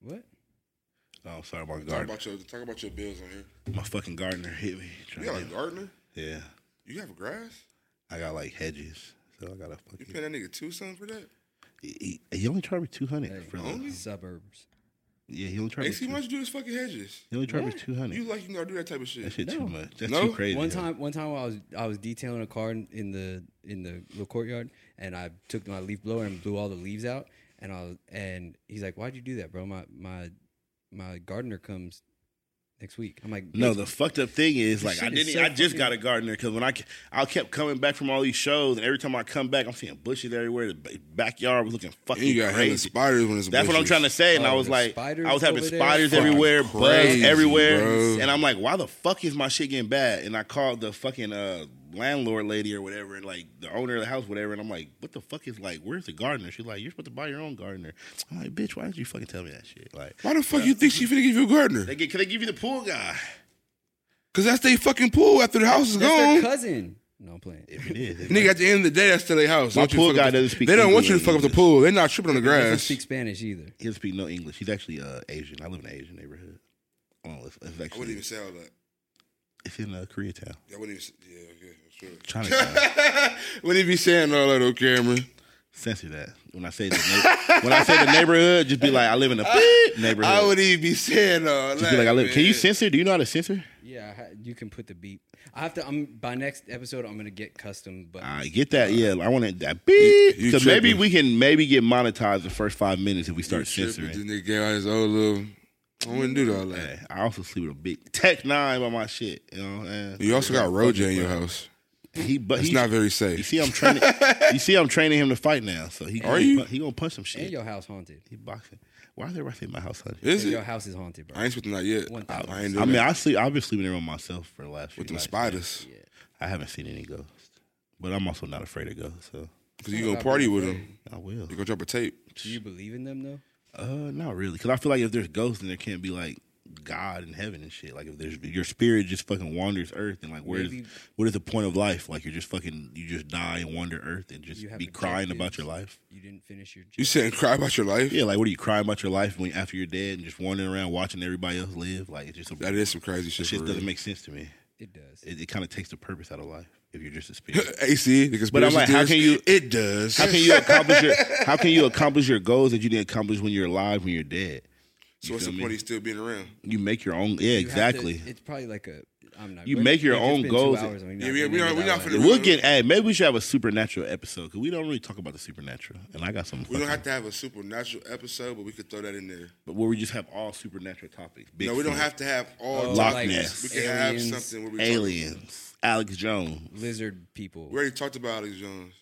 Speaker 3: What?
Speaker 2: Oh, I'm sorry, my
Speaker 1: talk
Speaker 2: gardener,
Speaker 1: about your talk about your bills on here.
Speaker 2: my fucking gardener hit me.
Speaker 1: You
Speaker 2: trying
Speaker 1: got a
Speaker 2: to-
Speaker 1: gardener?
Speaker 2: yeah,
Speaker 1: You have grass?
Speaker 2: I got like hedges, so I gotta
Speaker 1: You
Speaker 2: fucking.
Speaker 1: paying that nigga two something for that?
Speaker 2: He, he- he only charged me two hundred
Speaker 3: Hey,
Speaker 2: for the.
Speaker 3: suburbs.
Speaker 2: Yeah, he only charged
Speaker 1: Hey,
Speaker 2: me.
Speaker 1: see,
Speaker 2: Two,
Speaker 1: why don't you do this fucking hedges?
Speaker 2: he only charged me
Speaker 3: What?
Speaker 2: two
Speaker 1: You
Speaker 2: hundred.
Speaker 1: like you gotta do that type of
Speaker 2: That
Speaker 1: shit.
Speaker 2: shit
Speaker 3: No.
Speaker 2: too much. That's
Speaker 1: No?
Speaker 2: too crazy.
Speaker 3: One
Speaker 2: yeah.
Speaker 3: time, one time, I was I was detailing a car in- in the in the little courtyard, and I took my leaf blower and blew all the leaves out. And I was, and he's like, "Why'd you do that, bro? My my my gardener comes next week." I'm like,
Speaker 2: No,
Speaker 3: "Bitch,
Speaker 2: the fucked up thing is like I
Speaker 3: shit is
Speaker 2: didn't.
Speaker 3: so
Speaker 2: I just
Speaker 3: fucking-
Speaker 2: got a gardener because when I ke- I kept coming back from all these shows, and every time I come back, I'm seeing bushes everywhere. The ba- backyard was looking
Speaker 1: And
Speaker 2: fucking
Speaker 1: you got hella
Speaker 2: crazy.
Speaker 1: spiders when it's
Speaker 2: That's what I'm
Speaker 1: bushes.
Speaker 2: trying to say. And
Speaker 3: Oh,
Speaker 2: I was
Speaker 3: the
Speaker 2: like,
Speaker 3: spiders
Speaker 2: I was having
Speaker 3: over there?
Speaker 2: spiders
Speaker 3: Fucking
Speaker 2: everywhere,
Speaker 1: crazy,
Speaker 2: bugs everywhere.
Speaker 1: bro.
Speaker 2: And I'm like, why the fuck is my shit getting bad? And I called the fucking uh, landlord lady or whatever, and like the owner of the house, whatever. And I'm like, what the fuck is like, where's the gardener? She's like, you're supposed to buy your own gardener. I'm like, bitch, why did you fucking tell me that shit? Like,
Speaker 1: Why the fuck you think she finna give you a gardener?
Speaker 2: they get, can they give you the pool guy?
Speaker 1: Cause that's their fucking pool after the house is
Speaker 3: that's their
Speaker 1: gone.
Speaker 3: cousin." No, I'm playing.
Speaker 2: If it is,
Speaker 1: Nigga, at the end of the day, that's still their house.
Speaker 2: My
Speaker 1: Don't you
Speaker 2: pool
Speaker 1: fuck
Speaker 2: guy
Speaker 1: up the-
Speaker 2: doesn't speak
Speaker 1: They don't want you to
Speaker 2: English.
Speaker 1: fuck up the pool. They're not tripping on the
Speaker 3: He doesn't
Speaker 1: grass.
Speaker 3: speak Spanish either.
Speaker 2: he doesn't speak no English. He's actually uh, Asian. I live in an Asian neighborhood. Oh, it's, it's
Speaker 1: I wouldn't
Speaker 2: actually
Speaker 1: even say all that.
Speaker 2: it's in uh, Koreatown,
Speaker 1: I wouldn't even. Say, yeah, okay, sure.
Speaker 2: Chinatown.
Speaker 1: Wouldn't even be saying all that on camera.
Speaker 2: Censor that. When I say the neigh- when I say the neighborhood, just be like I live in a beep neighborhood.
Speaker 1: I wouldn't even be saying all
Speaker 2: just
Speaker 1: that.
Speaker 2: be like I live. Can you
Speaker 1: man.
Speaker 2: censor? Do you know how to censor?
Speaker 3: Yeah, I ha- you can put the beep. I have to. I'm by next episode. I'm gonna get custom, but
Speaker 1: Ah,
Speaker 2: I get that. Yeah, I want it that beep.
Speaker 1: You- you
Speaker 2: Because maybe
Speaker 1: tripping.
Speaker 2: we can maybe get monetized the first five minutes if we start
Speaker 1: Tripping.
Speaker 2: censoring.
Speaker 1: This nigga gave out his old little. I wouldn't do all that.
Speaker 2: Hey, I also sleep with a big tech nine by my shit. You know. And
Speaker 1: You also got Roja in your house.
Speaker 2: He, but
Speaker 1: It's
Speaker 2: he,
Speaker 1: not very
Speaker 2: You
Speaker 1: safe.
Speaker 2: see, I'm training. you see, I'm training him to fight now. So he
Speaker 1: Are
Speaker 2: gonna
Speaker 1: you?
Speaker 2: pu- He gonna punch some shit.
Speaker 3: and your house haunted.
Speaker 2: he boxing. Why is everybody saying my house hunting?
Speaker 1: Is
Speaker 3: Your
Speaker 1: it?
Speaker 3: house is haunted,
Speaker 1: I
Speaker 3: bro.
Speaker 1: ain't switching that yet.
Speaker 3: One
Speaker 1: I
Speaker 3: thousand.
Speaker 1: ain't doing
Speaker 2: I mean,
Speaker 1: that.
Speaker 2: I sleep. I've been sleeping in on myself for the last few
Speaker 1: with them
Speaker 2: nights.
Speaker 1: spiders.
Speaker 3: Yeah.
Speaker 2: I haven't seen any ghosts, but I'm also not afraid of ghosts. So
Speaker 1: because you gonna party with them.
Speaker 2: I will.
Speaker 1: You gonna drop a tape.
Speaker 3: Do you believe in them though?
Speaker 2: Uh, not really, because I feel like if there's ghosts, then there can't be like God in heaven and shit. Like if there's your spirit just fucking wanders Earth, and like where's
Speaker 3: Maybe-
Speaker 2: what is the point of life? Like you're just fucking you just die and wander Earth and just
Speaker 3: You have
Speaker 2: be crying
Speaker 3: objectives.
Speaker 2: about your life.
Speaker 3: You didn't finish your.
Speaker 1: You sit and cry about your life.
Speaker 2: Yeah, like what are you crying about your life when after you're dead and just wandering around watching everybody else live? Like it's just a,
Speaker 1: That is some crazy shit.
Speaker 2: shit
Speaker 1: for
Speaker 2: doesn't
Speaker 1: real.
Speaker 2: make sense to me.
Speaker 3: It does.
Speaker 2: It, it kind of takes the purpose out of life if you're just a spirit.
Speaker 1: AC, the
Speaker 2: But I'm
Speaker 1: conspiracy
Speaker 2: like, how
Speaker 1: theorist,
Speaker 2: can you-
Speaker 1: It does.
Speaker 2: How can you accomplish your How can you accomplish your goals that you didn't accomplish when you're alive when you're dead?
Speaker 1: so what's the
Speaker 2: feel me?
Speaker 1: point of still being around?
Speaker 2: You make your own. Yeah,
Speaker 3: You have to-
Speaker 2: exactly.
Speaker 3: it's probably like a. I'm not.
Speaker 2: You
Speaker 3: we're-
Speaker 2: make your
Speaker 3: it's
Speaker 2: own
Speaker 3: been two
Speaker 2: goals.
Speaker 3: hours and we're not
Speaker 1: Yeah, we-
Speaker 3: gonna
Speaker 1: we
Speaker 3: do
Speaker 1: are-
Speaker 3: it
Speaker 1: we're
Speaker 3: that
Speaker 1: not
Speaker 3: way.
Speaker 1: finna-
Speaker 2: We'll get. Hey, maybe we should have a supernatural episode because we don't really talk about the supernatural. And I got some.
Speaker 1: We don't have to have a supernatural episode, but we could throw that in there.
Speaker 2: But where we just have all supernatural topics.
Speaker 1: no, we don't
Speaker 2: Bigfoot,
Speaker 1: have to have all
Speaker 3: Oh,
Speaker 2: Loch
Speaker 1: topics.
Speaker 2: Ness.
Speaker 1: We can have
Speaker 3: Aliens.
Speaker 1: something where we Talk.
Speaker 2: aliens. Alex Jones,
Speaker 3: lizard people.
Speaker 1: We already talked about Alex Jones.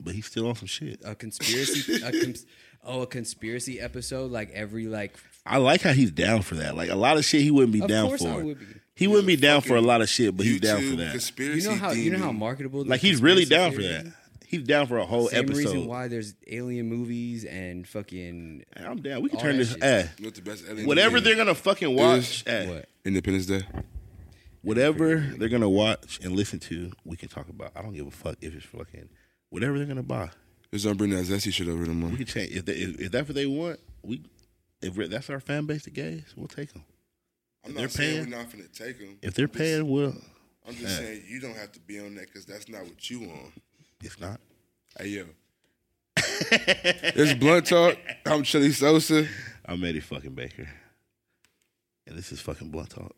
Speaker 2: but he's still on some shit.
Speaker 3: a conspiracy. a cons- oh, a conspiracy episode. Like every like.
Speaker 2: I like how he's down for that. Like a lot of shit, he wouldn't be
Speaker 3: Of
Speaker 2: down
Speaker 3: course
Speaker 2: for.
Speaker 3: I would be.
Speaker 2: He wouldn't be down for a
Speaker 1: fucking
Speaker 2: lot of shit, but he's down
Speaker 1: YouTube
Speaker 2: for that.
Speaker 1: Conspiracy
Speaker 3: You know how you know how
Speaker 1: theory.
Speaker 3: marketable. the
Speaker 2: Like he's really down for
Speaker 3: conspiracy
Speaker 2: that.
Speaker 3: theory
Speaker 2: He's down for a whole
Speaker 3: is? Same reason
Speaker 2: episode.
Speaker 3: why there's alien movies and fucking
Speaker 2: Hey, I'm down. We can
Speaker 3: All
Speaker 2: turn
Speaker 3: that
Speaker 2: this.
Speaker 3: shit.
Speaker 2: eh,
Speaker 1: You know what the best alien
Speaker 2: whatever
Speaker 1: movie
Speaker 2: they're
Speaker 1: is?
Speaker 2: gonna fucking watch. eh,
Speaker 3: what.
Speaker 1: Independence Day.
Speaker 2: whatever they're gonna watch and listen to, we can talk about. I don't give a fuck if it's fucking whatever they're gonna buy.
Speaker 1: Just don't bring that zesty shit over tomorrow.
Speaker 2: We can change if, they, if, if that's what they want. We if we're- that's our fan base, the gays, we'll take them.
Speaker 1: I'm
Speaker 2: they're
Speaker 1: not saying
Speaker 2: paying-
Speaker 1: we're not finna take them.
Speaker 2: If they're paying, we'll.
Speaker 1: I'm just saying you don't have to be on that because that's not what you on.
Speaker 2: If not,
Speaker 1: Hey yo. it's blunt talk. I'm Chili Sosa.
Speaker 2: I'm Eddie fucking Baker, and this is fucking blunt talk.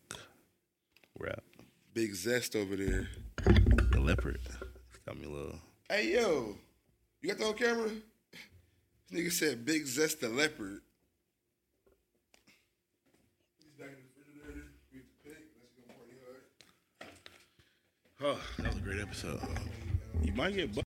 Speaker 2: We're out.
Speaker 1: Big zest over there.
Speaker 2: The leopard it's got me a little.
Speaker 1: Hey yo, you got that on camera? This nigga said Big Zest the Leopard.
Speaker 2: Oh, that was a great episode. You might get. bu-